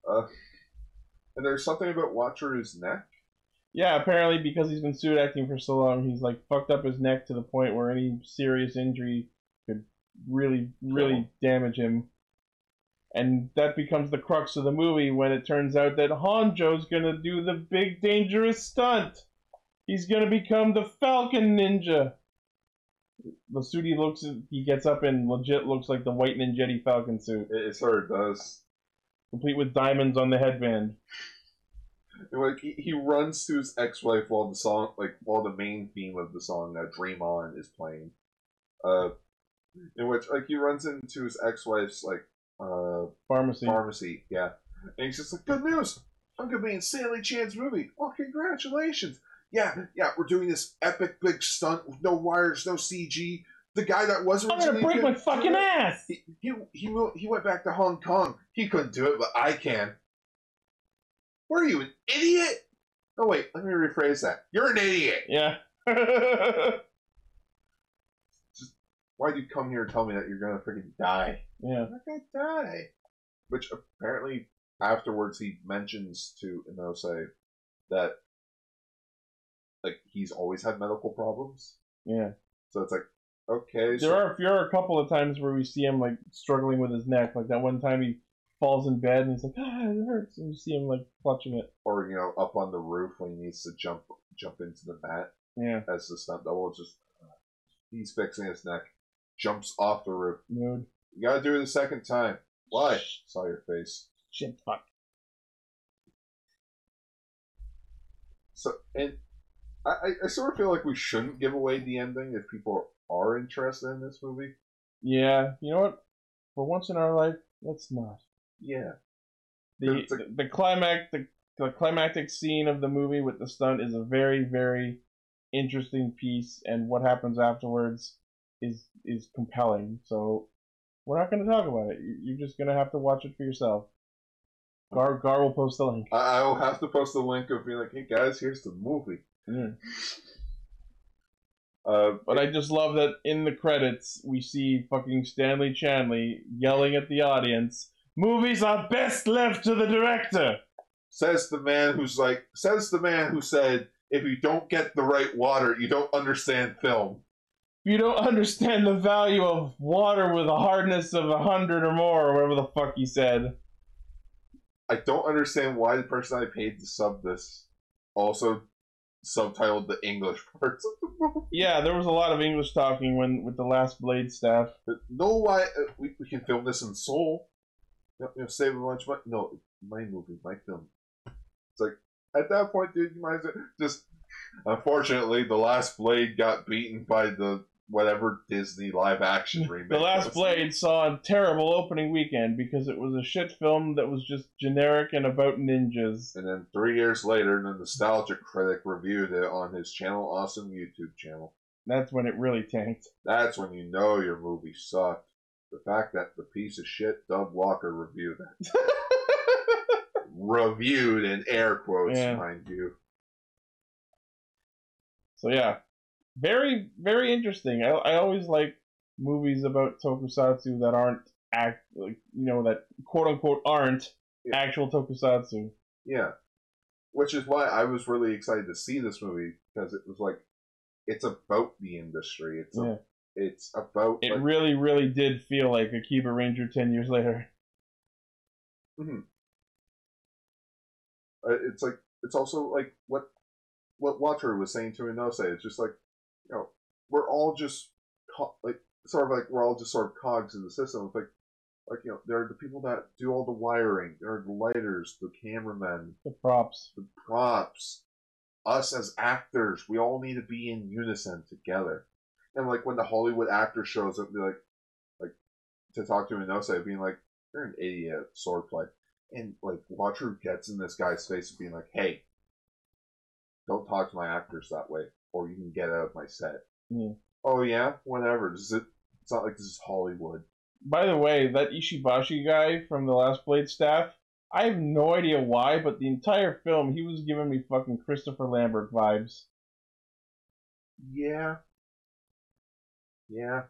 Speaker 2: uh, and there's something about Watcheroo's neck.
Speaker 1: Yeah, apparently because he's been suit acting for so long, he's like fucked up his neck to the point where any serious injury could really, really damage him. And that becomes the crux of the movie when it turns out that Honjo's gonna do the big dangerous stunt. He's gonna become the Falcon Ninja. The suit he looks, he gets up and legit looks like the white Ninjetti Falcon suit,
Speaker 2: It, it sort of does.
Speaker 1: complete with diamonds on the headband.
Speaker 2: And, like he, he runs to his ex-wife while the song, like while the main theme of the song uh, "Dream On" is playing. Uh, in which like he runs into his ex-wife's like uh
Speaker 1: Pharmacy.
Speaker 2: pharmacy, yeah, and he's just like, "Good news! I'm gonna be in Stanley Chan's movie. Oh, congratulations! Yeah, yeah, we're doing this epic big stunt with no wires, no CG. The guy that was
Speaker 1: I'm gonna
Speaker 2: originally
Speaker 1: break
Speaker 2: gonna
Speaker 1: my fucking
Speaker 2: do it,
Speaker 1: ass!
Speaker 2: He he he, will, he went back to Hong Kong. He couldn't do it, but I can. Were you an idiot? Oh wait, let me rephrase that. You're an idiot.
Speaker 1: Yeah.
Speaker 2: Why'd you come here and tell me that you're gonna freaking die?
Speaker 1: yeah.
Speaker 2: I'm not gonna die. Which apparently afterwards he mentions to Inose that like he's always had medical problems.
Speaker 1: Yeah.
Speaker 2: So it's like okay, so
Speaker 1: There are there are a couple of times where we see him like struggling with his neck. Like that one time he falls in bed and he's like, ah, it hurts, and you see him like clutching it.
Speaker 2: or you know up on the roof when he needs to jump jump into the mat.
Speaker 1: Yeah,
Speaker 2: as the stunt double. It's just he's fixing his neck, jumps off the roof.
Speaker 1: mood.
Speaker 2: You gotta do it a second time. Why? Saw your face.
Speaker 1: Shit, fuck.
Speaker 2: So and I, I- I sort of feel like we shouldn't give away the ending if people are interested in this movie.
Speaker 1: Yeah, you know what? For once in our life, let's not.
Speaker 2: Yeah.
Speaker 1: The the, the climax the, the climactic scene of the movie with the stunt is a very very interesting piece, and what happens afterwards is is compelling. So we're not going to talk about it. You- You're just going to have to watch it for yourself. Gar Gar will post the link.
Speaker 2: I, I will have to post a link of being like, hey guys, here's the movie.
Speaker 1: Mm.
Speaker 2: Uh,
Speaker 1: But I just love that in the credits we see fucking Stanley Chanley yelling at the audience, "Movies are best left to the director."
Speaker 2: says the man who's like, says the man who said, if you don't get the right water, you don't understand film.
Speaker 1: If you don't understand the value of water with a hardness of a hundred or more, or whatever the fuck he said,
Speaker 2: I don't understand why the person I paid to sub this also subtitled the English parts of the movie.
Speaker 1: yeah, there was a lot of English talking when with the last Blade staff.
Speaker 2: No, why uh, we, we can film this in Seoul? You know, you know, save a bunch of money. No, my movie, my film. It's like at that point, dude, you might as well just. Unfortunately, the last Blade got beaten by the whatever Disney live action remake.
Speaker 1: The Last
Speaker 2: was.
Speaker 1: Blade saw a terrible opening weekend because it was a shit film that was just generic and about ninjas.
Speaker 2: And then three years later, the nostalgia critic reviewed it on his channel, awesome YouTube channel.
Speaker 1: That's when it really tanked.
Speaker 2: That's when you know your movie sucked. The fact that the piece of shit Doug Walker reviewed it. reviewed in air quotes,
Speaker 1: Yeah.
Speaker 2: mind you.
Speaker 1: So yeah, very very interesting. I I always like movies about tokusatsu that aren't act like you know that quote unquote aren't
Speaker 2: Yeah.
Speaker 1: actual tokusatsu.
Speaker 2: Yeah. Which is why I was really excited to see this movie because it was like it's about the industry. It's a,
Speaker 1: Yeah.
Speaker 2: it's about
Speaker 1: It
Speaker 2: like,
Speaker 1: really really did feel like Akiba Ranger ten years later.
Speaker 2: uh, it's like it's also like what what Watcher was saying to Inose. It's just like you know we're all just co- like sort of like we're all just sort of cogs in the system. It's like like you know there are the people that do all the wiring, there are the lighters, the cameramen,
Speaker 1: The props.
Speaker 2: the props, us as actors, we all need to be in unison together. And like when the Hollywood actor shows up, be like, like to talk to Inose, being like, "You're an idiot, swordplay," and like Watcher gets in this guy's face and being like, "Hey, don't talk to my actors that way, or you can get out of my set."
Speaker 1: Yeah.
Speaker 2: Oh yeah, whatever. This is it, it's not like this is Hollywood.
Speaker 1: By the way, that Ishibashi guy from the Last Blade staff, I have no idea why, but the entire film he was giving me fucking Christopher Lambert vibes.
Speaker 2: Yeah, yeah.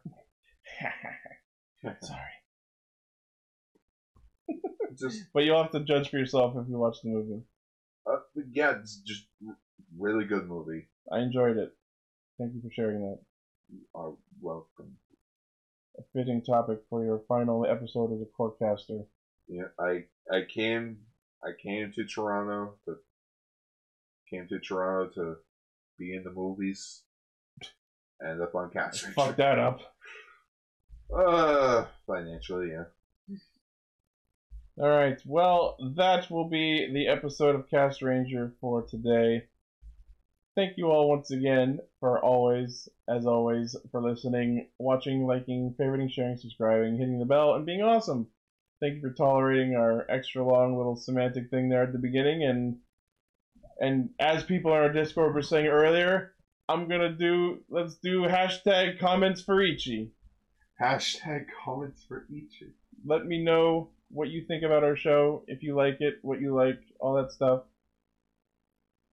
Speaker 1: Sorry.
Speaker 2: just
Speaker 1: But you'll have to judge for yourself if you watch the movie.
Speaker 2: uh, yeah, it's just r- really good movie.
Speaker 1: I enjoyed it. Thank you for sharing that.
Speaker 2: Are welcome.
Speaker 1: A fitting topic for your final episode as a courtcaster.
Speaker 2: Yeah, I I came I came to Toronto to came to Toronto to be in the movies. Ended up on cast.
Speaker 1: Fuck that up.
Speaker 2: Uh, financially, yeah.
Speaker 1: All right. Well, that will be the episode of Cast Ranger for today. Thank you all once again for always, as always, for listening, watching, liking, favoriting, sharing, subscribing, hitting the bell, and being awesome. Thank you for tolerating our extra long little semantic thing there at the beginning. And and as people on our Discord were saying earlier, I'm gonna do let's do hashtag comments for Ichi
Speaker 2: Hashtag comments for each.
Speaker 1: let me know what you think about our show, if you like it, what you like, all that stuff.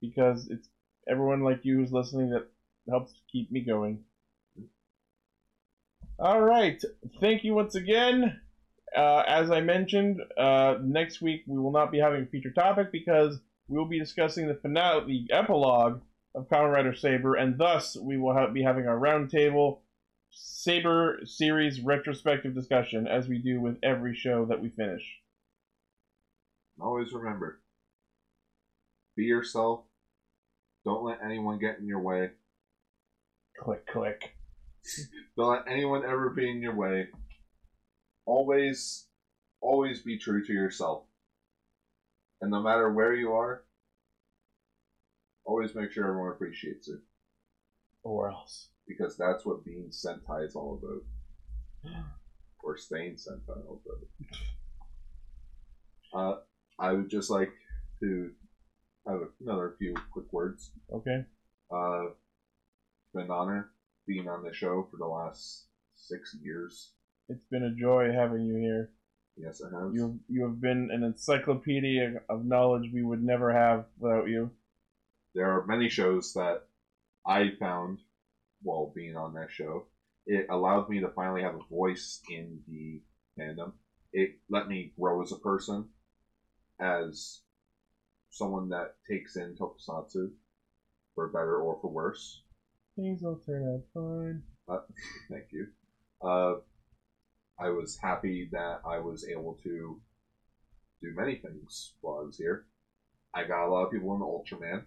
Speaker 1: Because it's everyone like you who's listening that helps keep me going. All right. Thank you once again. Uh, as I mentioned, uh, next week we will not be having a feature topic because we will be discussing the finale, the epilogue of Kamen Rider Saber, and thus we will ha- be having our roundtable Saber series retrospective discussion as we do with every show that we finish.
Speaker 2: Always remember, be yourself. Don't let anyone get in your way.
Speaker 1: Click, click.
Speaker 2: Don't let anyone ever be in your way. Always, always be true to yourself. And no matter where you are, always make sure everyone appreciates it.
Speaker 1: Or else.
Speaker 2: Because that's what being Sentai is all about. or staying Sentai all about. Uh, I would just like to have another few quick words.
Speaker 1: Okay.
Speaker 2: Uh, it's been an honor being on the show for the last six years.
Speaker 1: It's been a joy having you here.
Speaker 2: Yes, I have.
Speaker 1: You you have been an encyclopedia of knowledge we would never have without you.
Speaker 2: There are many shows that I found while being on that show. It allowed me to finally have a voice in the fandom. It let me grow as a person, as someone that takes in tokusatsu, for better or for worse.
Speaker 1: Things will turn out fine.
Speaker 2: Uh, thank you. Uh, I was happy that I was able to do many things while I was here. I got a lot of people in Ultraman.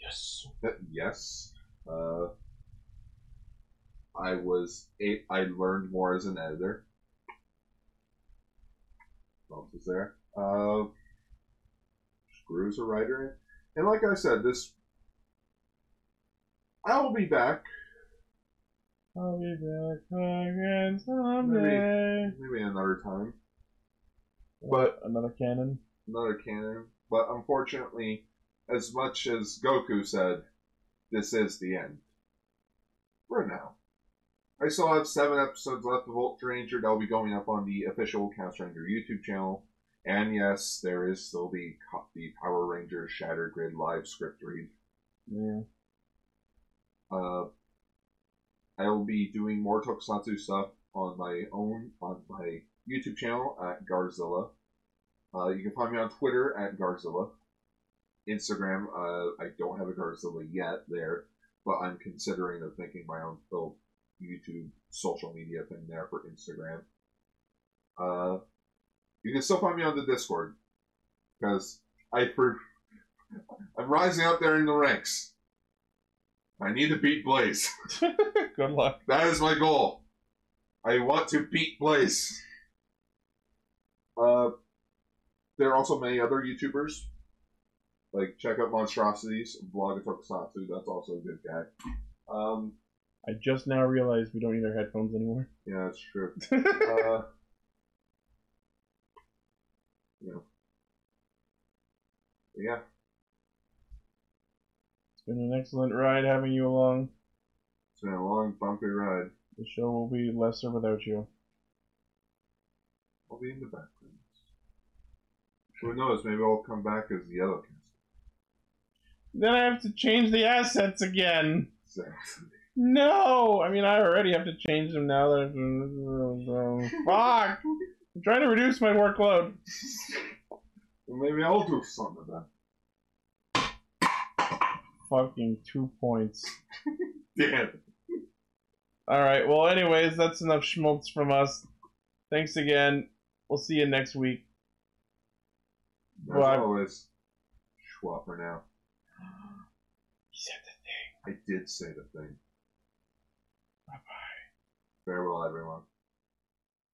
Speaker 1: Yes.
Speaker 2: That- yes. Uh, I was. A- I learned more as an editor. What else is there? Uh, Screw's a writer, and like I said, this. I will be back.
Speaker 1: I'll be back again someday.
Speaker 2: Maybe another time.
Speaker 1: But another cannon.
Speaker 2: Another canon. But unfortunately, as much as Goku said, this is the end. For now. I still have seven episodes left of Ultra Ranger that'll be going up on the official Cast Ranger YouTube channel. And yes, there is still the, co- the Power Ranger Shattered Grid live script read.
Speaker 1: Yeah.
Speaker 2: Uh, I will be doing more Tokusatsu stuff on my own on my YouTube channel at Garzilla. Uh, you can find me on Twitter at Garzilla, Instagram. Uh, I don't have a Garzilla yet there, but I'm considering of making my own little YouTube social media thing there for Instagram. Uh, you can still find me on the Discord because I for I'm rising up there in the ranks. I need to beat Blaze.
Speaker 1: Good luck.
Speaker 2: That is my goal. I want to beat Blaze. Uh, there are also many other YouTubers Like, check out Monstrosities, Vlog of Tokusatsu. That's also a good guy. Um,
Speaker 1: I just now realized we don't need our headphones anymore.
Speaker 2: yeah, that's true. Uh, yeah. Yeah.
Speaker 1: It's been an excellent ride having you along.
Speaker 2: It's been a long, bumpy ride.
Speaker 1: The show will be lesser without you.
Speaker 2: I'll be in the background. Who knows? Maybe I'll come back as the yellow cast.
Speaker 1: Then I have to change the assets again.
Speaker 2: Exactly.
Speaker 1: No, I mean I already have to change them now that I've fuck. I'm trying to reduce my workload.
Speaker 2: Well, maybe I'll do some of that.
Speaker 1: Fucking two points.
Speaker 2: Damn.
Speaker 1: All right. Well, anyways, that's enough schmaltz from us. Thanks again. We'll see you next week.
Speaker 2: As
Speaker 1: Well, I-
Speaker 2: always, Schwapper now.
Speaker 1: He said
Speaker 2: I did say the thing. Bye bye. Farewell, everyone.